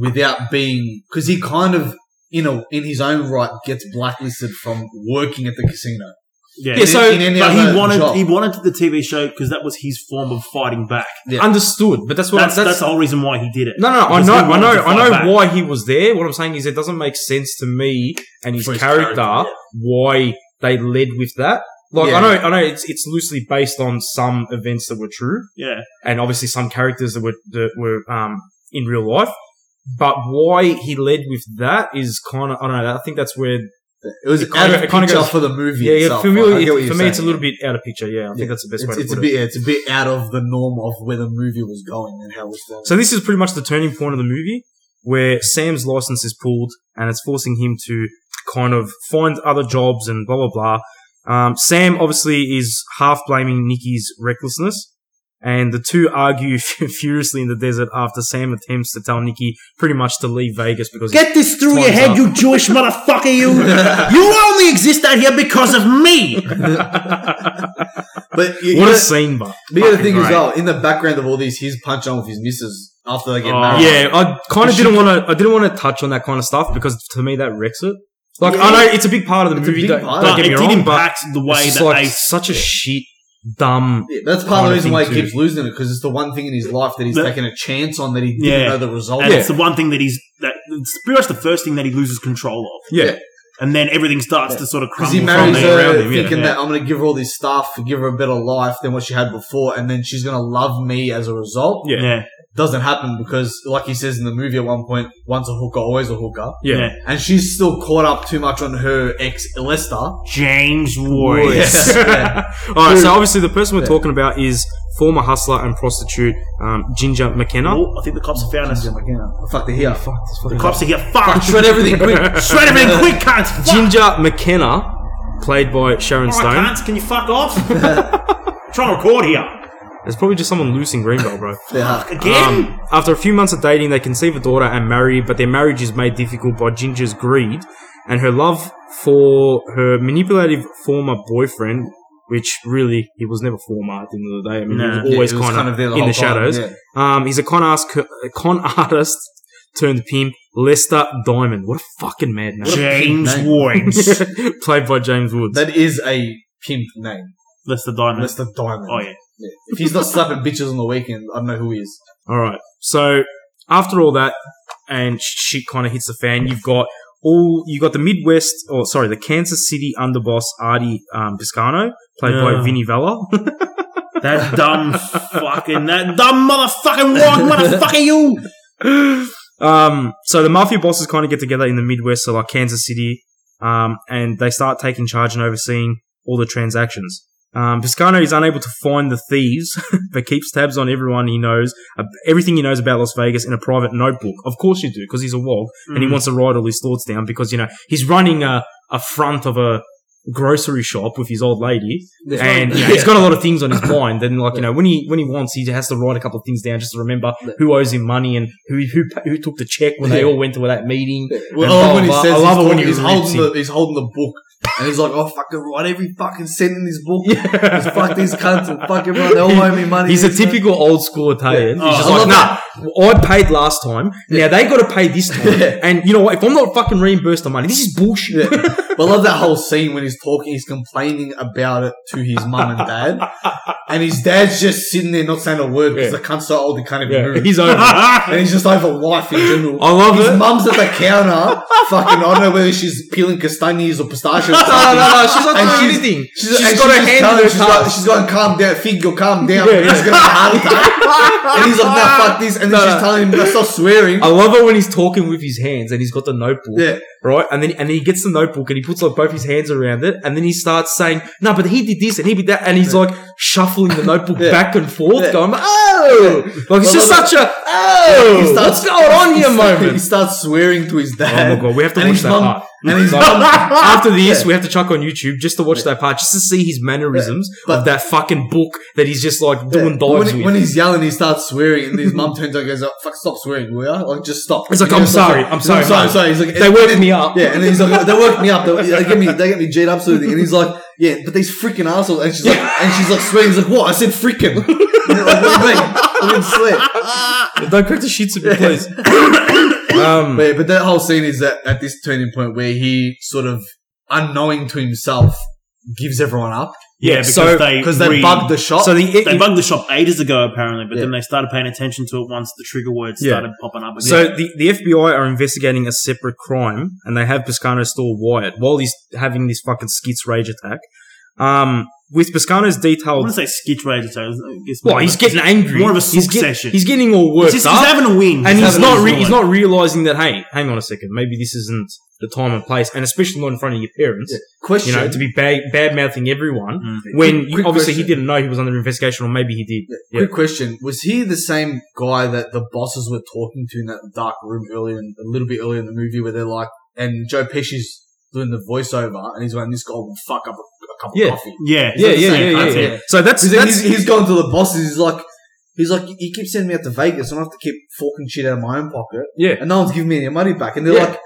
Speaker 2: without being because he kind of you know in his own right gets blacklisted from working at the casino.
Speaker 3: Yeah,
Speaker 1: Yeah, so-
Speaker 2: in any
Speaker 3: but
Speaker 2: other
Speaker 3: he wanted
Speaker 2: job.
Speaker 3: he wanted the TV show because that was his form of fighting back.
Speaker 2: Yeah.
Speaker 1: Understood, but that's what
Speaker 3: that's,
Speaker 1: that's.
Speaker 3: that's the whole reason why he did it.
Speaker 1: no, no, I
Speaker 3: Because
Speaker 1: know,
Speaker 3: he
Speaker 1: I
Speaker 3: wanted
Speaker 1: know,
Speaker 3: to
Speaker 1: I
Speaker 3: fight
Speaker 1: know
Speaker 3: back.
Speaker 1: why he was there. What I'm saying is, it doesn't make sense to me and his,
Speaker 2: For his
Speaker 1: character,
Speaker 2: character, yeah.
Speaker 1: why they led with that. Like
Speaker 2: Yeah.
Speaker 1: I know, I know it's it's loosely based on some events that were true,
Speaker 3: Yeah.
Speaker 1: and obviously some characters that were that were um, in real life. But why he led with that is kind of I don't know. I think that's where
Speaker 2: It was
Speaker 1: It
Speaker 2: out
Speaker 1: kinda-
Speaker 2: of
Speaker 1: it kinda
Speaker 2: picture
Speaker 1: goes-
Speaker 2: for the movie.
Speaker 1: yeah, yeah
Speaker 2: itself.
Speaker 1: for me,
Speaker 2: I get what
Speaker 1: it-
Speaker 2: you're
Speaker 1: for me
Speaker 2: saying.
Speaker 1: it's a little bit out of picture. Yeah, I think that's the best
Speaker 2: It's,
Speaker 1: way to
Speaker 2: it's a
Speaker 1: put
Speaker 2: bit.
Speaker 1: it.
Speaker 2: Yeah, it's a bit out of the norm of where the movie was going and how it was filmed.
Speaker 1: So this is pretty much the turning point of the movie where Sam's license is pulled and it's forcing him to kind of find other jobs and blah blah blah. Um, Sam obviously is half blaming Nikki's recklessness, and the two argue furiously in the desert after Sam attempts to tell Nikki pretty much to leave Vegas because
Speaker 4: Get this through your
Speaker 1: Time's
Speaker 4: head,
Speaker 1: up.
Speaker 4: you Jewish motherfucker, you.
Speaker 3: You only exist out here because of me.
Speaker 2: but you,
Speaker 1: what
Speaker 2: you
Speaker 1: a
Speaker 2: know-
Speaker 1: scene, but
Speaker 2: But you gotta
Speaker 1: Fucking
Speaker 2: think as
Speaker 1: great.
Speaker 2: well, in the background of all this, he's punching on with his missus after they get
Speaker 3: Oh.
Speaker 2: married.
Speaker 1: yeah, I kind of
Speaker 2: But she-
Speaker 1: didn't want to. I didn't want to touch on that kind of stuff because to me that wrecks it. Like I know it's a big part of the
Speaker 2: It's a
Speaker 1: movie.
Speaker 2: big
Speaker 1: Don't,
Speaker 2: part.
Speaker 1: don't
Speaker 3: But
Speaker 1: get
Speaker 3: it
Speaker 1: me
Speaker 3: did
Speaker 1: wrong, but
Speaker 3: impact the way
Speaker 1: it's
Speaker 3: that
Speaker 1: just like
Speaker 3: they
Speaker 1: such a shit dumb.
Speaker 2: Yeah, That's part of
Speaker 1: Kinda
Speaker 2: the reason why he
Speaker 1: thing too.
Speaker 2: keeps losing it, because it's the one thing in his life that he's
Speaker 3: But-
Speaker 2: taken a chance on that he didn't
Speaker 3: Yeah.
Speaker 2: know the result
Speaker 3: And
Speaker 2: of.
Speaker 3: it's the one thing that he's that it's pretty much the first thing that he loses control of,
Speaker 1: Yeah,
Speaker 3: and then everything starts to sort of
Speaker 2: Because
Speaker 3: crumble
Speaker 2: he
Speaker 3: from
Speaker 2: marries
Speaker 1: the
Speaker 3: there.
Speaker 2: her
Speaker 1: around him, yeah.
Speaker 2: thinking
Speaker 3: Yeah.
Speaker 2: that I'm going to give her all this stuff, give her a better life than what she had before, and then she's going to love me as a result.
Speaker 1: yeah, yeah.
Speaker 3: Yeah,
Speaker 2: Doesn't happen because, like he says in the movie at one point, once a hooker, always a hooker.
Speaker 3: yeah,
Speaker 2: And she's still caught up too much on her ex Lester.
Speaker 3: James Ward.
Speaker 2: Yes. Yeah.
Speaker 1: All right. So obviously the person we're talking about is former hustler and prostitute um, Ginger McKenna.
Speaker 3: Oh, I think the cops have found us. The
Speaker 2: Fuck, they're here.
Speaker 1: Fuck this fucking
Speaker 3: cops are here. Fuck!
Speaker 2: Shred everything quick.
Speaker 3: Shred everything quick, cunts! Fuck!
Speaker 1: Ginger McKenna, played by Sharon
Speaker 3: All
Speaker 1: Stone.
Speaker 3: right, cunts, can you fuck off?
Speaker 1: Ah,
Speaker 3: Trying to record here.
Speaker 1: There's probably just someone loose in Greenville, bro.
Speaker 2: They're here.
Speaker 3: Again?
Speaker 1: Um, after a few months of dating, they conceive a daughter and marry, but their marriage is made difficult by Ginger's greed and her love for her manipulative former boyfriend, which really he was never former at the end of the day. I mean,
Speaker 3: Nah.
Speaker 1: he was always
Speaker 2: Yeah, it was
Speaker 1: kind, of
Speaker 2: there
Speaker 1: in
Speaker 2: whole
Speaker 1: the
Speaker 2: time,
Speaker 1: shadows.
Speaker 2: yeah.
Speaker 1: Um, he's a con, ask, a con artist turned pimp, Lester Diamond. What a fucking madman.
Speaker 3: James
Speaker 2: name.
Speaker 3: Ward.
Speaker 1: Played by James Woods.
Speaker 2: That is a pimp name.
Speaker 1: Mm-hmm.
Speaker 3: That's the diamond.
Speaker 2: That's the diamond.
Speaker 3: oh, yeah.
Speaker 2: If he's not slapping bitches on the weekend, I don't know who he is.
Speaker 1: All right. So after all that, and shit kind of hits the fan, you've got all you got the Midwest, or sorry, the Kansas City underboss Artie um, Piscano, played by
Speaker 3: Yeah.
Speaker 1: Vinnie Vella.
Speaker 3: That dumb fucking, that dumb motherfucking Ward, motherfucker, you!
Speaker 1: um, so the mafia bosses kind of get together in the Midwest, so like Kansas City, um, and they start taking charge and overseeing all the transactions. Um, Piscano is unable to find the thieves, but keeps tabs on everyone he knows, uh, everything he knows about Las Vegas in a private notebook. Of course you do, because he's a wog, and he
Speaker 3: Mm.
Speaker 1: wants to write all his thoughts down because you know he's running a, a front of a grocery shop with his old lady, and you know, he's got a lot of things on his mind. Then, like you know, when he when he wants, he has to write a couple of things down just to remember who owes him money and who who who took the check when they
Speaker 2: Yeah.
Speaker 1: all went to that meeting. And
Speaker 2: Well, I love when he
Speaker 1: blah,
Speaker 2: says
Speaker 1: blah. Oh, I love
Speaker 2: he's,
Speaker 1: it when
Speaker 2: talking-
Speaker 1: he
Speaker 2: he's
Speaker 1: rips
Speaker 2: holding the, he's holding the book, and he's like, "Oh fucking write every fucking sentence in this book. Just fuck these cunts and fuck everyone. They all owe me money."
Speaker 1: He's a typical old school Italian.
Speaker 2: Oh, Yeah.
Speaker 1: He's just
Speaker 2: Oh, I
Speaker 1: like,
Speaker 2: love
Speaker 1: nah, I paid last time. Now they got to pay this time.
Speaker 2: Yeah.
Speaker 1: And you know what? If I'm not fucking reimbursed the money, this is bullshit.
Speaker 2: Yeah. But I love that whole scene when he's talking. He's complaining about it to his mum and dad, and his dad's just sitting there not saying a word because
Speaker 1: Yeah.
Speaker 2: the cunt's so old he can't even
Speaker 1: Yeah,
Speaker 2: move.
Speaker 1: he's over. it.
Speaker 2: and he's just over life in general.
Speaker 1: I love
Speaker 2: His
Speaker 1: it.
Speaker 2: mum's at the counter, fucking. I don't know whether she's peeling castañas or pistachios.
Speaker 1: No,
Speaker 2: or
Speaker 1: no,
Speaker 2: something.
Speaker 1: no, she's not
Speaker 2: And
Speaker 1: doing
Speaker 2: she's-
Speaker 1: anything.
Speaker 2: She's,
Speaker 1: she's
Speaker 2: and
Speaker 1: got her
Speaker 2: just
Speaker 1: hand in
Speaker 2: telling him,
Speaker 1: her
Speaker 2: she's like,
Speaker 1: cup.
Speaker 2: she's going, calm down, Figo, calm down.
Speaker 1: Yeah,
Speaker 2: and He's
Speaker 1: yeah.
Speaker 2: going to heart attack. and he's like, no, fuck this. And then
Speaker 1: No,
Speaker 2: she's
Speaker 1: no. Oh,
Speaker 2: telling him, no, stop swearing.
Speaker 1: I love it when he's talking with his hands and he's got the notebook,
Speaker 2: yeah.
Speaker 1: right? And then and he gets the notebook and he puts like both his hands around it, and then he starts saying, "No, but he did this and he did that," and he's like shuffling the notebook
Speaker 2: Yeah.
Speaker 1: back and forth,
Speaker 2: Yeah.
Speaker 1: going, "Oh, like it's
Speaker 2: Well,
Speaker 1: just
Speaker 2: well,
Speaker 1: such a oh,
Speaker 2: He starts-
Speaker 1: what's going on
Speaker 2: he
Speaker 1: here?"
Speaker 2: starts- He
Speaker 1: Moment.
Speaker 2: starts swearing to his
Speaker 1: Oh
Speaker 2: dad.
Speaker 1: my god, we have to
Speaker 2: And
Speaker 1: watch
Speaker 2: his
Speaker 1: that
Speaker 2: mum-
Speaker 1: part.
Speaker 2: And his
Speaker 1: So,
Speaker 2: mum,
Speaker 1: after this,
Speaker 2: Yeah.
Speaker 1: we have to chuck on YouTube just to watch that part, just to see his mannerisms
Speaker 2: But-
Speaker 1: of that fucking book that he's just like
Speaker 2: yeah,
Speaker 1: doing dives
Speaker 2: when,
Speaker 1: with.
Speaker 2: when he's yelling, he starts swearing, and his mum turns over and goes, oh, "Fuck, stop swearing, will ya? Like, just stop."
Speaker 1: He's like,
Speaker 2: You
Speaker 1: "I'm
Speaker 2: know, stop
Speaker 1: sorry,
Speaker 2: swearing."
Speaker 1: I'm sorry,
Speaker 2: I'm sorry,
Speaker 1: mum.
Speaker 2: I'm sorry. He's like,
Speaker 1: they worked me up.
Speaker 2: Yeah, and then he's like, they worked me up. They, they get me, they get me G'd up, so and he's like, yeah, but these freaking assholes. And she's like, and she's like swearing. He's like, what? I said freaking. And they're like, what do you mean? I didn't swear.
Speaker 1: Don't crack the shits at me, please. um,
Speaker 2: But, yeah, but that whole scene is at, at this turning point where he sort of unknowing to himself gives everyone up
Speaker 3: Yeah, because
Speaker 1: So-
Speaker 3: they,
Speaker 2: because they
Speaker 3: re-
Speaker 2: bugged the shop.
Speaker 1: so the
Speaker 3: They bugged the shop ages ago, apparently, but then
Speaker 2: Yeah.
Speaker 3: they started paying attention to it once the trigger words
Speaker 1: Yeah.
Speaker 3: started popping up again.
Speaker 1: So the, the FBI are investigating a separate crime, and they have Piscano still wired while he's having this fucking skits rage attack. Um, with Piscano's
Speaker 3: I
Speaker 1: detailed.
Speaker 3: wouldn't say skitch rage attack. I guess
Speaker 1: Well,
Speaker 3: more
Speaker 1: he's
Speaker 3: of a-
Speaker 1: getting angry.
Speaker 3: more of a
Speaker 1: he's get-
Speaker 3: succession.
Speaker 1: He's getting all worked
Speaker 3: He's, just,
Speaker 1: up,
Speaker 3: he's having a wing,
Speaker 1: and he's,
Speaker 3: having
Speaker 1: not
Speaker 3: a
Speaker 1: re-
Speaker 3: wing.
Speaker 1: he's not realizing that. Hey, hang on a second. Maybe this isn't the time and place, and especially not in front of your parents.
Speaker 2: Question.
Speaker 1: You know, to be bad bad mouthing everyone
Speaker 3: Mm.
Speaker 1: when
Speaker 2: Quick- quick
Speaker 1: obviously he
Speaker 2: question.
Speaker 1: didn't know he was under investigation, or maybe he did. Yeah.
Speaker 2: Quick question: Was he the same guy that the bosses were talking to in that dark room earlier, in, a little bit earlier in the movie, where they're like, and Joe Pesci's doing the voiceover, and he's going, "This guy will fuck up a, a cup
Speaker 1: Yeah.
Speaker 2: of coffee."
Speaker 3: Yeah,
Speaker 1: Yeah,
Speaker 3: It's
Speaker 1: yeah,
Speaker 3: not the same
Speaker 1: yeah, yeah,
Speaker 3: concept.
Speaker 1: yeah. So that's
Speaker 2: Because then
Speaker 1: that's
Speaker 2: he's, he's going to the bosses. He's like, he's like, you keep sending me out to Vegas, and I have to keep forking shit out of my own pocket,
Speaker 1: yeah.
Speaker 2: and no one's giving me any money back. And they're
Speaker 1: Yeah.
Speaker 2: like,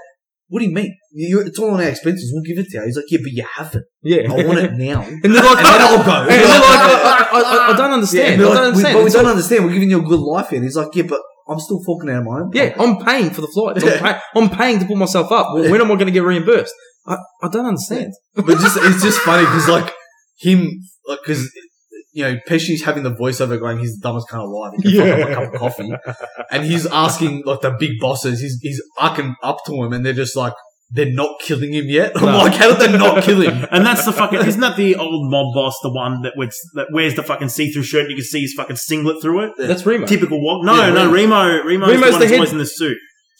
Speaker 2: "What do you mean? You, it's all on our expenses. We'll give it to you." He's like, "Yeah, but you haven't.
Speaker 1: Yeah.
Speaker 2: I want it now." And
Speaker 1: And they're like,
Speaker 2: then I'll go.
Speaker 1: and they're like, I, I, I, I don't
Speaker 2: Yeah,
Speaker 1: understand.
Speaker 2: but
Speaker 1: I don't
Speaker 2: like, we,
Speaker 1: understand.
Speaker 2: but we don't understand. We're giving you a good life here. And he's like, yeah, but I'm still fucking out of my own.
Speaker 1: yeah, I'm paying for the flights. I'm, pay- I'm paying to put myself up. Well, when am I going to get reimbursed? I, I don't understand.
Speaker 2: but just it's just funny because like him, like because you know Pesci's having the voiceover going, he's the dumbest kind of life. He can fuck up a cup of coffee, and he's asking like the big bosses. He's he's arcing up to him, and they're just like. They're not killing him yet. I'm
Speaker 1: No.
Speaker 2: like, how did they not kill him?
Speaker 3: And that's the fucking isn't that the old mob boss, the one that, wears that wears the fucking see-through shirt and you can see his fucking singlet through it?
Speaker 1: That's Remo.
Speaker 3: Typical walk. No,
Speaker 2: Yeah,
Speaker 3: no, Remo. Remo's, the
Speaker 1: Remo's the
Speaker 3: one that's
Speaker 1: head-
Speaker 3: always in the suit.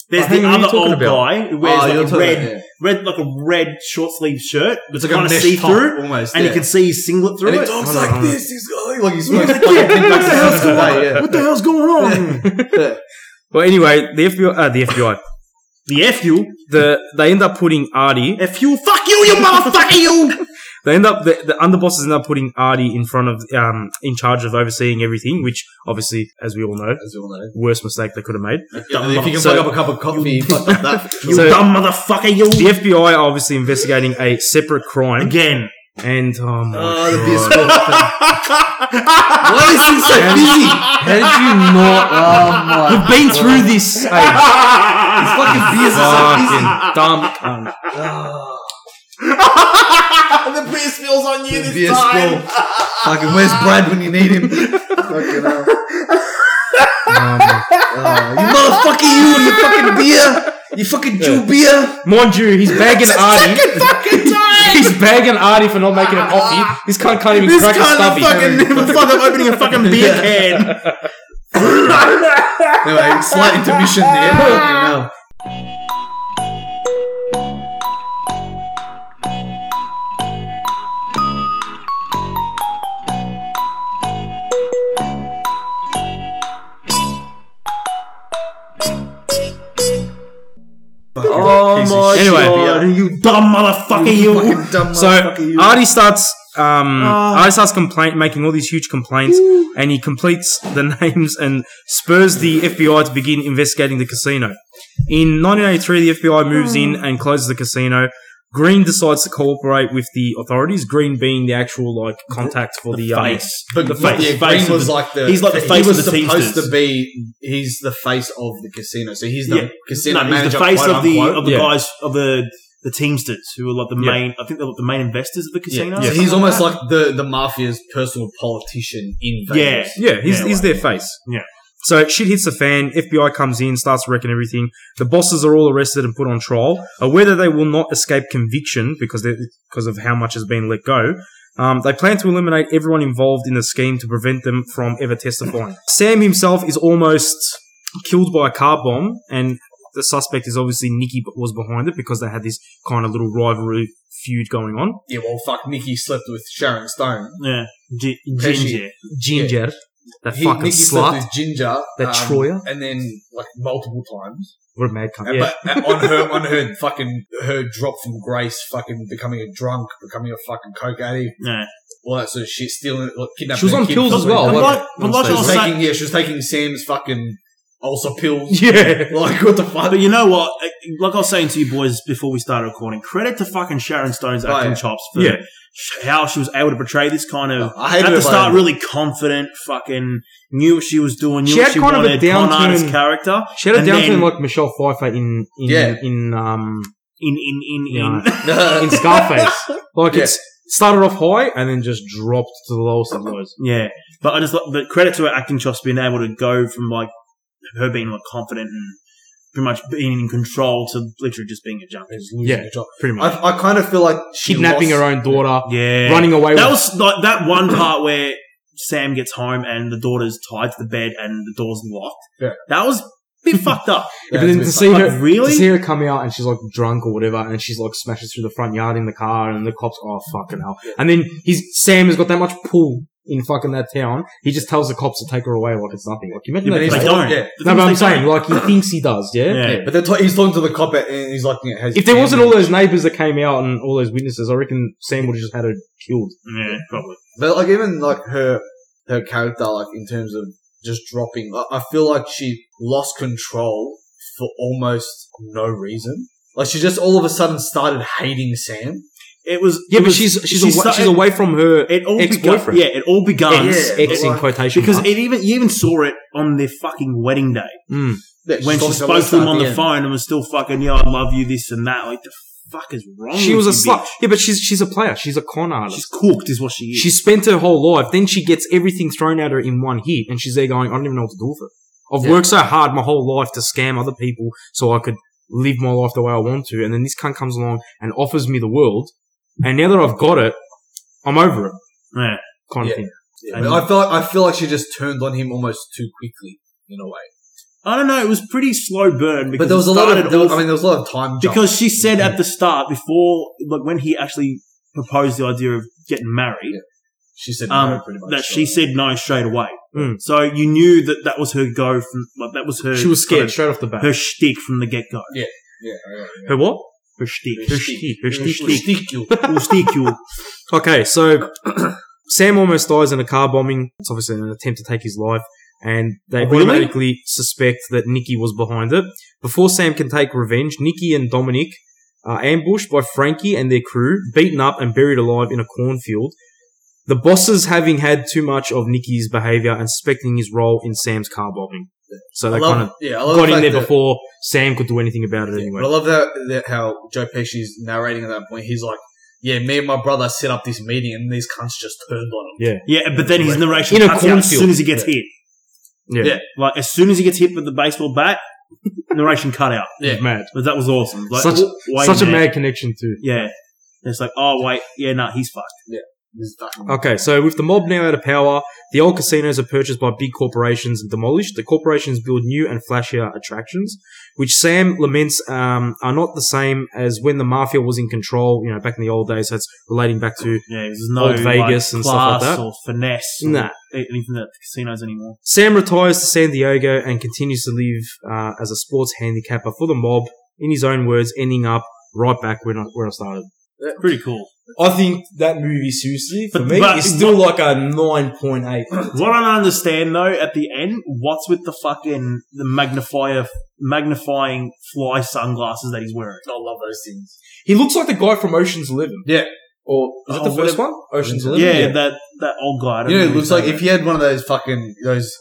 Speaker 3: There's
Speaker 1: Oh,
Speaker 3: the
Speaker 1: hang on, who are you
Speaker 3: other
Speaker 1: talking
Speaker 3: old
Speaker 1: about?
Speaker 3: guy who wears
Speaker 2: Oh, you're
Speaker 3: like a
Speaker 2: talking-
Speaker 3: red,
Speaker 2: yeah.
Speaker 3: red, like a red short sleeve shirt. It's kind of
Speaker 2: mesh
Speaker 3: see
Speaker 2: top
Speaker 3: through,
Speaker 2: almost,
Speaker 3: and
Speaker 2: yeah.
Speaker 3: you can see his singlet through
Speaker 2: And he
Speaker 3: it.
Speaker 2: talks
Speaker 1: no,
Speaker 2: like
Speaker 1: no, no.
Speaker 2: this. He's like, like he smokes
Speaker 3: Yeah,
Speaker 2: fucking
Speaker 3: yeah,
Speaker 2: big
Speaker 3: what
Speaker 2: bucks
Speaker 3: the
Speaker 2: a
Speaker 3: hell's
Speaker 2: cigarette a day, yeah.
Speaker 3: What the hell's going on?
Speaker 1: Well, anyway, the FBI, uh, the FBI,
Speaker 3: the F you,
Speaker 1: the they end up putting Artie.
Speaker 3: F you, fuck you, you motherfucker, you.
Speaker 1: They end up the, the underbosses end up putting Artie in front of um in charge of overseeing everything, which obviously, as we all know,
Speaker 2: As we all know.
Speaker 1: worst mistake they could have made.
Speaker 2: Yeah, if you can
Speaker 1: So-
Speaker 2: fuck up a cup of coffee, you fucked up that.
Speaker 3: You
Speaker 1: So-
Speaker 3: dumb motherfucker, you.
Speaker 1: The FBI are obviously investigating a separate crime,
Speaker 3: Again.
Speaker 1: and oh my
Speaker 2: Oh, the
Speaker 1: God.
Speaker 2: beer squirt. Why is he so
Speaker 1: How did
Speaker 2: busy?
Speaker 1: you- How did you not?
Speaker 2: Oh
Speaker 1: You've been through this. Hey,
Speaker 2: fucking beers are so
Speaker 1: Ah, fucking dumb cunt.
Speaker 3: the beer spills on you
Speaker 2: busy. The beer squirt. Fucking where's Brad when you need him? Fucking hell. Oh, you motherfucker, you and your fucking beer. You fucking Jew beer.
Speaker 1: Mind you, he's bagging Artie. he's bagging Artie for not making a coffee. This cunt can't even crack a
Speaker 2: Ah. cunt
Speaker 1: stubby.
Speaker 2: fucking fuck up opening a fucking
Speaker 3: Beer can.
Speaker 2: Anyway, slight intermission there. Fucking hell. Fucking
Speaker 3: Oh
Speaker 2: piece of
Speaker 3: my
Speaker 2: shit.
Speaker 1: Anyway.
Speaker 3: god, you dumb motherfucker,
Speaker 2: You
Speaker 3: you.
Speaker 2: fucking dumb
Speaker 1: So
Speaker 2: motherfucker, you.
Speaker 1: Artie starts. Um,
Speaker 2: Ah.
Speaker 1: Artie starts complaint, making all these huge complaints, and he completes the names and spurs the FBI to begin investigating the casino. In 1983, the FBI moves in
Speaker 2: Ah.
Speaker 1: and closes the casino. Green decides to cooperate with the authorities. Green being the actual like contact for the, um,
Speaker 3: face.
Speaker 2: But
Speaker 1: the
Speaker 2: but
Speaker 1: face.
Speaker 2: yeah, Green
Speaker 3: face of
Speaker 2: was
Speaker 3: the-
Speaker 2: like the
Speaker 3: he's like the
Speaker 2: he
Speaker 3: face
Speaker 2: was
Speaker 3: of the
Speaker 2: supposed
Speaker 3: Teamsters.
Speaker 2: to be he's the face of the casino, so he's the
Speaker 3: Yeah.
Speaker 2: casino
Speaker 3: no,
Speaker 2: manager.
Speaker 3: he's the face
Speaker 2: quote
Speaker 3: of the
Speaker 2: unquote.
Speaker 3: of the
Speaker 1: Yeah.
Speaker 3: guys of the the Teamsters who are like the
Speaker 1: Yeah.
Speaker 3: main. I think they're like the main investors of the
Speaker 2: Yeah.
Speaker 3: casino.
Speaker 2: So
Speaker 3: or
Speaker 2: he's
Speaker 3: something
Speaker 2: almost
Speaker 3: that.
Speaker 2: like the, the mafia's personal politician in Vegas.
Speaker 1: Yeah, he's,
Speaker 3: Yeah,
Speaker 1: he's their face.
Speaker 3: Yeah.
Speaker 1: So shit hits the fan. FBI comes in, starts wrecking everything. The bosses are all arrested and put on trial. Uh, whether they will not escape conviction because they- because of how much has been let go. Um, they plan to eliminate everyone involved in the scheme to prevent them from ever testifying. Sam himself is almost killed by a car bomb, and the suspect is obviously Nikki but was behind it because they had this kind of little rivalry feud going on.
Speaker 2: Yeah, well, fuck, Nikki slept with Sharon Stone.
Speaker 3: yeah, G-
Speaker 2: Pesci.
Speaker 3: ginger.
Speaker 1: Ginger, that
Speaker 2: He-
Speaker 1: fucking
Speaker 2: Nikki
Speaker 1: slut,
Speaker 2: slept with Ginger.
Speaker 1: that
Speaker 2: um,
Speaker 1: Troyer.
Speaker 2: And then, like, multiple times.
Speaker 1: What a mad cunt.
Speaker 2: And-
Speaker 1: Yeah.
Speaker 2: But uh, on her, on her fucking, her drop from grace, fucking becoming a drunk, becoming a fucking coke addict,
Speaker 3: Yeah,
Speaker 2: all that sort of shit, stealing, like, kidnapping.
Speaker 1: She was
Speaker 2: her
Speaker 1: on
Speaker 2: kid
Speaker 1: pills
Speaker 2: from
Speaker 1: as
Speaker 2: her.
Speaker 1: well.
Speaker 3: But
Speaker 1: wasn't
Speaker 3: like-
Speaker 1: it?
Speaker 3: but like
Speaker 2: She
Speaker 3: I
Speaker 2: was
Speaker 3: was
Speaker 2: taking, yeah, she was taking Sam's fucking ulcer pills.
Speaker 1: Yeah.
Speaker 2: Like, what the fuck?
Speaker 3: but you know what? Like I was saying to you boys before we started recording, credit to fucking Sharon Stone's
Speaker 2: Oh,
Speaker 3: acting
Speaker 2: yeah.
Speaker 3: chops for
Speaker 1: Yeah.
Speaker 3: sh- how she was able to portray this kind of.
Speaker 2: I hated
Speaker 3: at
Speaker 2: her
Speaker 3: the
Speaker 2: by
Speaker 3: start,
Speaker 2: the-
Speaker 3: really confident, fucking knew what she was doing, knew
Speaker 1: She
Speaker 3: what
Speaker 1: had
Speaker 3: she
Speaker 1: kind of a
Speaker 3: wanted, con
Speaker 1: downturn-
Speaker 3: artist character.
Speaker 1: She had a
Speaker 3: And
Speaker 1: downturn
Speaker 3: then-
Speaker 1: like Michelle Pfeiffer in in
Speaker 2: Yeah.
Speaker 1: in um
Speaker 3: In in in
Speaker 1: Yeah.
Speaker 3: in.
Speaker 1: in Scarface. Like
Speaker 2: Yeah.
Speaker 1: it's started off high and then just dropped to the lowest of lows.
Speaker 3: Yeah, but I just like, but credit to her acting chops being able to go from like her being like confident and pretty much being in control to literally just being a junkie.
Speaker 2: He's losing
Speaker 1: Yeah.
Speaker 2: his job.
Speaker 1: pretty much.
Speaker 2: I, I kind of feel like she
Speaker 1: Kidnapping
Speaker 2: lost-
Speaker 1: her own daughter,
Speaker 3: Yeah.
Speaker 1: running away
Speaker 3: That
Speaker 1: with
Speaker 3: was like that one part where Sam gets home and the daughter's tied to the bed and the door's locked.
Speaker 2: Yeah.
Speaker 3: That was a bit fucked up.
Speaker 2: Yeah,
Speaker 1: But then
Speaker 2: it's
Speaker 1: to
Speaker 2: a
Speaker 1: see
Speaker 3: like,
Speaker 1: her,
Speaker 3: really?
Speaker 1: to see her come out and she's like drunk or whatever, and she's like smashes through the front yard in the car, and the cops, oh fucking hell! And then he's Sam has got that much pull in fucking that town. He just tells the cops to take her away like it's nothing. Like you
Speaker 2: bit- Yeah,
Speaker 1: imagine
Speaker 2: but
Speaker 1: that.
Speaker 2: he's
Speaker 3: They
Speaker 1: Like,
Speaker 2: like-
Speaker 3: don't.
Speaker 2: yeah.
Speaker 3: The
Speaker 1: no,
Speaker 3: things
Speaker 1: but
Speaker 3: they
Speaker 1: I'm saying
Speaker 3: don't.
Speaker 1: like he thinks he does. Yeah.
Speaker 3: Yeah.
Speaker 2: But they're ta- he's talking to the cop and he's like, yeah, how's
Speaker 1: If
Speaker 2: your
Speaker 1: there wasn't all
Speaker 2: family?
Speaker 1: those neighbors that came out and all those witnesses, I reckon Sam would have just had her killed.
Speaker 3: Yeah, probably.
Speaker 2: But like even like her her character, like in terms of just dropping, I, I feel like she lost control for almost no reason. Like she just all of a sudden started hating Sam.
Speaker 3: It was.
Speaker 1: Yeah,
Speaker 3: it
Speaker 1: but
Speaker 3: was-
Speaker 1: she's she's
Speaker 3: she
Speaker 1: away,
Speaker 3: started-
Speaker 1: she's away from her
Speaker 3: It all began.
Speaker 1: ex-boyfriend.
Speaker 3: Yeah, it all began.
Speaker 1: ex,
Speaker 2: yeah,
Speaker 1: ex in
Speaker 2: like-
Speaker 1: quotation
Speaker 3: Because
Speaker 1: marks.
Speaker 3: it even you even saw it on their fucking wedding day
Speaker 1: Mm.
Speaker 2: Yeah,
Speaker 3: when she
Speaker 2: talks about
Speaker 3: spoke to him
Speaker 2: that
Speaker 3: on
Speaker 2: at
Speaker 3: the
Speaker 2: end.
Speaker 3: phone and was still fucking yeah, I love you, this and that. Like the fuck is wrong?
Speaker 1: she
Speaker 3: with
Speaker 1: was a
Speaker 3: you,
Speaker 1: slut.
Speaker 3: bitch?
Speaker 1: Yeah, but she's she's a player. She's a con artist.
Speaker 3: She's cooked, is what she is.
Speaker 1: She spent her whole life. Then she gets everything thrown at her in one hit, and she's there going, "I don't even know what to do with it. I've
Speaker 2: Yeah.
Speaker 1: worked so hard my whole life to scam other people so I could live my life the way I want to." And then this cunt comes along and offers me the world, and now that I've got it, I'm over it,
Speaker 3: yeah.
Speaker 1: kind
Speaker 2: Yeah.
Speaker 1: of thing.
Speaker 2: Yeah, but I feel like, I feel like she just turned on him almost too quickly in a way.
Speaker 3: I don't know. It was pretty slow burn. Because
Speaker 2: But there was
Speaker 3: it
Speaker 2: a lot
Speaker 3: started
Speaker 2: of there was-
Speaker 3: off-
Speaker 2: I mean there was a lot of time jump.
Speaker 3: Because she said at the start, before, like when he actually proposed the idea of getting married,
Speaker 2: she said
Speaker 3: um,
Speaker 2: no pretty much.
Speaker 3: that she said no straight away.
Speaker 1: Mm.
Speaker 3: So you knew that that was her go from, like that was her.
Speaker 1: She was scared
Speaker 3: kind
Speaker 1: straight off the
Speaker 3: of
Speaker 1: bat.
Speaker 3: Her shtick from the get go.
Speaker 2: Yeah, yeah, yeah.
Speaker 1: Her what?
Speaker 3: Her shtick.
Speaker 1: Her
Speaker 3: Her
Speaker 1: shtick.
Speaker 3: shtick.
Speaker 1: Her shtick.
Speaker 2: you.
Speaker 3: Her shtick. you.
Speaker 1: Okay, so Sam almost dies in a car bombing. It's obviously an attempt to take his life, and they
Speaker 3: Oh, really?
Speaker 1: automatically suspect that Nikki was behind it. Before Sam can take revenge, Nikki and Dominic are ambushed by Frankie and their crew, beaten up and buried alive in a cornfield. The bosses having had too much of Nikki's behavior and suspecting his role in Sam's car bombing. So
Speaker 2: I
Speaker 1: they
Speaker 2: love,
Speaker 1: kind of
Speaker 2: yeah, I love
Speaker 1: got
Speaker 2: the
Speaker 1: in
Speaker 2: fact
Speaker 1: there
Speaker 2: that-
Speaker 1: before Sam could do anything about it
Speaker 2: Yeah,
Speaker 1: anyway.
Speaker 2: But I love that, that how Joe Pesci's narrating at that point. He's like, "Yeah, me and my brother set up this meeting, and these cunts just turned on him."
Speaker 3: Yeah, but then his narration
Speaker 1: In a
Speaker 3: cuts out as
Speaker 1: cornfield.
Speaker 3: soon as he gets
Speaker 2: Yeah.
Speaker 3: hit.
Speaker 1: yeah,
Speaker 2: yeah.
Speaker 3: Like as soon as he gets hit with the baseball bat, narration cut out.
Speaker 2: Yeah.
Speaker 1: mad.
Speaker 3: But that was awesome. Like,
Speaker 1: Such-
Speaker 3: w- way
Speaker 1: Such a
Speaker 3: mad.
Speaker 1: mad connection too.
Speaker 3: Yeah. It's like, oh wait, yeah, no, he's fucked.
Speaker 2: This is fucking-
Speaker 1: Okay, so with the mob now out of power, the old casinos are purchased by big corporations and demolished. The corporations build new and flashier attractions, which Sam laments um, are not the same as when the mafia was in control, you know, back in the old days. So it's relating back to.
Speaker 3: Yeah, there's no
Speaker 1: Old Vegas
Speaker 3: like,
Speaker 1: and stuff like
Speaker 3: class
Speaker 1: that.
Speaker 3: or finesse or e-,
Speaker 1: Nah.
Speaker 3: anything at the casinos anymore.
Speaker 1: Sam retires to San Diego and continues to live uh, as a sports handicapper for the mob, in his own words, ending up right back when I, where I started.
Speaker 3: Pretty cool.
Speaker 1: I think that movie, seriously,
Speaker 3: for But- me, but- is still
Speaker 1: like a 9.8.
Speaker 3: What I don't understand though, at the end, what's with the fucking the magnifier magnifying fly sunglasses that he's wearing?
Speaker 2: I love those things.
Speaker 1: He looks like the guy from Ocean's Eleven.
Speaker 2: Yeah.
Speaker 1: Or is that
Speaker 2: Oh,
Speaker 1: the first
Speaker 2: whatever.
Speaker 1: one? Ocean's
Speaker 2: Yeah.
Speaker 1: Eleven.
Speaker 3: Yeah, that that old guy. I don't
Speaker 2: You know, it
Speaker 3: who
Speaker 2: looks
Speaker 3: his
Speaker 2: like
Speaker 3: name
Speaker 2: if you had one of those fucking those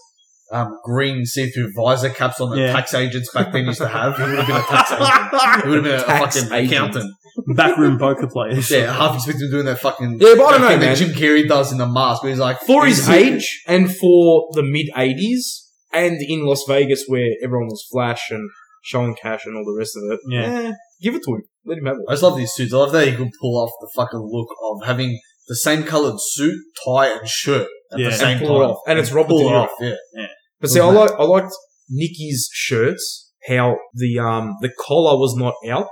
Speaker 2: um, green see-through visor caps on the
Speaker 3: Yeah.
Speaker 2: tax agents back then used to have. He would have been a tax agent. He would have been a
Speaker 1: Tax
Speaker 2: fucking
Speaker 1: agent.
Speaker 2: accountant.
Speaker 3: is. backroom poker players.
Speaker 2: Yeah, I half expect him doing that fucking.
Speaker 1: Yeah, but I don't know, man.
Speaker 2: thing That Jim Carrey does in the mask, where he's like
Speaker 1: For his
Speaker 2: he's-
Speaker 1: age and for the mid '80s, and in Las Vegas where everyone was flash and showing cash and all the rest of it.
Speaker 3: Yeah.
Speaker 1: eh, give it to him. Let him have it.
Speaker 2: I just love these suits. I love that he could pull off the fucking look of having the same coloured suit, tie, and shirt at
Speaker 3: Yeah.
Speaker 2: the same
Speaker 1: Pull it
Speaker 2: time.
Speaker 1: off, and it's Robert De
Speaker 2: Pull it
Speaker 1: Niro.
Speaker 2: off, yeah.
Speaker 1: But see, I like I liked Nikki's shirts. How the um the collar was not out.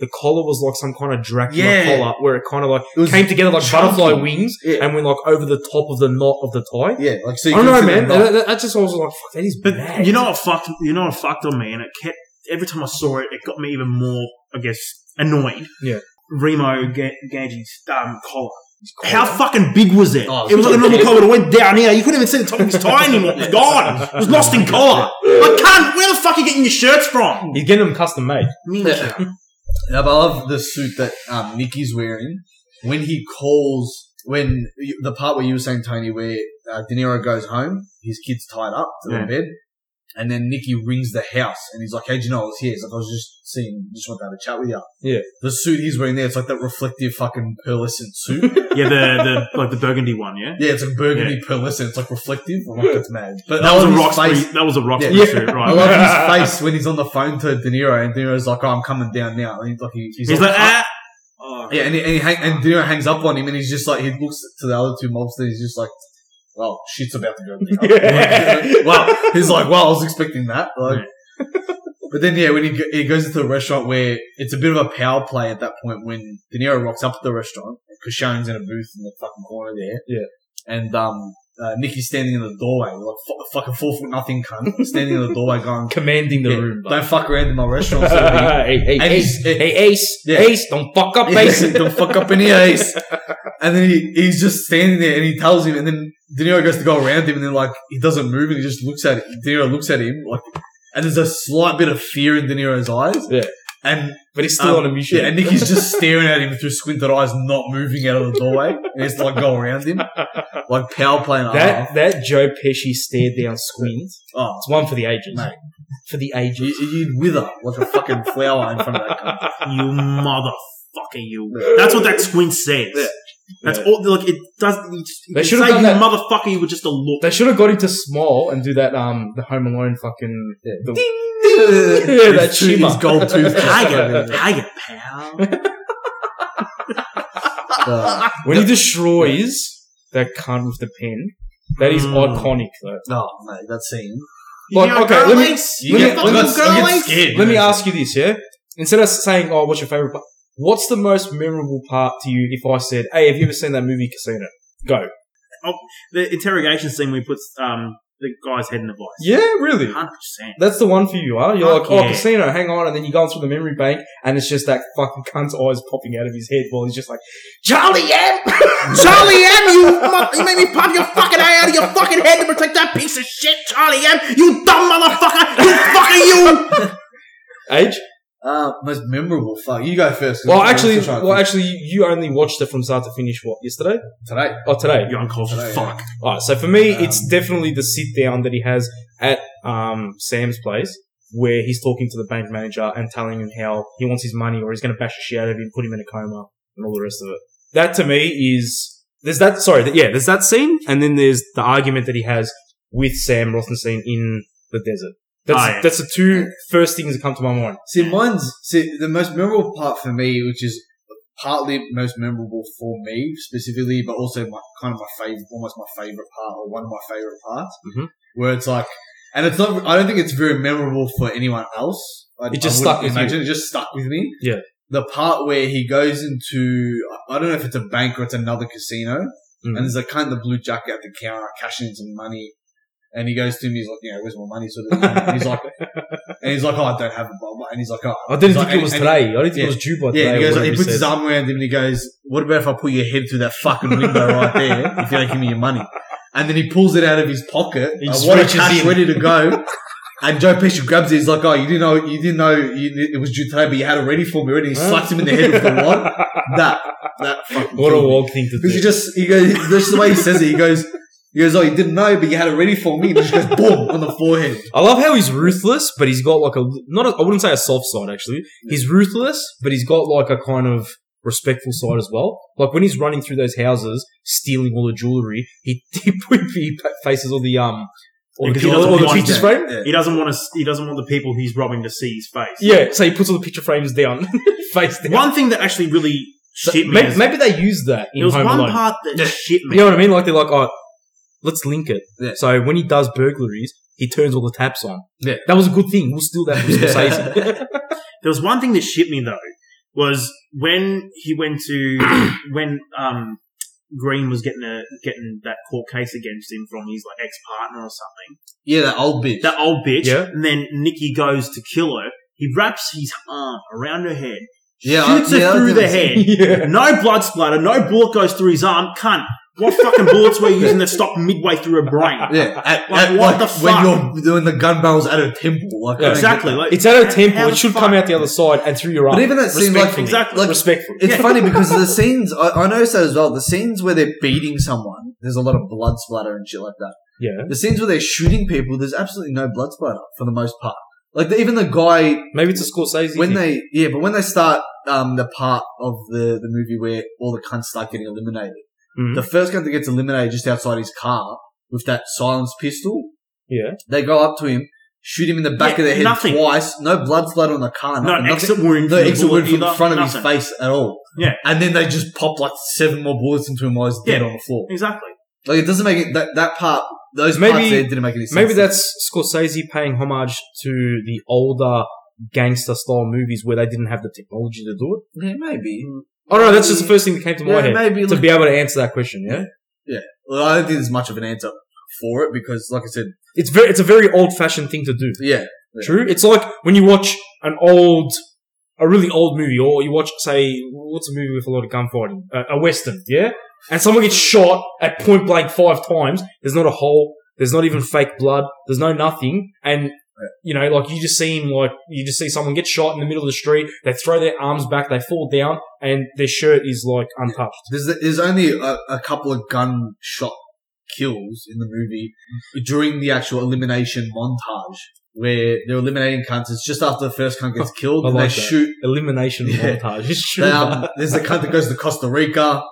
Speaker 1: The collar was like some kind of Dracula
Speaker 2: Yeah.
Speaker 1: collar, where it kind of like
Speaker 2: It was
Speaker 1: came together like
Speaker 2: chunky.
Speaker 1: butterfly wings,
Speaker 2: Yeah.
Speaker 1: and went like over the top of the knot of the tie.
Speaker 2: Yeah, like
Speaker 1: I
Speaker 2: so. You
Speaker 1: don't
Speaker 2: can
Speaker 1: know,
Speaker 2: see
Speaker 1: man.
Speaker 2: them
Speaker 1: That, that- that just I was like, fuck, that is
Speaker 3: But
Speaker 1: bad.
Speaker 3: you know what fucked you know what fucked on me and it kept every time I saw it, it got me even more, I guess, annoyed.
Speaker 1: Yeah.
Speaker 3: Remo Ga- Gange's um, collar. How fucking big was it?
Speaker 2: Oh,
Speaker 3: it was like a normal
Speaker 2: yeah.
Speaker 3: collar that went down here. You couldn't even see the top of his tie anymore. It was gone. It was lost in collar. I can't. Where the fuck are you getting your shirts from?
Speaker 1: He's getting them custom made.
Speaker 2: Yeah. No, but I love the suit that um, Nikki's wearing when he calls. When you, the part where you were saying Tony, where uh, De Niro goes home, his kid's tied up to
Speaker 3: Yeah.
Speaker 2: the bed, And then Nikki rings the house and he's like, Hey, do you know I was here? It's like, I was just seeing, just wanted to have a chat with you.
Speaker 1: Yeah.
Speaker 2: The suit he's wearing there, it's like that reflective fucking pearlescent suit.
Speaker 3: Yeah, the, the like the burgundy one. Yeah,
Speaker 2: yeah, it's like burgundy pearlescent. It's like reflective. I'm like, that's mad. But
Speaker 3: that
Speaker 2: I
Speaker 3: was a
Speaker 2: love his
Speaker 3: Roxbury.
Speaker 2: face.
Speaker 3: That was a Roxbury
Speaker 1: Yeah.
Speaker 3: suit,
Speaker 2: I
Speaker 3: right?
Speaker 2: love his face when he's on the phone to De Niro and De Niro's like, Oh, I'm coming down now. And he's like, he-
Speaker 3: He's like,
Speaker 2: "Ah."
Speaker 3: ah. Oh,
Speaker 2: Yeah, and, he, and, he hang, and De Niro hangs up on him and he's just like, he looks to the other two mobsters. He's just like, well, shit's about to go down. wow. He's like, wow, I was expecting that. Like, but then, yeah, when he, go- he goes into the restaurant where it's a bit of a power play at that point when De Niro rocks up at the restaurant because Sharon's in a booth in the fucking corner there. Yeah. And, um, uh, Nicky's standing in the doorway, like f- fucking four foot nothing cunt, standing in the doorway going,
Speaker 1: Commanding the
Speaker 2: Yeah,
Speaker 1: room, bro.
Speaker 2: don't fuck around in my restaurant. sort of thing.
Speaker 1: hey, hey,
Speaker 2: And
Speaker 1: Ace.
Speaker 2: he's- it-
Speaker 1: hey, Ace.
Speaker 2: Yeah.
Speaker 1: Ace, don't fuck up,
Speaker 2: Yeah,
Speaker 1: Ace.
Speaker 2: Don't fuck up any ice. And then he, he's just standing there and he tells him, and then De Niro goes to go around him, and then like he doesn't move and he just looks at it. De Niro looks at him, like, and there's a slight bit of fear in De Niro's eyes.
Speaker 1: Yeah.
Speaker 2: And
Speaker 1: but he's still
Speaker 2: um,
Speaker 1: on a mission.
Speaker 2: yeah, and Nicky's just staring at him through squinted eyes, not moving out of the doorway. and he's like go around him, like power playing.
Speaker 1: that that Joe Pesci stare down squint.
Speaker 2: oh,
Speaker 1: It's one for the ages.
Speaker 2: Mate.
Speaker 1: For the ages.
Speaker 2: you, you'd wither like a fucking flower in front of that. Cunt.
Speaker 3: you motherfucker, you. That's what that squint says.
Speaker 2: Yeah.
Speaker 3: That's all. Like it does. You just, you
Speaker 1: They
Speaker 3: can
Speaker 1: should've
Speaker 3: say
Speaker 1: done
Speaker 3: you
Speaker 1: that-
Speaker 3: motherfucker. You were just a look.
Speaker 1: They should have got him to small and do that um the Home Alone fucking the- Yeah, that
Speaker 2: His tooth-
Speaker 1: shimmer.
Speaker 2: his gold tooth.
Speaker 3: Tiger, tiger, pal.
Speaker 2: Uh,
Speaker 1: when he destroys that cunt with the pen. That is
Speaker 3: Mm.
Speaker 1: iconic though.
Speaker 2: no, mate, that scene.
Speaker 1: Like,
Speaker 3: know,
Speaker 1: okay, let me- let
Speaker 3: girlies,
Speaker 1: me-
Speaker 3: you fucking
Speaker 1: I got- I
Speaker 2: get
Speaker 3: girlies.
Speaker 2: scared.
Speaker 1: Let me ask you this, yeah? Instead of saying, "Oh, what's your favorite part?" What's the most memorable part to you? If I said, "Hey, have you ever seen that movie Casino?" Go.
Speaker 3: The interrogation scene where he puts um, the guy's head in the vice.
Speaker 1: Yeah, really.
Speaker 3: Hundred percent.
Speaker 1: That's the one for you, huh? You're
Speaker 3: Fuck
Speaker 1: like, oh,
Speaker 3: yeah.
Speaker 1: casino, hang on, and then you go through the memory bank, and it's just that fucking cunt's eyes popping out of his head while he's just like, Charlie M!
Speaker 4: Charlie M, you, mu- you made me pop your fucking eye out of your fucking head to protect that piece of shit, Charlie M. You dumb motherfucker. You fucking you.
Speaker 1: Age?
Speaker 2: Uh, most memorable. Fuck, you go first. 'cause
Speaker 1: Well,
Speaker 2: I'm
Speaker 1: actually,
Speaker 2: still trying to
Speaker 1: well,
Speaker 2: think.
Speaker 1: actually, you only watched it from start to finish, what, yesterday?
Speaker 2: today.
Speaker 1: Oh, today.
Speaker 3: You uncultured
Speaker 2: Hello,
Speaker 3: fuck.
Speaker 1: Alright, so for me,
Speaker 2: Um,
Speaker 1: it's definitely the sit down that he has at, um, Sam's place, where he's talking to the bank manager and telling him how he wants his money or he's gonna bash the shit out of him, put him in a coma, and all the rest of it. That to me is, there's that, sorry, th- yeah, there's that scene, and then there's the argument that he has with Sam Rothenstein in the desert. That's,
Speaker 3: Oh, yeah.
Speaker 1: that's the two first things that come to my mind.
Speaker 2: See, mine's see the most memorable part for me, which is partly most memorable for me specifically, but also my kind of my favorite, almost my favorite part, or one of my favorite parts,
Speaker 1: Mhm.
Speaker 2: where it's like, and it's not. I don't think it's very memorable for anyone else. I,
Speaker 1: It just
Speaker 2: I wouldn't
Speaker 1: stuck with you.
Speaker 2: imagine. It just stuck with me.
Speaker 1: Yeah.
Speaker 2: The part where he goes into, I don't know if it's a bank or it's another casino,
Speaker 1: Mm.
Speaker 2: and there's a kind of blue jacket at the counter cashing in some money. And he goes to me, he's like, you know, where's my money? Sort of thing. And he's like, and he's like, oh, I don't have it. Blah, blah. And he's like, oh,
Speaker 1: I didn't
Speaker 2: He's
Speaker 1: think
Speaker 2: like,
Speaker 1: it was
Speaker 2: and-
Speaker 1: today. I didn't think
Speaker 2: yeah.
Speaker 1: it was due by today.
Speaker 2: yeah. And he
Speaker 1: or
Speaker 2: goes,
Speaker 1: whatever
Speaker 2: he puts
Speaker 1: says.
Speaker 2: his arm around him and he goes, what about if I put your head through that fucking window right there if you don't give me your money? And then he pulls it out of his pocket.
Speaker 1: He
Speaker 2: He
Speaker 1: just
Speaker 2: what a
Speaker 1: reaches
Speaker 2: cash
Speaker 1: in.
Speaker 2: ready to go. And Joe Pesci grabs it. He's like, "Oh, you didn't know, you didn't know you, it was due today, but you had it ready for me already." He
Speaker 1: Huh?
Speaker 2: slaps him in the head with the wad. That, that fucking
Speaker 1: What a
Speaker 2: killed me.
Speaker 1: wild thing to
Speaker 2: Because he
Speaker 1: do.
Speaker 2: just he goes this is the way he says it. He goes he goes, Oh, you didn't know, but you had it ready for me. And he just goes boom on the forehead.
Speaker 1: I love how he's ruthless, but he's got like a not. A, I wouldn't say a soft side actually. He's ruthless, but he's got like a kind of respectful side as well. Like when he's running through those houses, stealing all the jewelry, he he, he faces all the um all the,
Speaker 3: Because he
Speaker 1: all,
Speaker 3: doesn't
Speaker 1: the
Speaker 3: want
Speaker 1: picture
Speaker 3: that.
Speaker 1: frame.
Speaker 2: Yeah.
Speaker 3: He doesn't want to. He doesn't want the people he's robbing to see his face.
Speaker 1: Yeah, so he puts all the picture frames down, face down.
Speaker 3: One thing that actually really
Speaker 1: So
Speaker 3: shit me.
Speaker 1: may-
Speaker 3: is-
Speaker 1: maybe they used that in
Speaker 3: there was
Speaker 1: Home
Speaker 3: one
Speaker 1: Alone.
Speaker 3: part that shit me.
Speaker 1: You know what I mean? Like they're like, oh, let's link it.
Speaker 2: Yeah.
Speaker 1: So when he does burglaries, he turns all the taps on.
Speaker 2: Yeah.
Speaker 1: that was a good thing. We'll steal that from Scorsese.
Speaker 3: There was one thing that shit me though was when he went to when um Green was getting a getting that court case against him from his like ex partner or something.
Speaker 2: Yeah, that old bitch.
Speaker 3: That old bitch.
Speaker 1: Yeah.
Speaker 3: And then Nikki goes to kill her. He wraps his arm around her head,
Speaker 2: yeah,
Speaker 3: shoots
Speaker 2: I- yeah, I
Speaker 3: her through
Speaker 2: didn't
Speaker 3: the
Speaker 2: see-
Speaker 3: head.
Speaker 1: yeah.
Speaker 3: No blood splatter, no bullet goes through his arm. Cunt. What fucking bullets were you using that stopped midway through her brain?
Speaker 2: Yeah, at,
Speaker 3: Like,
Speaker 2: at,
Speaker 3: what
Speaker 2: like,
Speaker 3: the
Speaker 2: when
Speaker 3: fuck?
Speaker 2: you're doing the gun barrels at a temple, like I
Speaker 1: Yeah.
Speaker 2: don't
Speaker 3: Exactly.
Speaker 2: get that.
Speaker 3: Like,
Speaker 1: It's out of
Speaker 3: How
Speaker 1: tempo. It
Speaker 3: the
Speaker 1: should
Speaker 3: fuck?
Speaker 1: come out the other side and through your arm.
Speaker 2: But even that scene, like,
Speaker 1: Respectfully.
Speaker 3: exactly.
Speaker 2: like
Speaker 1: respectfully.
Speaker 2: it's
Speaker 3: Yeah.
Speaker 2: funny because the scenes I, I noticed that as well. The scenes where they're beating someone, there's a lot of blood splatter and shit like that.
Speaker 1: Yeah.
Speaker 2: The scenes where they're shooting people, there's absolutely no blood splatter for the most part. Like the, even the guy
Speaker 1: Maybe it's a Scorsese.
Speaker 2: when
Speaker 1: thing.
Speaker 2: they yeah, but when they start um the part of the the movie where all the cunts start getting eliminated,
Speaker 1: Mhm.
Speaker 3: Mm-hmm.
Speaker 2: the first cunt that gets eliminated just outside his car with that silenced pistol,
Speaker 1: yeah.
Speaker 2: they go up to him, shoot him in the back
Speaker 3: Yeah,
Speaker 2: of the head
Speaker 3: nothing.
Speaker 2: twice, no blood splatter on the car,
Speaker 3: No
Speaker 2: nothing, nothing-
Speaker 3: exit wound.
Speaker 2: no
Speaker 3: from the
Speaker 2: exit
Speaker 3: bullet
Speaker 2: wound from
Speaker 3: either,
Speaker 2: the front of his
Speaker 3: nothing.
Speaker 2: face at all.
Speaker 3: Yeah.
Speaker 2: and then they just pop like seven more bullets into him while he's dead
Speaker 3: Yeah.
Speaker 2: on the floor.
Speaker 3: Exactly.
Speaker 2: Like it doesn't make it, that that part. Those parts
Speaker 1: Maybe-
Speaker 2: there didn't make any sense.
Speaker 1: Maybe that's Scorsese paying homage to the older gangster style movies where they didn't have the technology to do it.
Speaker 2: yeah, maybe.
Speaker 1: Oh no, that's just the first thing that came to my
Speaker 2: Yeah,
Speaker 1: head.
Speaker 2: maybe,
Speaker 1: to
Speaker 2: look-
Speaker 1: be able to answer that question, yeah.
Speaker 2: Well, I don't think there's much of an answer for it because, like I said,
Speaker 1: It's very, it's a very old fashioned thing to do.
Speaker 2: yeah, Yeah.
Speaker 1: True. It's like when you watch an old, a really old movie, or you watch, say, what's a movie with a lot of gunfighting? Uh, A, a western, yeah. And someone gets shot at point blank five times. There's not a hole. There's not even fake blood. There's no nothing. And you know, like you just see him, like you just see someone get shot in the middle of the street. They throw their arms back. They fall down, and their shirt is like untouched.
Speaker 2: there's there's only a, a couple of gunshot kills in the movie during the actual elimination montage where they're eliminating cunts. It's just after the first cunt gets killed
Speaker 1: I
Speaker 2: and
Speaker 1: like
Speaker 2: they
Speaker 1: that.
Speaker 2: shoot.
Speaker 1: Elimination
Speaker 2: Yeah.
Speaker 1: montage. It's true.
Speaker 2: They, um, there's the cunt that goes to Costa Rica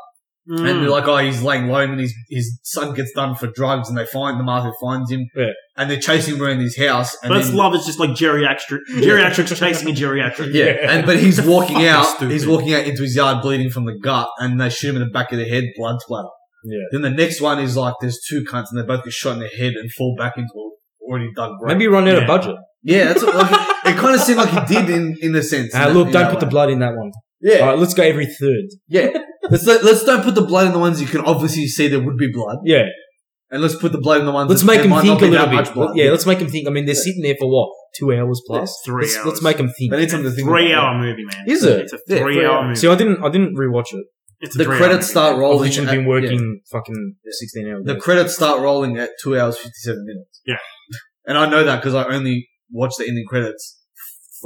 Speaker 1: Hmm.
Speaker 2: and they're
Speaker 3: Mm.
Speaker 2: like, oh, he's laying low and his his son gets done for drugs and they find the mafia finds him
Speaker 1: Yeah.
Speaker 2: and they're chasing him around his house. And
Speaker 3: but it's
Speaker 2: then-
Speaker 3: love is just like geriatric, geriatrics chasing a geriatric.
Speaker 2: Yeah,
Speaker 1: Yeah.
Speaker 2: and but he's walking
Speaker 3: Fucking
Speaker 2: out. He's
Speaker 3: stupid.
Speaker 2: walking out into his yard, bleeding from the gut, and they shoot him in the back of the head, blood splatter.
Speaker 1: Yeah.
Speaker 2: Then the next one is like there's two cunts, and they both get shot in the head and fall back into a already dug grave.
Speaker 1: Maybe you run out
Speaker 3: Yeah.
Speaker 1: of budget.
Speaker 2: Yeah, that's what, like, it, kind of seemed like he did in in the sense.
Speaker 1: Ah,
Speaker 2: in
Speaker 1: look,
Speaker 2: that-
Speaker 1: don't
Speaker 2: in
Speaker 1: put the
Speaker 2: that way.
Speaker 1: blood in that one.
Speaker 2: Yeah,
Speaker 1: All right, let's go every third.
Speaker 2: yeah. Let's let, let's don't put the blood in the ones you can obviously see there would be blood,
Speaker 1: Yeah.
Speaker 2: and let's put the blood in the ones.
Speaker 1: Let's
Speaker 2: that
Speaker 1: make
Speaker 2: there
Speaker 1: them
Speaker 2: might
Speaker 1: think
Speaker 2: not
Speaker 1: a
Speaker 2: be that
Speaker 1: little bit.
Speaker 2: much blood.
Speaker 1: Yeah, let's make them think. I mean, they're sitting there for what? Two hours plus?
Speaker 3: three
Speaker 1: let's, Let's
Speaker 3: hours.
Speaker 1: make them think.
Speaker 2: they need something to think.
Speaker 3: Three
Speaker 2: about.
Speaker 3: hour movie, man.
Speaker 1: Is it?
Speaker 3: It's a
Speaker 2: Yeah,
Speaker 3: three
Speaker 2: three
Speaker 3: hour
Speaker 2: hours.
Speaker 3: movie.
Speaker 1: See, I didn't. I didn't rewatch it.
Speaker 3: It's a
Speaker 2: The
Speaker 3: three-hour
Speaker 2: credits
Speaker 3: movie.
Speaker 2: start
Speaker 1: I've
Speaker 2: rolling.
Speaker 1: literally
Speaker 2: at-
Speaker 1: been working
Speaker 2: yeah.
Speaker 1: fucking sixteen hours.
Speaker 2: The credits start rolling at two hours fifty seven minutes.
Speaker 3: Yeah.
Speaker 2: and I know that because I only watched the ending credits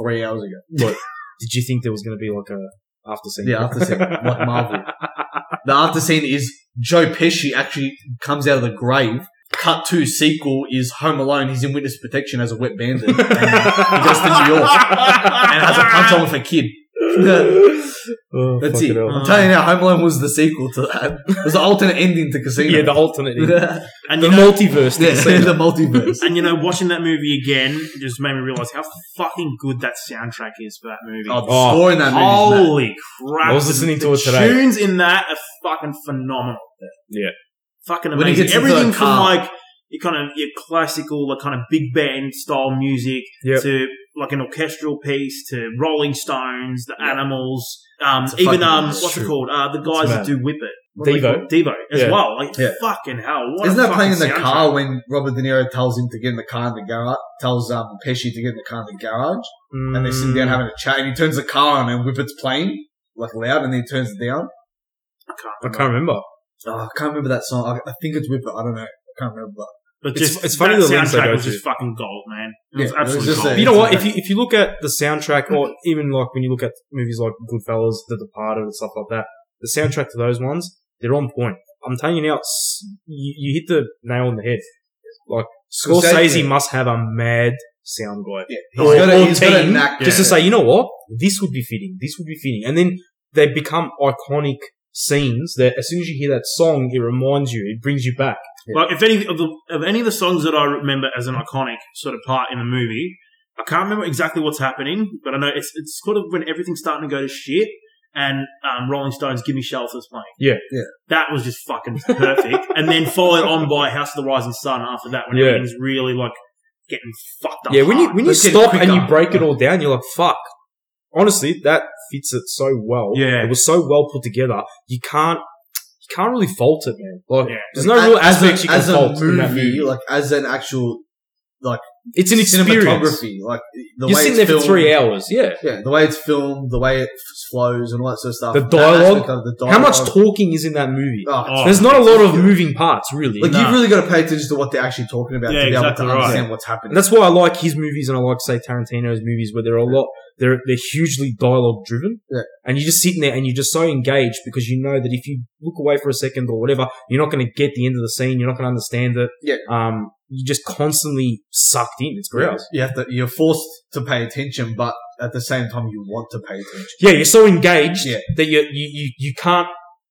Speaker 2: three hours ago.
Speaker 1: Did you think there was going to be like a after scene?
Speaker 2: The after scene, like Marvel. The after scene is Joe Pesci actually comes out of the grave. Cut two sequel is Home Alone. He's in witness protection as a wet bandit. and he goes to New York and has a punch on with a kid.
Speaker 1: Oh,
Speaker 2: That's
Speaker 1: fuck
Speaker 2: it. Uh.
Speaker 1: hell.
Speaker 2: I'm telling you now, Home Alone was the sequel to that. It was the alternate ending to Casino.
Speaker 1: Yeah, the alternate. ending.
Speaker 2: yeah,
Speaker 3: And
Speaker 1: the
Speaker 3: you know,
Speaker 1: multiverse. did the same.
Speaker 2: the multiverse.
Speaker 3: and you know, watching that movie again just made me realize how fucking good that soundtrack is for that movie.
Speaker 2: Oh, the
Speaker 1: Oh.
Speaker 2: score in that movie is mad.
Speaker 3: Holy crap!
Speaker 1: I was listening
Speaker 3: The-
Speaker 1: to it
Speaker 3: the
Speaker 1: today.
Speaker 3: Tunes in that are fucking phenomenal.
Speaker 1: Yeah.
Speaker 3: fucking
Speaker 2: When he
Speaker 3: amazing.
Speaker 2: gets into
Speaker 3: Everything
Speaker 2: that
Speaker 3: from
Speaker 2: car.
Speaker 3: like your kind of your classical, like kind of big band style music
Speaker 1: Yep.
Speaker 3: to like an orchestral piece to Rolling Stones, the
Speaker 2: Yeah.
Speaker 3: Animals, um,
Speaker 2: It's a
Speaker 3: even
Speaker 2: fucking-
Speaker 3: um,
Speaker 2: it's
Speaker 3: what's it
Speaker 1: true.
Speaker 3: called? Uh, the guys that
Speaker 1: mad.
Speaker 3: do Whip It, What are they
Speaker 1: Devo.
Speaker 3: called? Devo as
Speaker 1: Yeah.
Speaker 3: well. Like
Speaker 2: Yeah.
Speaker 3: fucking hell! What
Speaker 2: Isn't
Speaker 3: a
Speaker 2: that playing in the
Speaker 3: fucking soundtrack.
Speaker 2: car when Robert De Niro tells him to get in the car in the garage? Tells um, Pesci to get in the car in the garage, and they sit
Speaker 1: Mm.
Speaker 2: down having a chat. And he turns the car on, and Whippet's playing like loud, and then he turns it down.
Speaker 1: Mm, I can't remember.
Speaker 2: Oh, I can't remember that song. I, I think it's Whippet. I don't know. I can't remember.
Speaker 3: But
Speaker 1: It's-
Speaker 3: just
Speaker 1: it's funny
Speaker 3: that
Speaker 1: the links they
Speaker 3: soundtrack
Speaker 1: go
Speaker 3: was
Speaker 1: to.
Speaker 3: just fucking gold, man. It
Speaker 2: Yeah,
Speaker 3: was
Speaker 2: it was
Speaker 3: absolutely
Speaker 2: just
Speaker 3: gold.
Speaker 2: a-
Speaker 1: you know what? If you if you look at the soundtrack, or even like when you look at movies like Goodfellas, The Departed, and stuff like that, the soundtrack to those ones, they're on point. I'm telling you now, s- you, you hit the nail on the head. Like Scorsese
Speaker 2: Scorsese.
Speaker 1: must have a mad sound guy,
Speaker 2: Yeah.
Speaker 1: Or-
Speaker 2: He's got a-
Speaker 1: or
Speaker 2: he's got a
Speaker 1: team,
Speaker 2: knack,
Speaker 1: just
Speaker 2: yeah.
Speaker 1: to say, you know what, this would be fitting, this would be fitting, and then they become iconic scenes that as soon as you hear that song, it reminds you, it brings you back.
Speaker 3: Like if any of the of any of the songs that I remember as an iconic sort of part in the movie, I can't remember exactly what's happening, but I know it's it's sort of when everything's starting to go to shit and um, Rolling Stones "Give Me Shelter's playing.
Speaker 1: Yeah.
Speaker 2: Yeah.
Speaker 3: that was just fucking perfect. and then followed on by "House of the Rising Sun" after that when
Speaker 1: Yeah.
Speaker 3: everything's really like getting fucked up.
Speaker 1: yeah, when you
Speaker 3: hard.
Speaker 1: when you
Speaker 2: Let's get
Speaker 1: stop
Speaker 2: quicker.
Speaker 1: and you break it all down, you're like, fuck. Honestly, that fits it so well.
Speaker 3: Yeah.
Speaker 1: it was so well put together. You can't you can't really fault it, man. Like,
Speaker 3: Yeah.
Speaker 1: there's no real aspects
Speaker 2: as a,
Speaker 1: you can
Speaker 2: as a
Speaker 1: fault in that
Speaker 2: movie,
Speaker 1: movie.
Speaker 2: like as an actual like
Speaker 1: It's an experience.
Speaker 2: cinematography, like the
Speaker 1: You're
Speaker 2: way
Speaker 1: sitting
Speaker 2: it's
Speaker 1: there
Speaker 2: filmed,
Speaker 1: for three hours. Yeah.
Speaker 2: Yeah, the way it's filmed, the way it f- flows, and all that sort of stuff.
Speaker 1: The
Speaker 2: That
Speaker 1: dialogue?
Speaker 2: aspect of the
Speaker 1: How much
Speaker 2: dialogue.
Speaker 1: talking is in that movie?
Speaker 2: Oh, it's-
Speaker 3: Oh,
Speaker 1: There's not a lot of moving parts, really.
Speaker 2: like
Speaker 3: Nah.
Speaker 2: you've really got to pay attention to what they're actually talking about
Speaker 3: Yeah,
Speaker 2: to be
Speaker 3: exactly
Speaker 2: able to
Speaker 3: right.
Speaker 2: understand what's
Speaker 1: And
Speaker 2: happening.
Speaker 1: that's why I like his movies and I like say Tarantino's movies where they're a lot they're they're hugely dialogue driven.
Speaker 2: Yeah.
Speaker 1: And you're just sitting there and you're just so engaged because you know that if you look away for a second or whatever, you're not gonna get the end of the scene, you're not gonna understand it.
Speaker 2: Yeah.
Speaker 1: Um you're just constantly sucked in. It's gross.
Speaker 2: You have to. You're forced to pay attention, but at the same time, you want to pay attention.
Speaker 1: Yeah, you're so engaged
Speaker 2: Yeah.
Speaker 1: that you you you, you can't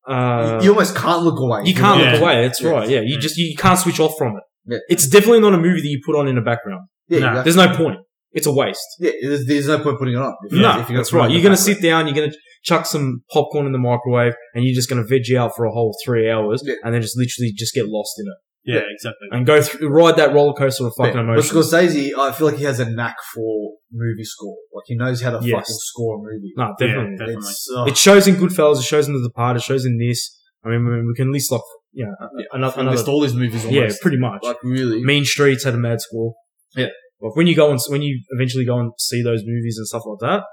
Speaker 1: uh,
Speaker 2: you, you almost can't look away.
Speaker 1: You can't
Speaker 3: Yeah.
Speaker 1: look away. That's
Speaker 2: Yeah.
Speaker 1: right. Yeah, you just you can't switch off from it.
Speaker 2: Yeah.
Speaker 1: It's definitely not a movie that you put on in the background.
Speaker 2: Yeah,
Speaker 3: Nah.
Speaker 2: you have-
Speaker 1: There's no point. It's a waste.
Speaker 2: yeah there's, there's no point putting it on. If you-
Speaker 1: no,
Speaker 2: if you're
Speaker 1: that's
Speaker 2: gonna put it
Speaker 1: right.
Speaker 2: on
Speaker 1: You're
Speaker 2: the
Speaker 1: gonna
Speaker 2: background.
Speaker 1: sit down. You're gonna chuck some popcorn in the microwave, and you're just gonna veg out for a whole three hours,
Speaker 2: Yeah.
Speaker 1: and then just literally just get lost in it
Speaker 3: yeah, exactly.
Speaker 1: and go through, ride that roller coaster of fucking
Speaker 2: Yeah,
Speaker 1: emotions.
Speaker 2: But Scorsese, I feel like he has a knack for movie score. Like he knows how to
Speaker 1: Yes.
Speaker 2: fucking score a movie.
Speaker 1: no, definitely.
Speaker 3: Yeah, definitely.
Speaker 2: It's, uh,
Speaker 1: It shows in Goodfellas. It shows in The Departed. It shows in this. I mean, we- we can list like you know
Speaker 2: uh,
Speaker 1: a- another,
Speaker 2: we list
Speaker 1: another
Speaker 2: all his movies. Almost.
Speaker 1: yeah, pretty much.
Speaker 2: Like really.
Speaker 1: Mean Streets had a mad score.
Speaker 2: Yeah.
Speaker 1: Like when you go and when you eventually go and see those movies and stuff like that.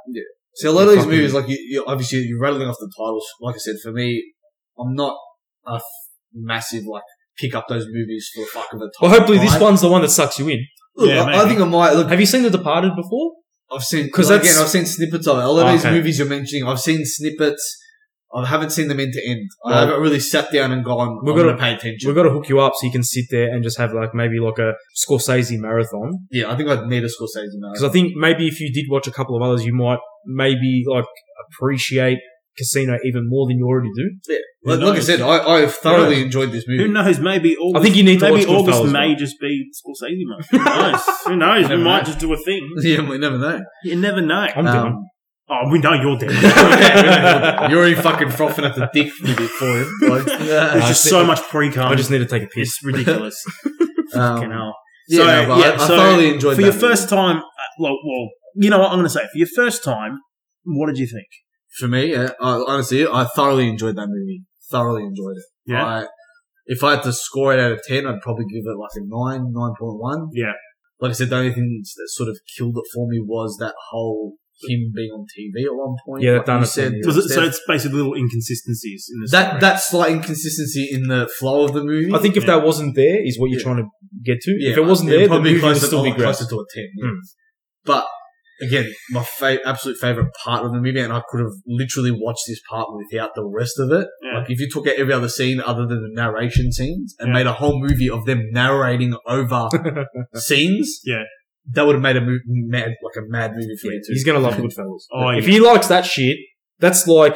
Speaker 2: See, a lot of these
Speaker 1: Fucking-
Speaker 2: movies, like you, you obviously you're rattling off the titles. Like I said, for me, I'm not a f- massive like pick up those movies for the fuck of a title.
Speaker 1: Well, hopefully this
Speaker 2: I-
Speaker 1: one's the one that sucks you in.
Speaker 2: Look,
Speaker 3: Yeah,
Speaker 2: I, I
Speaker 3: maybe.
Speaker 2: think I might look.
Speaker 1: Have you seen The Departed before?
Speaker 2: I've seen
Speaker 1: 'Cause
Speaker 2: because
Speaker 1: that's-
Speaker 2: again, I've seen snippets of it. A lot of these
Speaker 1: Okay.
Speaker 2: movies you're mentioning, I've seen snippets. I haven't seen them end to end.
Speaker 1: Well-
Speaker 2: I haven't really sat down and gone.
Speaker 1: We're
Speaker 2: We're
Speaker 1: gonna-
Speaker 2: going to pay attention.
Speaker 1: We've got to hook you up so you can sit there and just have like maybe like a Scorsese marathon.
Speaker 2: yeah, I think I'd need a Scorsese now.
Speaker 1: Because I think maybe if you did watch a couple of others, you might maybe like appreciate Casino even more than you already do.
Speaker 3: Who
Speaker 2: Like, like I
Speaker 3: knows?
Speaker 2: said, I, I thoroughly
Speaker 1: knows?
Speaker 2: enjoyed this
Speaker 3: Who
Speaker 2: movie.
Speaker 3: knows? Maybe August.
Speaker 1: I think you need to
Speaker 3: maybe
Speaker 1: watch Goodfellas,
Speaker 3: August may
Speaker 1: man.
Speaker 3: just be Scorsese month. Who knows? Who knows? we
Speaker 2: Never
Speaker 3: might
Speaker 2: know.
Speaker 3: just do a thing.
Speaker 2: Yeah, we never know.
Speaker 3: You never know.
Speaker 1: I'm down.
Speaker 2: Um,
Speaker 3: oh, we know you're dead.
Speaker 2: you're already fucking frothing at the dick for it for him. Like,
Speaker 3: There's
Speaker 1: I
Speaker 3: just
Speaker 1: see-
Speaker 3: so much pre
Speaker 1: I
Speaker 3: cum.
Speaker 1: just need to take a piss.
Speaker 3: It's ridiculous.
Speaker 2: um,
Speaker 3: Fucking hell.
Speaker 2: yeah, no, but I- I thoroughly enjoyed
Speaker 3: for
Speaker 2: that
Speaker 3: your
Speaker 2: movie.
Speaker 3: first time. uh, Well, well, you know what I'm going to say. For your first time, what did you think?
Speaker 2: for me, yeah, I, honestly, I thoroughly enjoyed that movie. Thoroughly enjoyed it.
Speaker 3: Yeah,
Speaker 2: I, if I had to score it out of 10, I'd probably give it like a 9, 9.1.
Speaker 3: Yeah.
Speaker 2: Like I said, the only thing that sort of killed it for me was that whole him being on TV at one point.
Speaker 1: Yeah, that
Speaker 2: like you
Speaker 1: done it for
Speaker 2: said,
Speaker 1: me.
Speaker 3: was it, so
Speaker 2: Steph.
Speaker 3: it's basically little inconsistencies in the
Speaker 2: that
Speaker 3: story.
Speaker 2: that slight inconsistency in the flow of the movie.
Speaker 1: I think if that wasn't there, is what you're
Speaker 2: Yeah.
Speaker 1: trying to get to.
Speaker 2: Yeah,
Speaker 1: if it wasn't
Speaker 2: it'd
Speaker 1: there, the
Speaker 2: probably
Speaker 1: movie would
Speaker 2: closer,
Speaker 1: still be
Speaker 2: oh,
Speaker 1: great.
Speaker 2: closer to a ten. yeah.
Speaker 1: Mm.
Speaker 2: But again, my fa- absolute favorite part of the movie, and I could have literally watched this part without the rest of it.
Speaker 3: Yeah.
Speaker 2: Like if you took out every other scene other than the narration scenes and
Speaker 3: Yeah.
Speaker 2: made a whole movie of them narrating over scenes,
Speaker 3: Yeah.
Speaker 2: that would have made a mo- mad like a mad movie for
Speaker 1: Yeah,
Speaker 2: me too.
Speaker 1: he's gonna love Goodfellas.
Speaker 3: Oh,
Speaker 1: if
Speaker 3: yeah.
Speaker 1: he likes that shit, that's like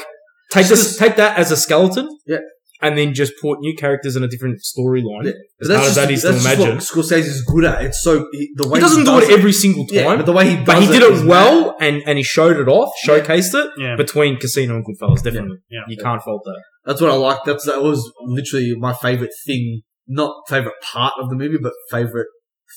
Speaker 1: take
Speaker 2: It's
Speaker 1: this,
Speaker 2: just-
Speaker 1: take that as a skeleton,
Speaker 2: Yeah.
Speaker 1: and then just put new characters in a different storyline.
Speaker 2: Yeah.
Speaker 1: As hard as that is to imagine,
Speaker 2: just what Scorsese's good at. It's so he, the way
Speaker 1: he doesn't do
Speaker 2: does
Speaker 1: it every single time,
Speaker 2: yeah, but the way he does
Speaker 1: but he did it
Speaker 2: is mad.
Speaker 1: well, and and he showed it off,
Speaker 2: Yeah.
Speaker 1: showcased it
Speaker 3: yeah,
Speaker 1: between Casino and Goodfellas. Definitely,
Speaker 3: Yeah.
Speaker 1: you can't fault that.
Speaker 2: That's what I like. That's that was literally my favorite thing, not favorite part of the movie, but favorite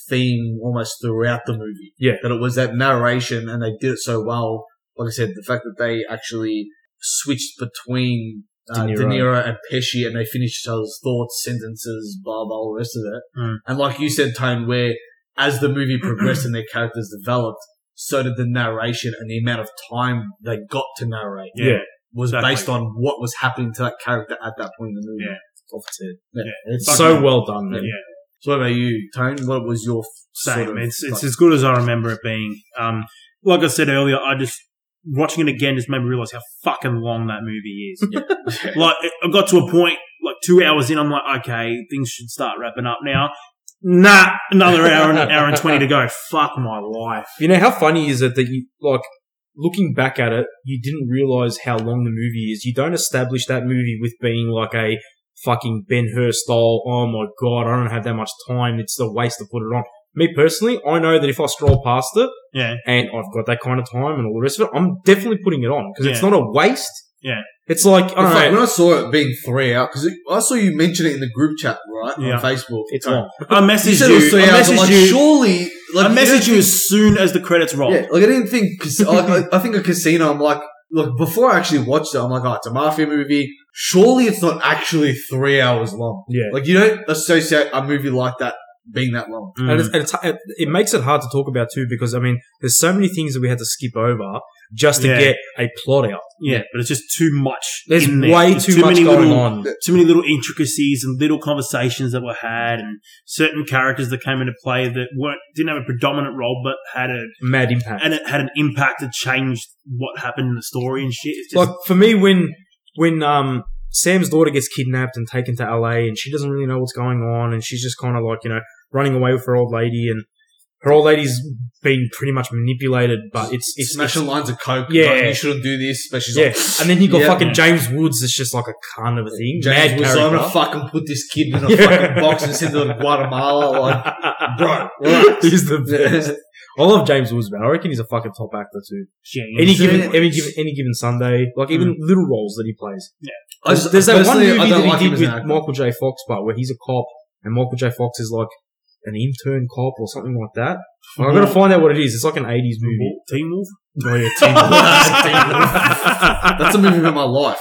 Speaker 2: theme almost throughout the movie.
Speaker 1: Yeah.
Speaker 2: that it was that narration, and they did it so well. Like I said, the fact that they actually switched between uh,
Speaker 1: De
Speaker 2: De,
Speaker 1: Niro.
Speaker 2: Niro. and Pesci, and they finished each other's thoughts, sentences, blah blah, all the rest of it.
Speaker 3: Mm.
Speaker 2: And like you said, Tone, where as the movie progressed and their characters developed, so did the narration and the amount of time they got to narrate
Speaker 3: yeah.
Speaker 2: was
Speaker 3: Exactly.
Speaker 2: based on what was happening to that character at that point in the movie.
Speaker 3: Yeah.
Speaker 2: Off the tip.
Speaker 3: Yeah.
Speaker 2: It's
Speaker 3: Fuck
Speaker 1: so
Speaker 3: yeah.
Speaker 1: well done, man.
Speaker 3: Yeah.
Speaker 2: So what about you, Tone? What was your f-
Speaker 3: Same.
Speaker 2: Sort of,
Speaker 3: it's it's
Speaker 2: like-
Speaker 3: as good as I remember it being. Um, like I said earlier, I just watching it again just made me realize how fucking long that movie is. like it- I got to a point like two hours in, I'm like, okay, things should start wrapping up now. Nah, another hour and hour and twenty to go. Fuck my life.
Speaker 1: You know how funny is it that you like looking back at it, you didn't realize how long the movie is. You don't establish that movie with being like a fucking Ben Hur style. Oh my god, I don't have that much time. It's a waste to put it on. Me personally, I know that if I stroll past it
Speaker 3: Yeah,
Speaker 1: and I've got that kind of time and all the rest of it, I'm definitely putting it on because it's
Speaker 3: Yeah.
Speaker 1: not a waste.
Speaker 3: Yeah.
Speaker 1: it's like I
Speaker 2: In
Speaker 1: don't
Speaker 2: fact,
Speaker 1: know.
Speaker 2: when I saw it being three out, because I saw you mention it in the group chat, right,
Speaker 3: Yeah.
Speaker 2: on Facebook.
Speaker 1: It's
Speaker 2: Tone.
Speaker 1: long.
Speaker 3: I
Speaker 2: You
Speaker 3: messaged
Speaker 2: said
Speaker 3: you.
Speaker 2: it was three
Speaker 3: I
Speaker 2: hours. I'm
Speaker 3: messaged
Speaker 2: like,
Speaker 3: you.
Speaker 2: surely, like,
Speaker 3: I messaged you
Speaker 2: didn't
Speaker 3: as soon as the credits roll.
Speaker 2: think- Yeah, like I didn't think. Cause I, I- I think a casino. I'm like, look, before I actually watched it, I'm like, oh, it's a mafia movie. Surely it's not actually three hours long.
Speaker 1: Yeah,
Speaker 2: Like you don't associate a movie like that being that long.
Speaker 1: And, it's,
Speaker 3: Hmm.
Speaker 1: and it's, it, it makes it hard to talk about too because I mean, there's so many things that we had to skip over just to
Speaker 3: Yeah.
Speaker 1: get a plot out.
Speaker 3: yeah, but it's just too much.
Speaker 1: There's
Speaker 3: in there.
Speaker 1: way
Speaker 3: There's
Speaker 1: too, much
Speaker 3: many
Speaker 1: going
Speaker 3: little,
Speaker 1: on.
Speaker 3: Too many little intricacies and little conversations that were had, and certain characters that came into play that weren't didn't have a predominant role, but had a
Speaker 1: Mad impact.
Speaker 3: and it had an impact that changed what happened in the story and shit. It's just,
Speaker 1: like for me, when when um Sam's daughter gets kidnapped and taken to LA, and she doesn't really know what's going on, and she's just kind of like you know running away with her old lady, and her old lady's being pretty much manipulated. But it's it's, it's
Speaker 2: Smashing lines of coke.
Speaker 1: Yeah.
Speaker 2: like, you shouldn't do this. But she's
Speaker 1: yeah,
Speaker 2: like,
Speaker 1: and then you got
Speaker 2: Yeah.
Speaker 1: fucking James Woods. It's just like a kind of a thing. Mad
Speaker 2: James was like, I'm gonna
Speaker 1: character.
Speaker 2: fucking put this kid in a
Speaker 1: Yeah.
Speaker 2: fucking box and send him to Guatemala. Like, bro,
Speaker 1: he's the
Speaker 2: relax.
Speaker 1: best. I love James Woods, man. I reckon he's a fucking top actor too.
Speaker 3: yeah, yeah.
Speaker 1: Any
Speaker 2: Yeah.
Speaker 1: given, any given, any given Sunday, like
Speaker 3: Mm.
Speaker 1: even little roles that he plays.
Speaker 2: I just-
Speaker 1: There's that one
Speaker 2: personally,
Speaker 1: movie
Speaker 2: I
Speaker 1: that
Speaker 2: don't
Speaker 1: he
Speaker 2: like him
Speaker 1: did
Speaker 2: as an
Speaker 1: with
Speaker 2: actor.
Speaker 1: Michael J. Fox, but where he's a cop and Michael J. Fox is like an intern cop or something like that. Like, I've got to find out what it is. It's like an 80s movie.
Speaker 3: Team Wolf.
Speaker 1: Oh, yeah, Teen Wolf.
Speaker 2: That's a movie of my life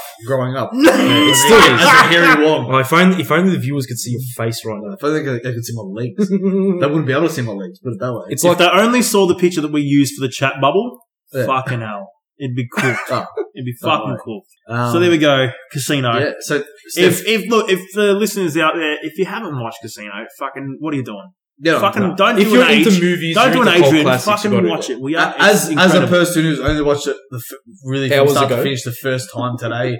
Speaker 2: growing up.
Speaker 1: it still is.
Speaker 2: As a Harry Wong.
Speaker 1: Oh, if, only, if only the viewers could see your face right now.
Speaker 2: If I think I, I could see my legs, they wouldn't be able to see my legs. Put it that way.
Speaker 1: it's
Speaker 3: if
Speaker 1: like
Speaker 3: they only saw the picture that we used for the chat bubble,
Speaker 2: Yeah.
Speaker 3: fucking hell, it'd be cool.
Speaker 2: Oh.
Speaker 3: It'd be
Speaker 2: Oh,
Speaker 3: fucking
Speaker 2: right.
Speaker 3: cool.
Speaker 2: Um,
Speaker 3: so there we go, Casino.
Speaker 2: Yeah. So Steph,
Speaker 3: If if look if the listeners out there, if you haven't watched Casino, fucking what are you doing?
Speaker 2: yeah, no,
Speaker 3: fucking
Speaker 2: no.
Speaker 3: don't
Speaker 1: if
Speaker 3: do
Speaker 1: you're
Speaker 3: an age.
Speaker 1: into movies,
Speaker 3: don't do
Speaker 1: you're
Speaker 3: an
Speaker 1: into
Speaker 3: age
Speaker 1: cult
Speaker 3: room.
Speaker 1: classics, you
Speaker 3: Fucking
Speaker 1: gotta
Speaker 3: watch
Speaker 1: do
Speaker 3: it. We are
Speaker 2: as
Speaker 3: it's
Speaker 2: as a
Speaker 3: incredible.
Speaker 2: person who's only watched it the f- really from
Speaker 1: Hours
Speaker 2: start
Speaker 1: ago.
Speaker 2: to finish the first time today,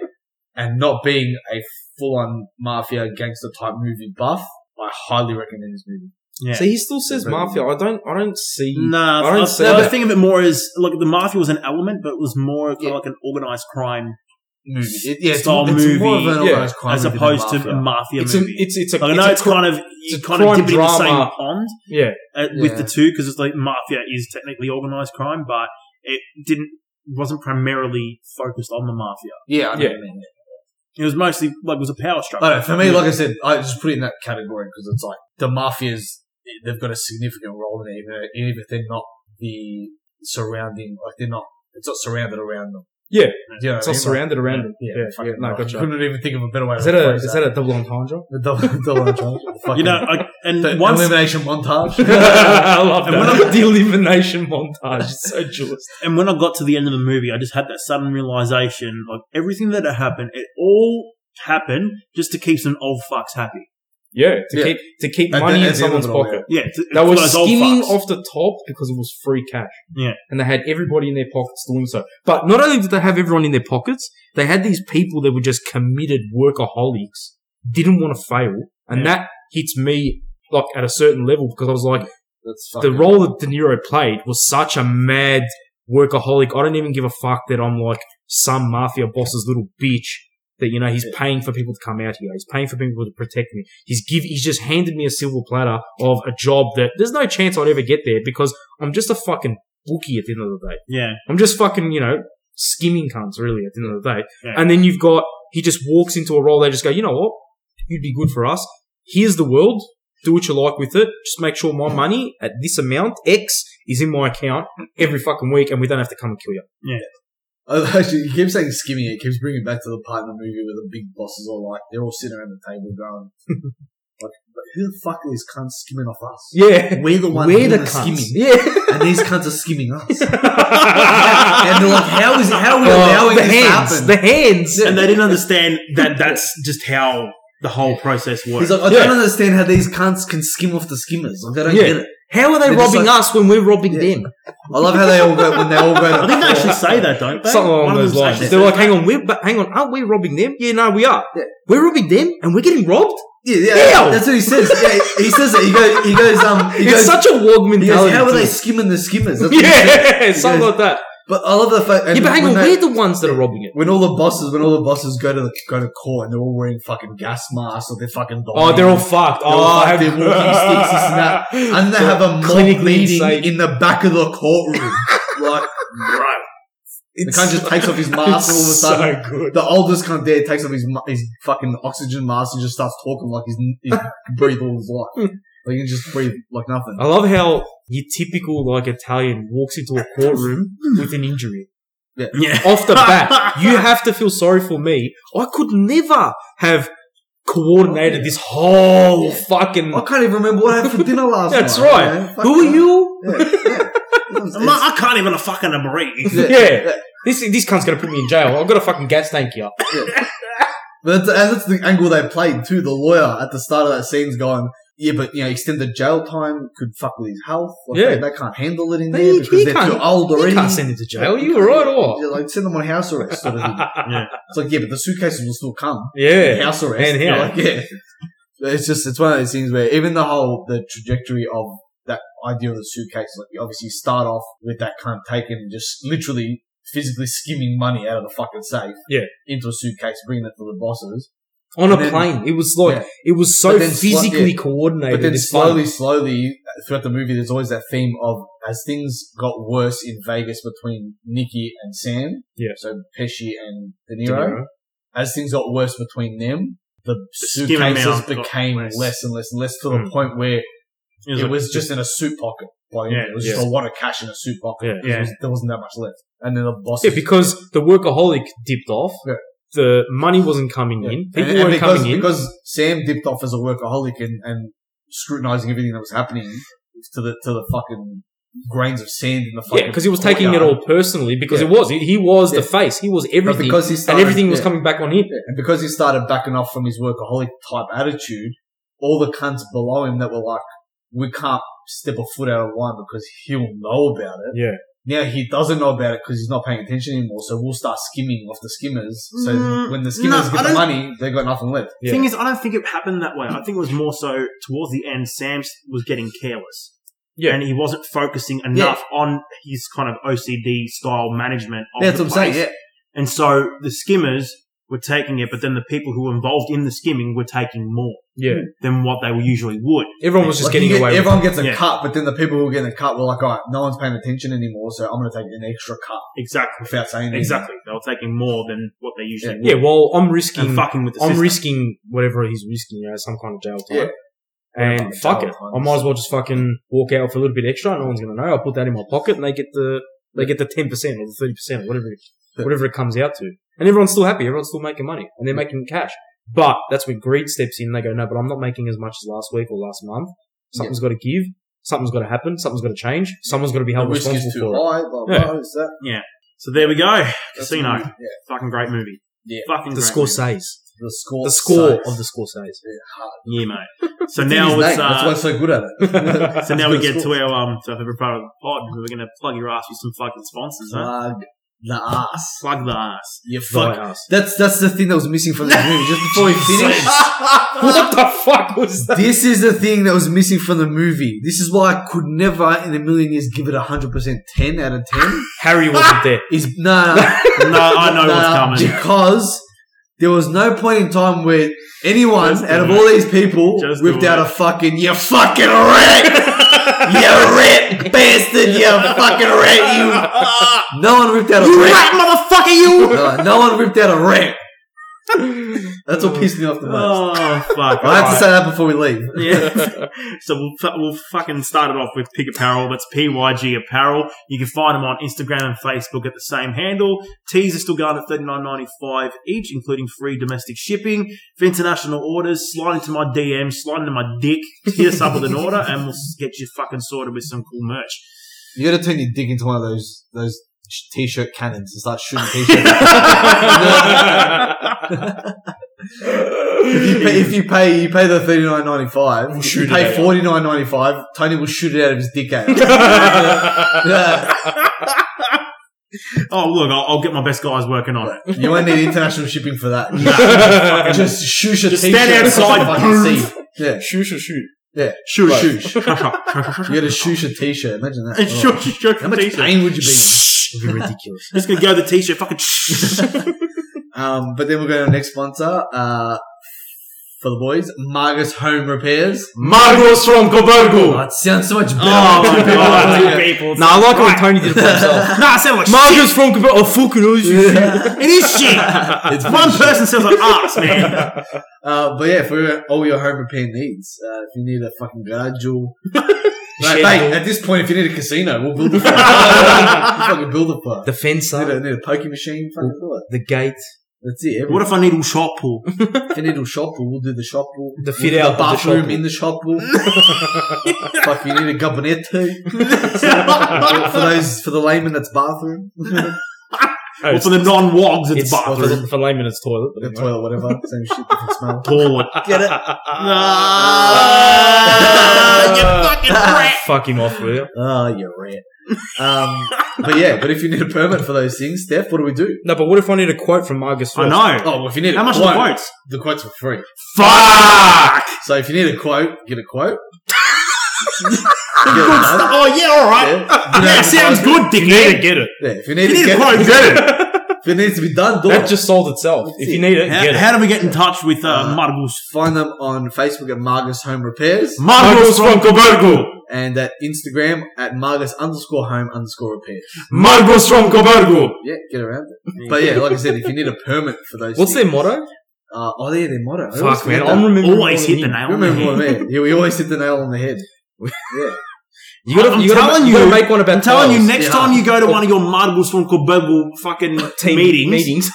Speaker 2: and not being a full on mafia gangster type movie buff, I highly recommend this movie.
Speaker 3: Yeah.
Speaker 1: So he still says mafia. I don't. I don't see.
Speaker 3: Nah,
Speaker 1: I
Speaker 3: I
Speaker 1: don't
Speaker 3: was,
Speaker 1: see
Speaker 3: no, I was
Speaker 1: that.
Speaker 3: thinking of it more as like the mafia was an element, but it was more of
Speaker 2: Yeah.
Speaker 3: like an organized crime
Speaker 2: Movie. It, yeah, it's,
Speaker 3: Style
Speaker 2: it's more of
Speaker 3: movie,
Speaker 2: an
Speaker 1: yeah,
Speaker 2: organized crime
Speaker 3: as
Speaker 2: movie than
Speaker 3: opposed to
Speaker 2: mafia.
Speaker 3: a mafia
Speaker 1: It's a.
Speaker 3: movie.
Speaker 1: It's it's a.
Speaker 3: like, I
Speaker 1: it's
Speaker 3: know
Speaker 1: a
Speaker 3: it's,
Speaker 1: cr-
Speaker 3: kind of
Speaker 1: it's
Speaker 3: you
Speaker 1: a
Speaker 3: kind of
Speaker 1: crime
Speaker 3: dip it in the same
Speaker 1: drama.
Speaker 3: pond
Speaker 1: yeah.
Speaker 3: uh, with the
Speaker 2: Yeah.
Speaker 3: two because it's like mafia is technically organized crime, but it didn't wasn't primarily focused on the mafia.
Speaker 2: yeah, I know what
Speaker 1: Yeah. Oh,
Speaker 2: you mean.
Speaker 3: It was mostly like it was a power struggle.
Speaker 2: I don't know, for me, like I said, I just put it in that category because it's like the mafia's they've got a significant role in it, even though- even if they're not the surrounding, like they're not, it's not surrounded around them.
Speaker 1: Yeah.
Speaker 2: Do you
Speaker 1: It's
Speaker 2: know what I
Speaker 1: not
Speaker 2: mean?
Speaker 1: surrounded around
Speaker 2: Like,
Speaker 1: him.
Speaker 2: yeah,
Speaker 1: Yeah,
Speaker 2: fucking
Speaker 1: yeah, no,
Speaker 2: right.
Speaker 1: gotcha.
Speaker 2: Couldn't even think of a better way.
Speaker 1: Is
Speaker 2: to
Speaker 1: that a
Speaker 2: phrase
Speaker 1: is that a double entendre?
Speaker 2: The double, double entendre. Fucking-
Speaker 3: you know, I, and
Speaker 2: the
Speaker 3: once
Speaker 2: elimination montage.
Speaker 1: I love
Speaker 3: And
Speaker 1: that.
Speaker 3: when
Speaker 1: the elimination montage. It's so jealous.
Speaker 3: and when I got to the end of the movie, I just had that sudden realization: like everything that had happened, it all happened just to keep some old fucks happy.
Speaker 1: Yeah, to
Speaker 2: Yeah.
Speaker 1: keep to keep
Speaker 2: At the-
Speaker 1: money
Speaker 2: at
Speaker 1: in
Speaker 2: the
Speaker 1: someone's
Speaker 2: end of it all,
Speaker 1: pocket.
Speaker 3: Yeah, to,
Speaker 1: They
Speaker 3: to
Speaker 1: were
Speaker 3: those old
Speaker 1: skimming
Speaker 3: fucks.
Speaker 1: off the top because it was free cash.
Speaker 3: Yeah.
Speaker 1: and they had everybody in their pockets doing so. But not only did they have everyone in their pockets, they had these people that were just committed workaholics, didn't want to fail, and
Speaker 3: Yeah.
Speaker 1: that hits me like at a certain level because I was like.
Speaker 2: That's
Speaker 1: the
Speaker 2: fucking-
Speaker 1: role that De Niro played was such a mad workaholic. I don't even give a fuck that I'm like some mafia boss's little bitch. That you know he's paying for people to come out here. He's paying for people to protect me. He's give. He's just handed me a silver platter of a job that there's no chance I'd ever get there because I'm just a fucking bookie at the end of the day.
Speaker 3: Yeah,
Speaker 1: I'm just fucking you know skimming cunts really at the end of the day.
Speaker 3: Yeah.
Speaker 1: And then you've got he just walks into a role. They just go, you know what, you'd be good for us. Here's the world. Do what you like with it. Just make sure my money at this amount X is in my account every fucking week, and we don't have to come and kill you.
Speaker 2: I- Actually, you keep saying skimming. It keeps bringing back to the part in the movie where the big bosses are like they're all sitting around the table going, like, "But "Who the fuck are these cunts skimming off us?
Speaker 1: Yeah,
Speaker 2: We're the ones
Speaker 1: we're
Speaker 2: doing
Speaker 1: the
Speaker 2: the
Speaker 1: cunts.
Speaker 2: skimming,
Speaker 1: Yeah,
Speaker 2: and these cunts are skimming us."
Speaker 1: and
Speaker 2: and they're like, "How is how are we allowing
Speaker 1: Oh, the
Speaker 2: this
Speaker 1: hands,
Speaker 2: to happen?"
Speaker 1: the hands.
Speaker 3: and they didn't understand that that's just how the whole process works.
Speaker 2: He's like, "I
Speaker 1: Yeah.
Speaker 2: don't understand how these cunts can skim off the skimmers. Like, I don't
Speaker 1: Yeah.
Speaker 2: get it."
Speaker 1: How are they
Speaker 2: They're just
Speaker 1: robbing
Speaker 2: like-
Speaker 1: us when we're robbing
Speaker 2: Yeah.
Speaker 1: them?
Speaker 2: I love how they all go when they all go. To
Speaker 3: I think they actually say that, don't they?
Speaker 1: Something along
Speaker 3: One of
Speaker 1: those
Speaker 3: them's
Speaker 1: lines.
Speaker 3: actually
Speaker 1: They're
Speaker 3: said
Speaker 1: like,
Speaker 3: that.
Speaker 1: hang on, we're but hang on, aren't we robbing them? Yeah, no, we are.
Speaker 2: Yeah.
Speaker 1: We're robbing them, and we're getting robbed.
Speaker 2: yeah, yeah,
Speaker 1: Hell!
Speaker 2: that's what he says. Yeah, he he says it. He goes, he goes, um, he
Speaker 1: it's
Speaker 2: goes,
Speaker 1: such a wog
Speaker 2: he
Speaker 1: mentality.
Speaker 2: goes, how are
Speaker 1: too.
Speaker 2: they skimming the skimmers? That's what he said.
Speaker 1: Yeah, something like that.
Speaker 2: But I love the fact. and
Speaker 1: yeah, but hang
Speaker 2: when
Speaker 1: on,
Speaker 2: they-
Speaker 1: we're the ones that are robbing it.
Speaker 2: When all the bosses, when all the bosses go to the, go to court and they're all wearing fucking gas masks or they're fucking.
Speaker 1: Oh, they're all fucked.
Speaker 2: They're all
Speaker 1: oh,
Speaker 2: fucked. They're walking sticks, this and that. and they
Speaker 1: So,
Speaker 2: have a mob
Speaker 1: clinically
Speaker 2: meeting
Speaker 1: insane.
Speaker 2: in the back of the courtroom. like, right. The
Speaker 1: It's
Speaker 2: cunt just takes off his mask and all of a
Speaker 1: it's
Speaker 2: sudden.
Speaker 1: So good.
Speaker 2: the oldest cunt there takes off his ma- his fucking oxygen mask and just starts talking like he's, he's breathed all his life. Like he can just breathe like nothing.
Speaker 1: I love how your typical like Italian walks into a courtroom with an injury
Speaker 3: yeah.
Speaker 1: off the bat. You have to feel sorry for me. I could never have coordinated this whole fucking.
Speaker 2: I can't even remember what I had for dinner last
Speaker 1: That's
Speaker 2: night.
Speaker 1: right.
Speaker 2: man. Fuck
Speaker 1: Who are
Speaker 2: yeah.
Speaker 1: you?
Speaker 2: Yeah, yeah. It's-
Speaker 3: I'm not- I can't even fucking breathe.
Speaker 2: yeah,
Speaker 1: Yeah. This this cunt's gonna put me in jail. I've got a fucking gas tank here.
Speaker 2: But that's, and that's the angle they played too. The lawyer at the start of that scene's going, yeah, but you know, extended jail time could fuck with his health. Like,
Speaker 1: Yeah.
Speaker 2: they, they can't handle it in
Speaker 1: No,
Speaker 2: there
Speaker 1: you-
Speaker 2: because
Speaker 1: you
Speaker 2: they're
Speaker 1: can't-
Speaker 2: too old
Speaker 1: You
Speaker 2: already.
Speaker 1: can't send him to jail.
Speaker 2: Like,
Speaker 1: You were right, or
Speaker 2: Yeah, like send them on house arrest sort of thing. It's like, yeah, but the suitcases will still come.
Speaker 1: yeah,
Speaker 2: House arrest.
Speaker 1: And here.
Speaker 2: Like, yeah. It's just it's one of those things where even the whole the trajectory of that idea of the suitcase, like you obviously start off with that cunt taking just literally physically skimming money out of the fucking safe.
Speaker 1: Yeah.
Speaker 2: Into a suitcase, bringing it to the bosses.
Speaker 1: on a
Speaker 2: And then-
Speaker 1: plane. It was like
Speaker 2: Yeah.
Speaker 1: it was so
Speaker 2: But then sli-
Speaker 1: physically
Speaker 2: yeah.
Speaker 1: coordinated.
Speaker 2: But then
Speaker 1: it's
Speaker 2: slowly,
Speaker 1: fun.
Speaker 2: slowly, throughout the movie, there's always that theme of as things got worse in Vegas between Nikki and Sam.
Speaker 1: Yeah.
Speaker 2: So Pesci and De
Speaker 1: You
Speaker 2: Niro.
Speaker 1: know?
Speaker 2: As things got worse between them, the
Speaker 3: skim
Speaker 2: suitcases
Speaker 3: amount got
Speaker 2: became
Speaker 3: less.
Speaker 2: less and less and less to the
Speaker 1: Mm.
Speaker 2: point where
Speaker 3: It
Speaker 2: it
Speaker 3: like-
Speaker 2: was just in a suit pocket. Like,
Speaker 3: Yeah,
Speaker 2: it was
Speaker 1: yeah.
Speaker 2: just a lot of cash in a suit pocket.
Speaker 1: Yeah.
Speaker 2: There was- there wasn't that much left. And then the boss.
Speaker 1: Yeah, because the workaholic dipped off.
Speaker 2: Yeah.
Speaker 1: The money wasn't coming
Speaker 2: Yeah.
Speaker 1: in.
Speaker 2: And,
Speaker 1: People
Speaker 2: and
Speaker 1: weren't
Speaker 2: because,
Speaker 1: coming in.
Speaker 2: because Sam dipped off as a workaholic and, and scrutinizing everything that was happening to the to the fucking grains of sand in the fucking
Speaker 1: yeah, because he was taking it
Speaker 2: courtyard.
Speaker 1: all personally. Because
Speaker 2: Yeah.
Speaker 1: it was he, he was the
Speaker 2: Yeah.
Speaker 1: face. He was
Speaker 2: But
Speaker 1: everything,
Speaker 2: because he
Speaker 1: and
Speaker 2: started,
Speaker 1: everything was
Speaker 2: yeah,
Speaker 1: coming back on him.
Speaker 2: yeah, and because he started backing off from his workaholic type attitude, all the cunts below him that were like, "We can't step a foot out of line because he'll know about it."
Speaker 1: Yeah.
Speaker 2: Now he doesn't know about it because he's not paying attention anymore. So we'll start skimming off the skimmers. So
Speaker 3: Mm,
Speaker 2: when the skimmers
Speaker 3: no, I
Speaker 2: get the
Speaker 3: don't-
Speaker 2: money, they got nothing left.
Speaker 1: Yeah.
Speaker 3: Thing is, I don't think it happened that way. I think it was more so towards the end. Sam was getting careless,
Speaker 1: Yeah.
Speaker 3: and he wasn't focusing enough on his kind of OCD style management. Of
Speaker 2: Yeah, that's
Speaker 3: the
Speaker 2: what I'm saying.
Speaker 3: place.
Speaker 2: Yeah,
Speaker 3: And so the skimmers were taking it, but then the people who were involved in the skimming were taking more
Speaker 1: Yeah,
Speaker 3: than what they usually would.
Speaker 1: everyone was just
Speaker 2: Like,
Speaker 1: getting
Speaker 2: you get-
Speaker 1: away.
Speaker 2: Everyone gets a
Speaker 3: Yeah.
Speaker 2: cut, but then the people who are getting a cut were like, all right, no one's paying attention anymore, so I'm going to take an extra cut
Speaker 3: Exactly.
Speaker 2: without saying anything.
Speaker 3: Exactly. They were taking more than what they usually
Speaker 1: with it. Yeah,
Speaker 3: would.
Speaker 1: well, I'm
Speaker 3: and
Speaker 1: risking.
Speaker 3: fucking with the
Speaker 1: I'm
Speaker 3: system.
Speaker 1: risking whatever he's risking, you know, some kind of jail time.
Speaker 2: Yeah.
Speaker 1: And
Speaker 2: Yeah,
Speaker 1: fuck
Speaker 2: jail
Speaker 1: it,
Speaker 2: time.
Speaker 1: I might as well just fucking walk out for a little bit extra. No one's gonna know. I'll put that in my pocket, and they get the they get the ten percent or the thirty percent, whatever it,
Speaker 2: Yeah.
Speaker 1: whatever it comes out to. And everyone's still happy. Everyone's still making money, and they're making cash. But that's where greed steps in. They go, no, but I'm not making as much as last week or last month. Something's got to give. Something's got to happen. Something's got to change. Someone's got to be
Speaker 2: The
Speaker 1: held
Speaker 2: risk
Speaker 1: responsible
Speaker 2: is too
Speaker 1: for it.
Speaker 2: high, blah, blah,
Speaker 1: Yeah.
Speaker 2: is that?
Speaker 3: So there we go.
Speaker 2: that's
Speaker 3: Casino.
Speaker 2: what I mean. Yeah.
Speaker 3: Fucking great movie.
Speaker 2: Yeah.
Speaker 3: Fucking
Speaker 1: The
Speaker 3: great
Speaker 1: score
Speaker 3: movie.
Speaker 1: says
Speaker 2: The score.
Speaker 1: the score
Speaker 2: sucks.
Speaker 1: of the score says.
Speaker 3: Yeah, mate. So
Speaker 2: It's in
Speaker 3: now
Speaker 2: his
Speaker 3: it's
Speaker 2: name, That's
Speaker 3: uh,
Speaker 2: why I'm so good at it.
Speaker 3: So now we get to
Speaker 2: it.
Speaker 3: our um, to our favorite part of the pod. We're going to plug your ass with some fucking sponsors, huh?
Speaker 2: Plug the ass.
Speaker 3: Plug the ass.
Speaker 2: You
Speaker 1: Fuck
Speaker 2: fuck.
Speaker 1: us.
Speaker 2: That's, that's the thing that was missing from the movie. Just before we finish,
Speaker 1: What the fuck was that?
Speaker 2: this is the thing that was missing from the movie. This is why I could never in a million years give it a 100% 10 out of 10.
Speaker 1: Harry wasn't there.
Speaker 2: Is no, no,
Speaker 3: No, I know what's
Speaker 2: Nah,
Speaker 3: coming.
Speaker 2: Because there was no point in time where anyone
Speaker 3: Just do
Speaker 2: out of
Speaker 3: it.
Speaker 2: all these people
Speaker 3: Just
Speaker 2: whipped
Speaker 3: do
Speaker 2: out
Speaker 3: it.
Speaker 2: a fucking you fucking rat, you rat bastard, you fucking rat, you. No one ripped out a rat,
Speaker 4: motherfucker, you!
Speaker 2: No, no one ripped out a rat. That's what pissed me off the most.
Speaker 3: Oh fuck!
Speaker 2: I have to say that before we leave.
Speaker 3: Yeah. so we'll, fu- we'll fucking start it off with Pig Apparel. That's PYG Apparel. You can find them on Instagram and Facebook at the same handle. Tees are still going at thirty nine ninety five each, including free domestic shipping. For international orders, slide into my DM, slide into my dick, hit us up with an order, and we'll get you fucking sorted with some cool merch.
Speaker 2: You gotta turn your dick into one of those those t-shirt cannons and start shooting t-shirts. if you pay, if you pay, you pay the thirty nine ninety five. We'll
Speaker 1: shoot
Speaker 2: you
Speaker 1: it
Speaker 2: pay
Speaker 1: out.
Speaker 2: forty nine ninety five. Tony will shoot it out of his dick out. Yeah.
Speaker 3: Oh look, I'll, I'll get my best guys working on it.
Speaker 2: you won't need international shipping for that. Just shush a
Speaker 3: Just
Speaker 2: t-shirt
Speaker 3: stand
Speaker 2: across the
Speaker 3: outside.
Speaker 2: fucking sea. Yeah,
Speaker 1: shoot, shoot, shoot.
Speaker 2: yeah.
Speaker 3: Shoot,
Speaker 2: Shush. You
Speaker 3: shoot.
Speaker 2: got to shush a t-shirt. Imagine that. Oh.
Speaker 3: Shoot, shoot, shoot.
Speaker 2: How much
Speaker 3: t-shirt.
Speaker 2: pain would you be in?
Speaker 1: It'd be ridiculous.
Speaker 3: Just gonna go to the t-shirt. Fucking.
Speaker 2: Um, but then we'll go to our next sponsor. Uh, for the boys, Margus Home Repairs.
Speaker 1: Margos from
Speaker 2: Oh,
Speaker 1: Coburgo.
Speaker 2: it sounds so much better.
Speaker 3: Oh my god,
Speaker 2: Yeah.
Speaker 3: you people.
Speaker 1: Nah, I like it when Tony did it for himself.
Speaker 3: Nah, I sound like shit.
Speaker 1: Margos from Coburgo. Oh, fucking hell, you
Speaker 2: Yeah.
Speaker 3: It is shit.
Speaker 2: It's
Speaker 3: One person sounds like ass, man.
Speaker 2: Uh, but yeah, for all your home repair needs, uh, if you need a fucking garage or Mate,
Speaker 1: Shed.
Speaker 2: mate, at this point, if you need a casino, we'll build it. for you. We'll fucking build it for you.
Speaker 1: The fencer,
Speaker 2: Need a, need a poker machine? Fucking do it.
Speaker 1: the gate,
Speaker 2: That's it.
Speaker 3: What if I need a shot pool?
Speaker 2: if you need a shop pool, we'll do the shop pool.
Speaker 1: The
Speaker 2: We'll
Speaker 1: fit
Speaker 2: do
Speaker 1: out of the shop
Speaker 2: bathroom
Speaker 1: pool.
Speaker 2: in the shop pool. Fuck, you need a cabinet too. for those for the layman, that's bathroom,
Speaker 1: Oh,
Speaker 3: Or
Speaker 1: it's,
Speaker 3: for the non-wogs, it's,
Speaker 1: it's
Speaker 3: bathroom.
Speaker 1: For, for layman, it's toilet. but
Speaker 2: the
Speaker 1: anyway.
Speaker 2: toilet, whatever. Same shit, different smell.
Speaker 3: Toilet.
Speaker 2: Get it?
Speaker 4: Ah, you fucking brat.
Speaker 1: Fuck him off, will you?
Speaker 2: Oh, you're right. Um, but yeah, but if you need a permit for those things, Steph, what do we do?
Speaker 1: No, but what if I need a quote from Marcus?
Speaker 3: I
Speaker 1: Phelps?
Speaker 3: know.
Speaker 2: Oh, well, if you need
Speaker 3: How
Speaker 2: a
Speaker 3: much are
Speaker 2: quote,
Speaker 3: the quotes?
Speaker 2: the quotes are free.
Speaker 3: Fuck!
Speaker 2: So if you need a quote, get a quote.
Speaker 3: Good stuff. Oh yeah, all right. Yeah, sounds good,
Speaker 1: Need to
Speaker 3: dickhead.
Speaker 1: get it.
Speaker 2: Yeah, if you
Speaker 3: You
Speaker 2: need, to
Speaker 3: need a
Speaker 2: get
Speaker 3: quote,
Speaker 2: it,
Speaker 3: get it.
Speaker 2: if it needs to be done, do
Speaker 1: That
Speaker 2: it.
Speaker 1: just sold itself. If you need it,
Speaker 3: How,
Speaker 1: get it.
Speaker 3: how do we get in touch with uh,
Speaker 2: Uh,
Speaker 3: Margus?
Speaker 2: Find them on Facebook at Margus Home Repairs
Speaker 1: Uh,
Speaker 3: Margus from
Speaker 1: Coburgo.
Speaker 2: and at Instagram at Margus underscore home underscore repairs.
Speaker 1: Marcus from Coburgo.
Speaker 2: Yeah, get around it. But yeah, like I said, if you need a permit for those
Speaker 1: What's their
Speaker 2: things,
Speaker 1: motto?
Speaker 2: Uh, oh, yeah, their motto. I always
Speaker 1: Fuck, man.
Speaker 2: forget
Speaker 1: I'm
Speaker 2: that.
Speaker 1: remembering.
Speaker 3: always hit the
Speaker 1: him.
Speaker 3: nail on the
Speaker 2: Remember
Speaker 3: head.
Speaker 2: what I mean? Yeah, we always hit the nail on the head. Yeah.
Speaker 1: You gotta,
Speaker 3: I'm
Speaker 1: you gotta,
Speaker 3: telling
Speaker 1: you gotta
Speaker 3: you-
Speaker 1: make one about
Speaker 3: I'm telling you,
Speaker 1: tiles.
Speaker 3: next
Speaker 2: Yeah.
Speaker 3: time you go to one of your Margus from Coburgo fucking
Speaker 1: Team
Speaker 3: meetings,
Speaker 1: meetings.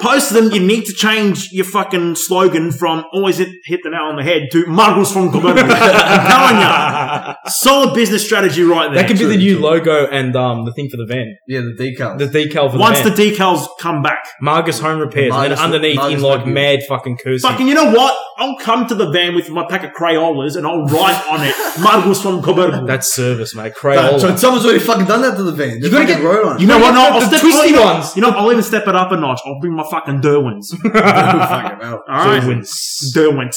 Speaker 3: post them. You need to change your fucking slogan from "Always hit, hit the nail on the head" to "Margus from Coburgo." I'm telling
Speaker 1: that
Speaker 3: you, solid business strategy right there.
Speaker 1: could be
Speaker 2: True,
Speaker 1: the new
Speaker 2: true.
Speaker 1: logo and um, the thing for the van.
Speaker 2: Yeah, the decal.
Speaker 1: The decal for the
Speaker 3: Once
Speaker 1: van.
Speaker 3: the decals come back,
Speaker 1: Margus Home Repairs, and
Speaker 2: Margus-
Speaker 1: then underneath in
Speaker 2: Margus
Speaker 1: like
Speaker 2: Home
Speaker 1: mad fucking cursive.
Speaker 3: fucking, you know what? I'll come to the van with my pack of Crayolas and I'll write on it "Margus from Coburgo."
Speaker 1: That's service, mate.
Speaker 2: Done.
Speaker 1: Crayola.
Speaker 2: So someone's already fucking done that to the van. You
Speaker 1: gotta
Speaker 2: gotta get road on.
Speaker 3: You know what? No, I'll
Speaker 1: The
Speaker 3: step,
Speaker 1: twisty
Speaker 3: I'll, you know-
Speaker 1: ones.
Speaker 3: You know, I'll even step it up a notch. I'll bring my fucking Derwins.
Speaker 2: fucking hell.
Speaker 3: All right,
Speaker 1: Derwins.
Speaker 3: Derwins.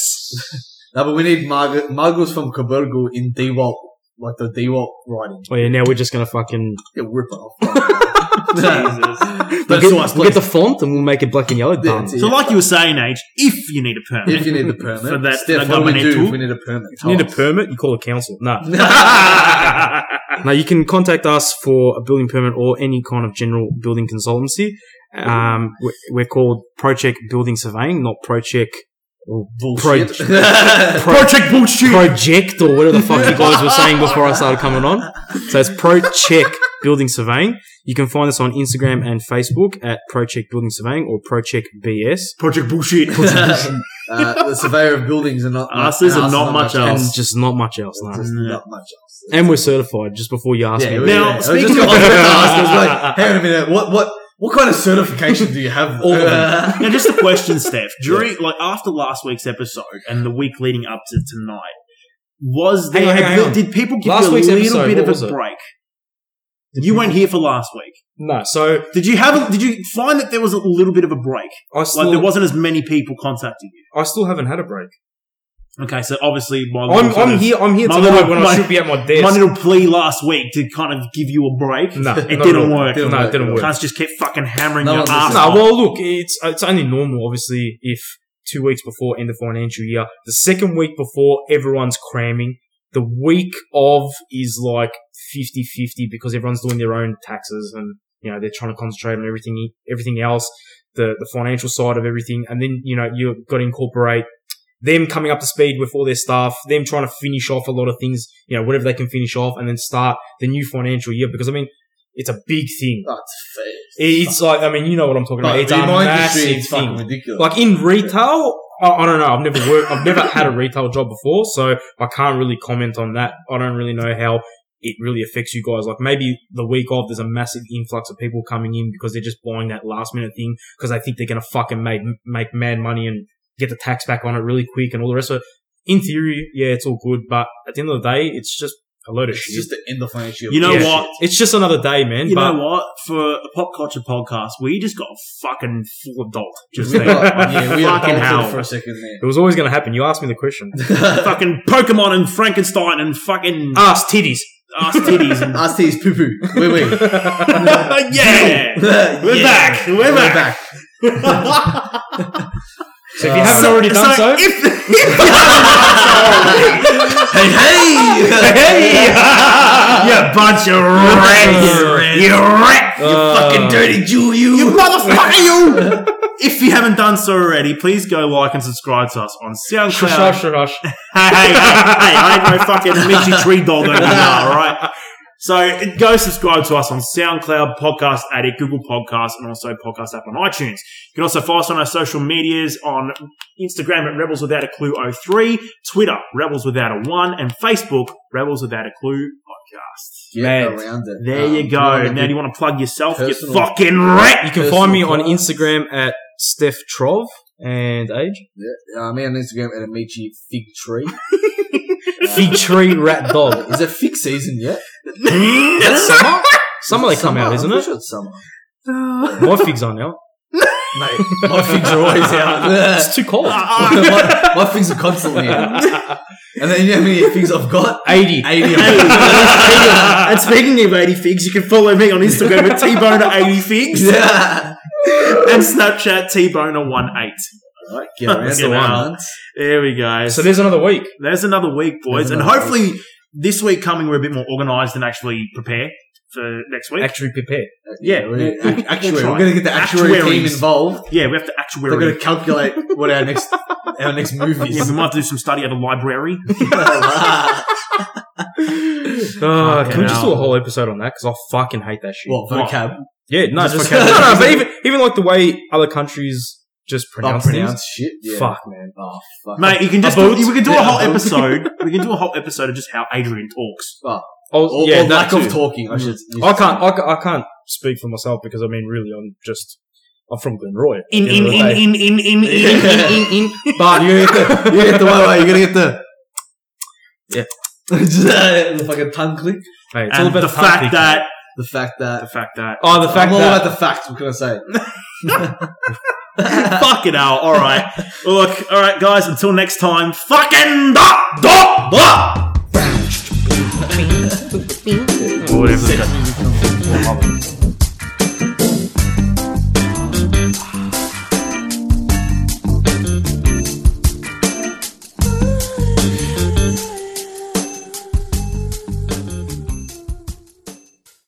Speaker 2: No, but we need Marg- Margus from Coburgo in Dewalt, like the Dewalt riding.
Speaker 1: Oh yeah, now we're just gonna fucking
Speaker 2: Yeah, rip it off.
Speaker 1: we'll
Speaker 2: That's
Speaker 1: get,
Speaker 2: nice,
Speaker 1: we'll get the font and we'll make it black and yellow.
Speaker 2: Yeah,
Speaker 1: Done.
Speaker 2: it's-
Speaker 3: So, like you were saying, Age, if you need a permit,
Speaker 2: if you need the permit,
Speaker 3: For that-
Speaker 2: Steph,
Speaker 3: that
Speaker 2: what do we
Speaker 3: government
Speaker 2: do
Speaker 3: tool?
Speaker 2: if we need a permit?
Speaker 1: You need a
Speaker 2: Tell us.
Speaker 1: permit? You call a council. No. now you can contact us for a building permit or any kind of general building consultancy. Um, we're, we're called Project Building Surveying, not Project
Speaker 2: Bullshit.
Speaker 1: Project Bullshit Project or whatever the fuck you guys were saying before I started coming on. So it's Project Building Surveying. You can find us on Instagram and Facebook at Project Building Surveying or Project BS.
Speaker 3: Project Bullshit.
Speaker 2: uh, the surveyor of buildings and not
Speaker 3: Asses and not much
Speaker 1: And
Speaker 3: else.
Speaker 1: just not much else. No.
Speaker 2: Just
Speaker 3: Yeah.
Speaker 2: not much else.
Speaker 1: And we're certified just before you asked
Speaker 2: yeah,
Speaker 1: me.
Speaker 2: we-
Speaker 3: Now,
Speaker 2: yeah. I was
Speaker 3: speaking
Speaker 2: just
Speaker 3: of-
Speaker 2: I was gonna ask, I was like, hang on a minute, what what what kind of certification do you have?
Speaker 1: All of
Speaker 2: Uh,
Speaker 3: now, just a question, Steph. During, like, after last week's episode and the week leading up to tonight, was
Speaker 1: Hang
Speaker 3: there?
Speaker 1: on, hang on, hang
Speaker 3: did people give
Speaker 1: Last
Speaker 3: you a
Speaker 1: week's
Speaker 3: little
Speaker 1: episode,
Speaker 3: bit
Speaker 1: what
Speaker 3: of
Speaker 1: was
Speaker 3: a
Speaker 1: it?
Speaker 3: break? You weren't here for last week.
Speaker 1: No, so
Speaker 3: Did you have? A, did you find that there was a little bit of a break?
Speaker 1: I
Speaker 3: Like
Speaker 1: still,
Speaker 3: there wasn't as many people contacting you.
Speaker 1: I still haven't had a break.
Speaker 3: Okay, so obviously my little
Speaker 1: I'm,
Speaker 3: sort
Speaker 1: I'm
Speaker 3: of-
Speaker 1: here. I'm here
Speaker 3: my
Speaker 1: tonight
Speaker 3: little-
Speaker 1: when I
Speaker 3: my-
Speaker 1: should be at my
Speaker 3: my
Speaker 1: desk.
Speaker 3: little plea last week to kind of give you a break.
Speaker 1: No,
Speaker 3: it
Speaker 1: not
Speaker 3: didn't
Speaker 1: at all.
Speaker 3: work.
Speaker 1: No, it didn't work.
Speaker 3: Cunts just kept fucking hammering
Speaker 2: No
Speaker 3: your
Speaker 2: one
Speaker 3: ass.
Speaker 2: listens.
Speaker 1: No,
Speaker 3: off.
Speaker 1: well, look, it's uh, it's only normal, obviously, if two weeks before end of financial year, the second week before, everyone's cramming. The week of is like 50-50 because everyone's doing their own taxes and you know they're trying to concentrate on everything everything else, the the financial side of everything, and then you know you've got to incorporate them coming up to speed with all their stuff, them trying to finish off a lot of things, you know, whatever they can finish off, and then start the new financial year because I mean. It's a big thing.
Speaker 2: That's fair.
Speaker 1: It's like, I mean, you know what I'm talking about.
Speaker 2: But
Speaker 1: It's a
Speaker 2: in my industry,
Speaker 1: massive
Speaker 2: it's fucking
Speaker 1: thing.
Speaker 2: ridiculous.
Speaker 1: Like in retail, I, I don't know. I've never worked, I've never had a retail job before, so I can't really comment on that. I don't really know how it really affects you guys. Like maybe the week of, there's a massive influx of people coming in because they're just buying that last minute thing because they think they're going to fucking make, make mad money and get the tax back on it really quick and all the rest of it. In theory, yeah, it's all good, but at the end of the day, it's just a load of
Speaker 2: it's
Speaker 1: shit.
Speaker 2: just the end of financial year.
Speaker 3: You know
Speaker 1: Yeah.
Speaker 3: what?
Speaker 1: it's just another day, man.
Speaker 3: You
Speaker 1: but
Speaker 3: know what? For a pop culture podcast, we just got fucking full adult just
Speaker 2: We
Speaker 3: there.
Speaker 2: got- yeah, we
Speaker 3: fucking
Speaker 2: adulted
Speaker 3: hell.
Speaker 2: for a second
Speaker 1: it was always going to happen. You asked me the question.
Speaker 2: there.
Speaker 3: fucking Pokemon and Frankenstein and fucking
Speaker 2: Uh,
Speaker 1: Ass titties.
Speaker 3: ass titties and
Speaker 2: Ask these poo poo. Wait, wait.
Speaker 3: yeah. We're back. We're,
Speaker 2: We're
Speaker 3: back.
Speaker 2: back.
Speaker 1: So if you haven't already done Uh, so,
Speaker 3: if-
Speaker 2: Hey, hey!
Speaker 1: hey,
Speaker 3: you bunch of rats, you rat,
Speaker 1: you fucking
Speaker 2: Dirty Jew,
Speaker 3: you
Speaker 2: you!
Speaker 3: motherfucker, you! if you haven't done so already, please go like and subscribe to us on SoundCloud. hey, hey, hey, hey, I ain't no fucking Mitchy Tree Dog over here, alright? So go subscribe to us on SoundCloud, Podcast Addict, Google Podcasts, and also Podcast App on iTunes. You can also follow us on our social medias on Instagram at Rebels Without a Clue 03, Twitter, Rebels Without a 1, and Facebook, Rebels Without a Clue Podcast.
Speaker 2: Get
Speaker 1: Man,
Speaker 2: around it.
Speaker 3: There
Speaker 2: Um,
Speaker 3: you
Speaker 2: put on
Speaker 3: go.
Speaker 2: a
Speaker 3: Now,
Speaker 2: good-
Speaker 3: do you want to plug yourself? You
Speaker 2: personal-
Speaker 3: fucking rat!
Speaker 1: You can
Speaker 2: Personal
Speaker 1: find me on
Speaker 2: finance.
Speaker 1: Instagram at Steph Trov and age.
Speaker 2: Uh, me on Instagram at Amici Fig Tree.
Speaker 1: Fig Tree Rat Dog.
Speaker 2: Is it fig season yet?
Speaker 1: That's summer? Summer they come out,
Speaker 2: I'm
Speaker 1: isn't
Speaker 2: pretty
Speaker 1: it?
Speaker 2: Sure it's summer.
Speaker 1: My figs are now.
Speaker 2: Mate, my figs are always out.
Speaker 1: It's too
Speaker 3: Uh,
Speaker 1: cold.
Speaker 2: my, my figs are constantly out. And then you know how many figs I've got?
Speaker 1: 80.
Speaker 2: 80
Speaker 3: Ah.
Speaker 4: and speaking of 80 figs, you can follow me on Instagram at
Speaker 3: T-Boner80figs
Speaker 2: Yeah.
Speaker 3: and Snapchat T-Boner18.
Speaker 2: Alright, get around
Speaker 3: Get
Speaker 2: it,
Speaker 3: out.
Speaker 2: man.
Speaker 3: There we go.
Speaker 1: So there's another week.
Speaker 3: There's another week, boys,
Speaker 2: There's
Speaker 3: and
Speaker 2: another
Speaker 3: hopefully this week coming we're a bit more organised and actually prepare for next week.
Speaker 1: Actually prepare.
Speaker 3: Yeah.
Speaker 2: we're, ac- actuary.
Speaker 3: try.
Speaker 2: we're going to get the actuary team
Speaker 3: Actuaries.
Speaker 2: involved.
Speaker 3: yeah, we have to
Speaker 2: They're going
Speaker 3: actuary.
Speaker 2: to calculate what our next our next move
Speaker 3: Yeah,
Speaker 2: is.
Speaker 3: we might have to do some study at a library.
Speaker 1: Uh,
Speaker 3: Fucking
Speaker 1: can we just
Speaker 3: hell.
Speaker 1: do a whole episode on that? Because I fucking hate that shit.
Speaker 2: what vocab?
Speaker 1: Yeah, no, just,
Speaker 2: Just vocab.
Speaker 1: no, no, but even even like the way other countries just
Speaker 2: Oh,
Speaker 1: pronounce things.
Speaker 2: pronounce shit. Yeah.
Speaker 1: Fuck, man.
Speaker 2: Oh fuck.
Speaker 3: Mate, you can just
Speaker 1: A boat?
Speaker 3: do, we can do a
Speaker 2: Yeah,
Speaker 3: whole
Speaker 2: a boat.
Speaker 3: episode. we can do a whole episode of just how Adrian talks.
Speaker 1: Oh,
Speaker 2: Or,
Speaker 1: yeah,
Speaker 2: or
Speaker 1: that
Speaker 2: lack
Speaker 1: too.
Speaker 2: of talking. I should.
Speaker 1: I can't. I, ca- I can't speak for myself because I mean, really, I'm just. I'm from Glenroy. at the
Speaker 3: In
Speaker 1: end
Speaker 3: in
Speaker 1: of the
Speaker 3: in
Speaker 1: day.
Speaker 3: in in in in in in in.
Speaker 1: But
Speaker 2: You're gonna get the. You're gonna get the. Wait, wait. You're gonna get the.
Speaker 1: Yeah.
Speaker 2: Just, uh, the fucking tongue click.
Speaker 1: hey, it's all
Speaker 3: And
Speaker 1: about
Speaker 3: the
Speaker 1: tongue
Speaker 3: fact
Speaker 1: kick.
Speaker 3: that
Speaker 2: The fact
Speaker 3: the
Speaker 2: that.
Speaker 3: fact that
Speaker 1: oh, the fact
Speaker 2: I'm all
Speaker 1: that
Speaker 2: about the facts. What can I say?
Speaker 3: fucking hell. All right, look, all right, guys. Until next time, fucking da da da. Whatever.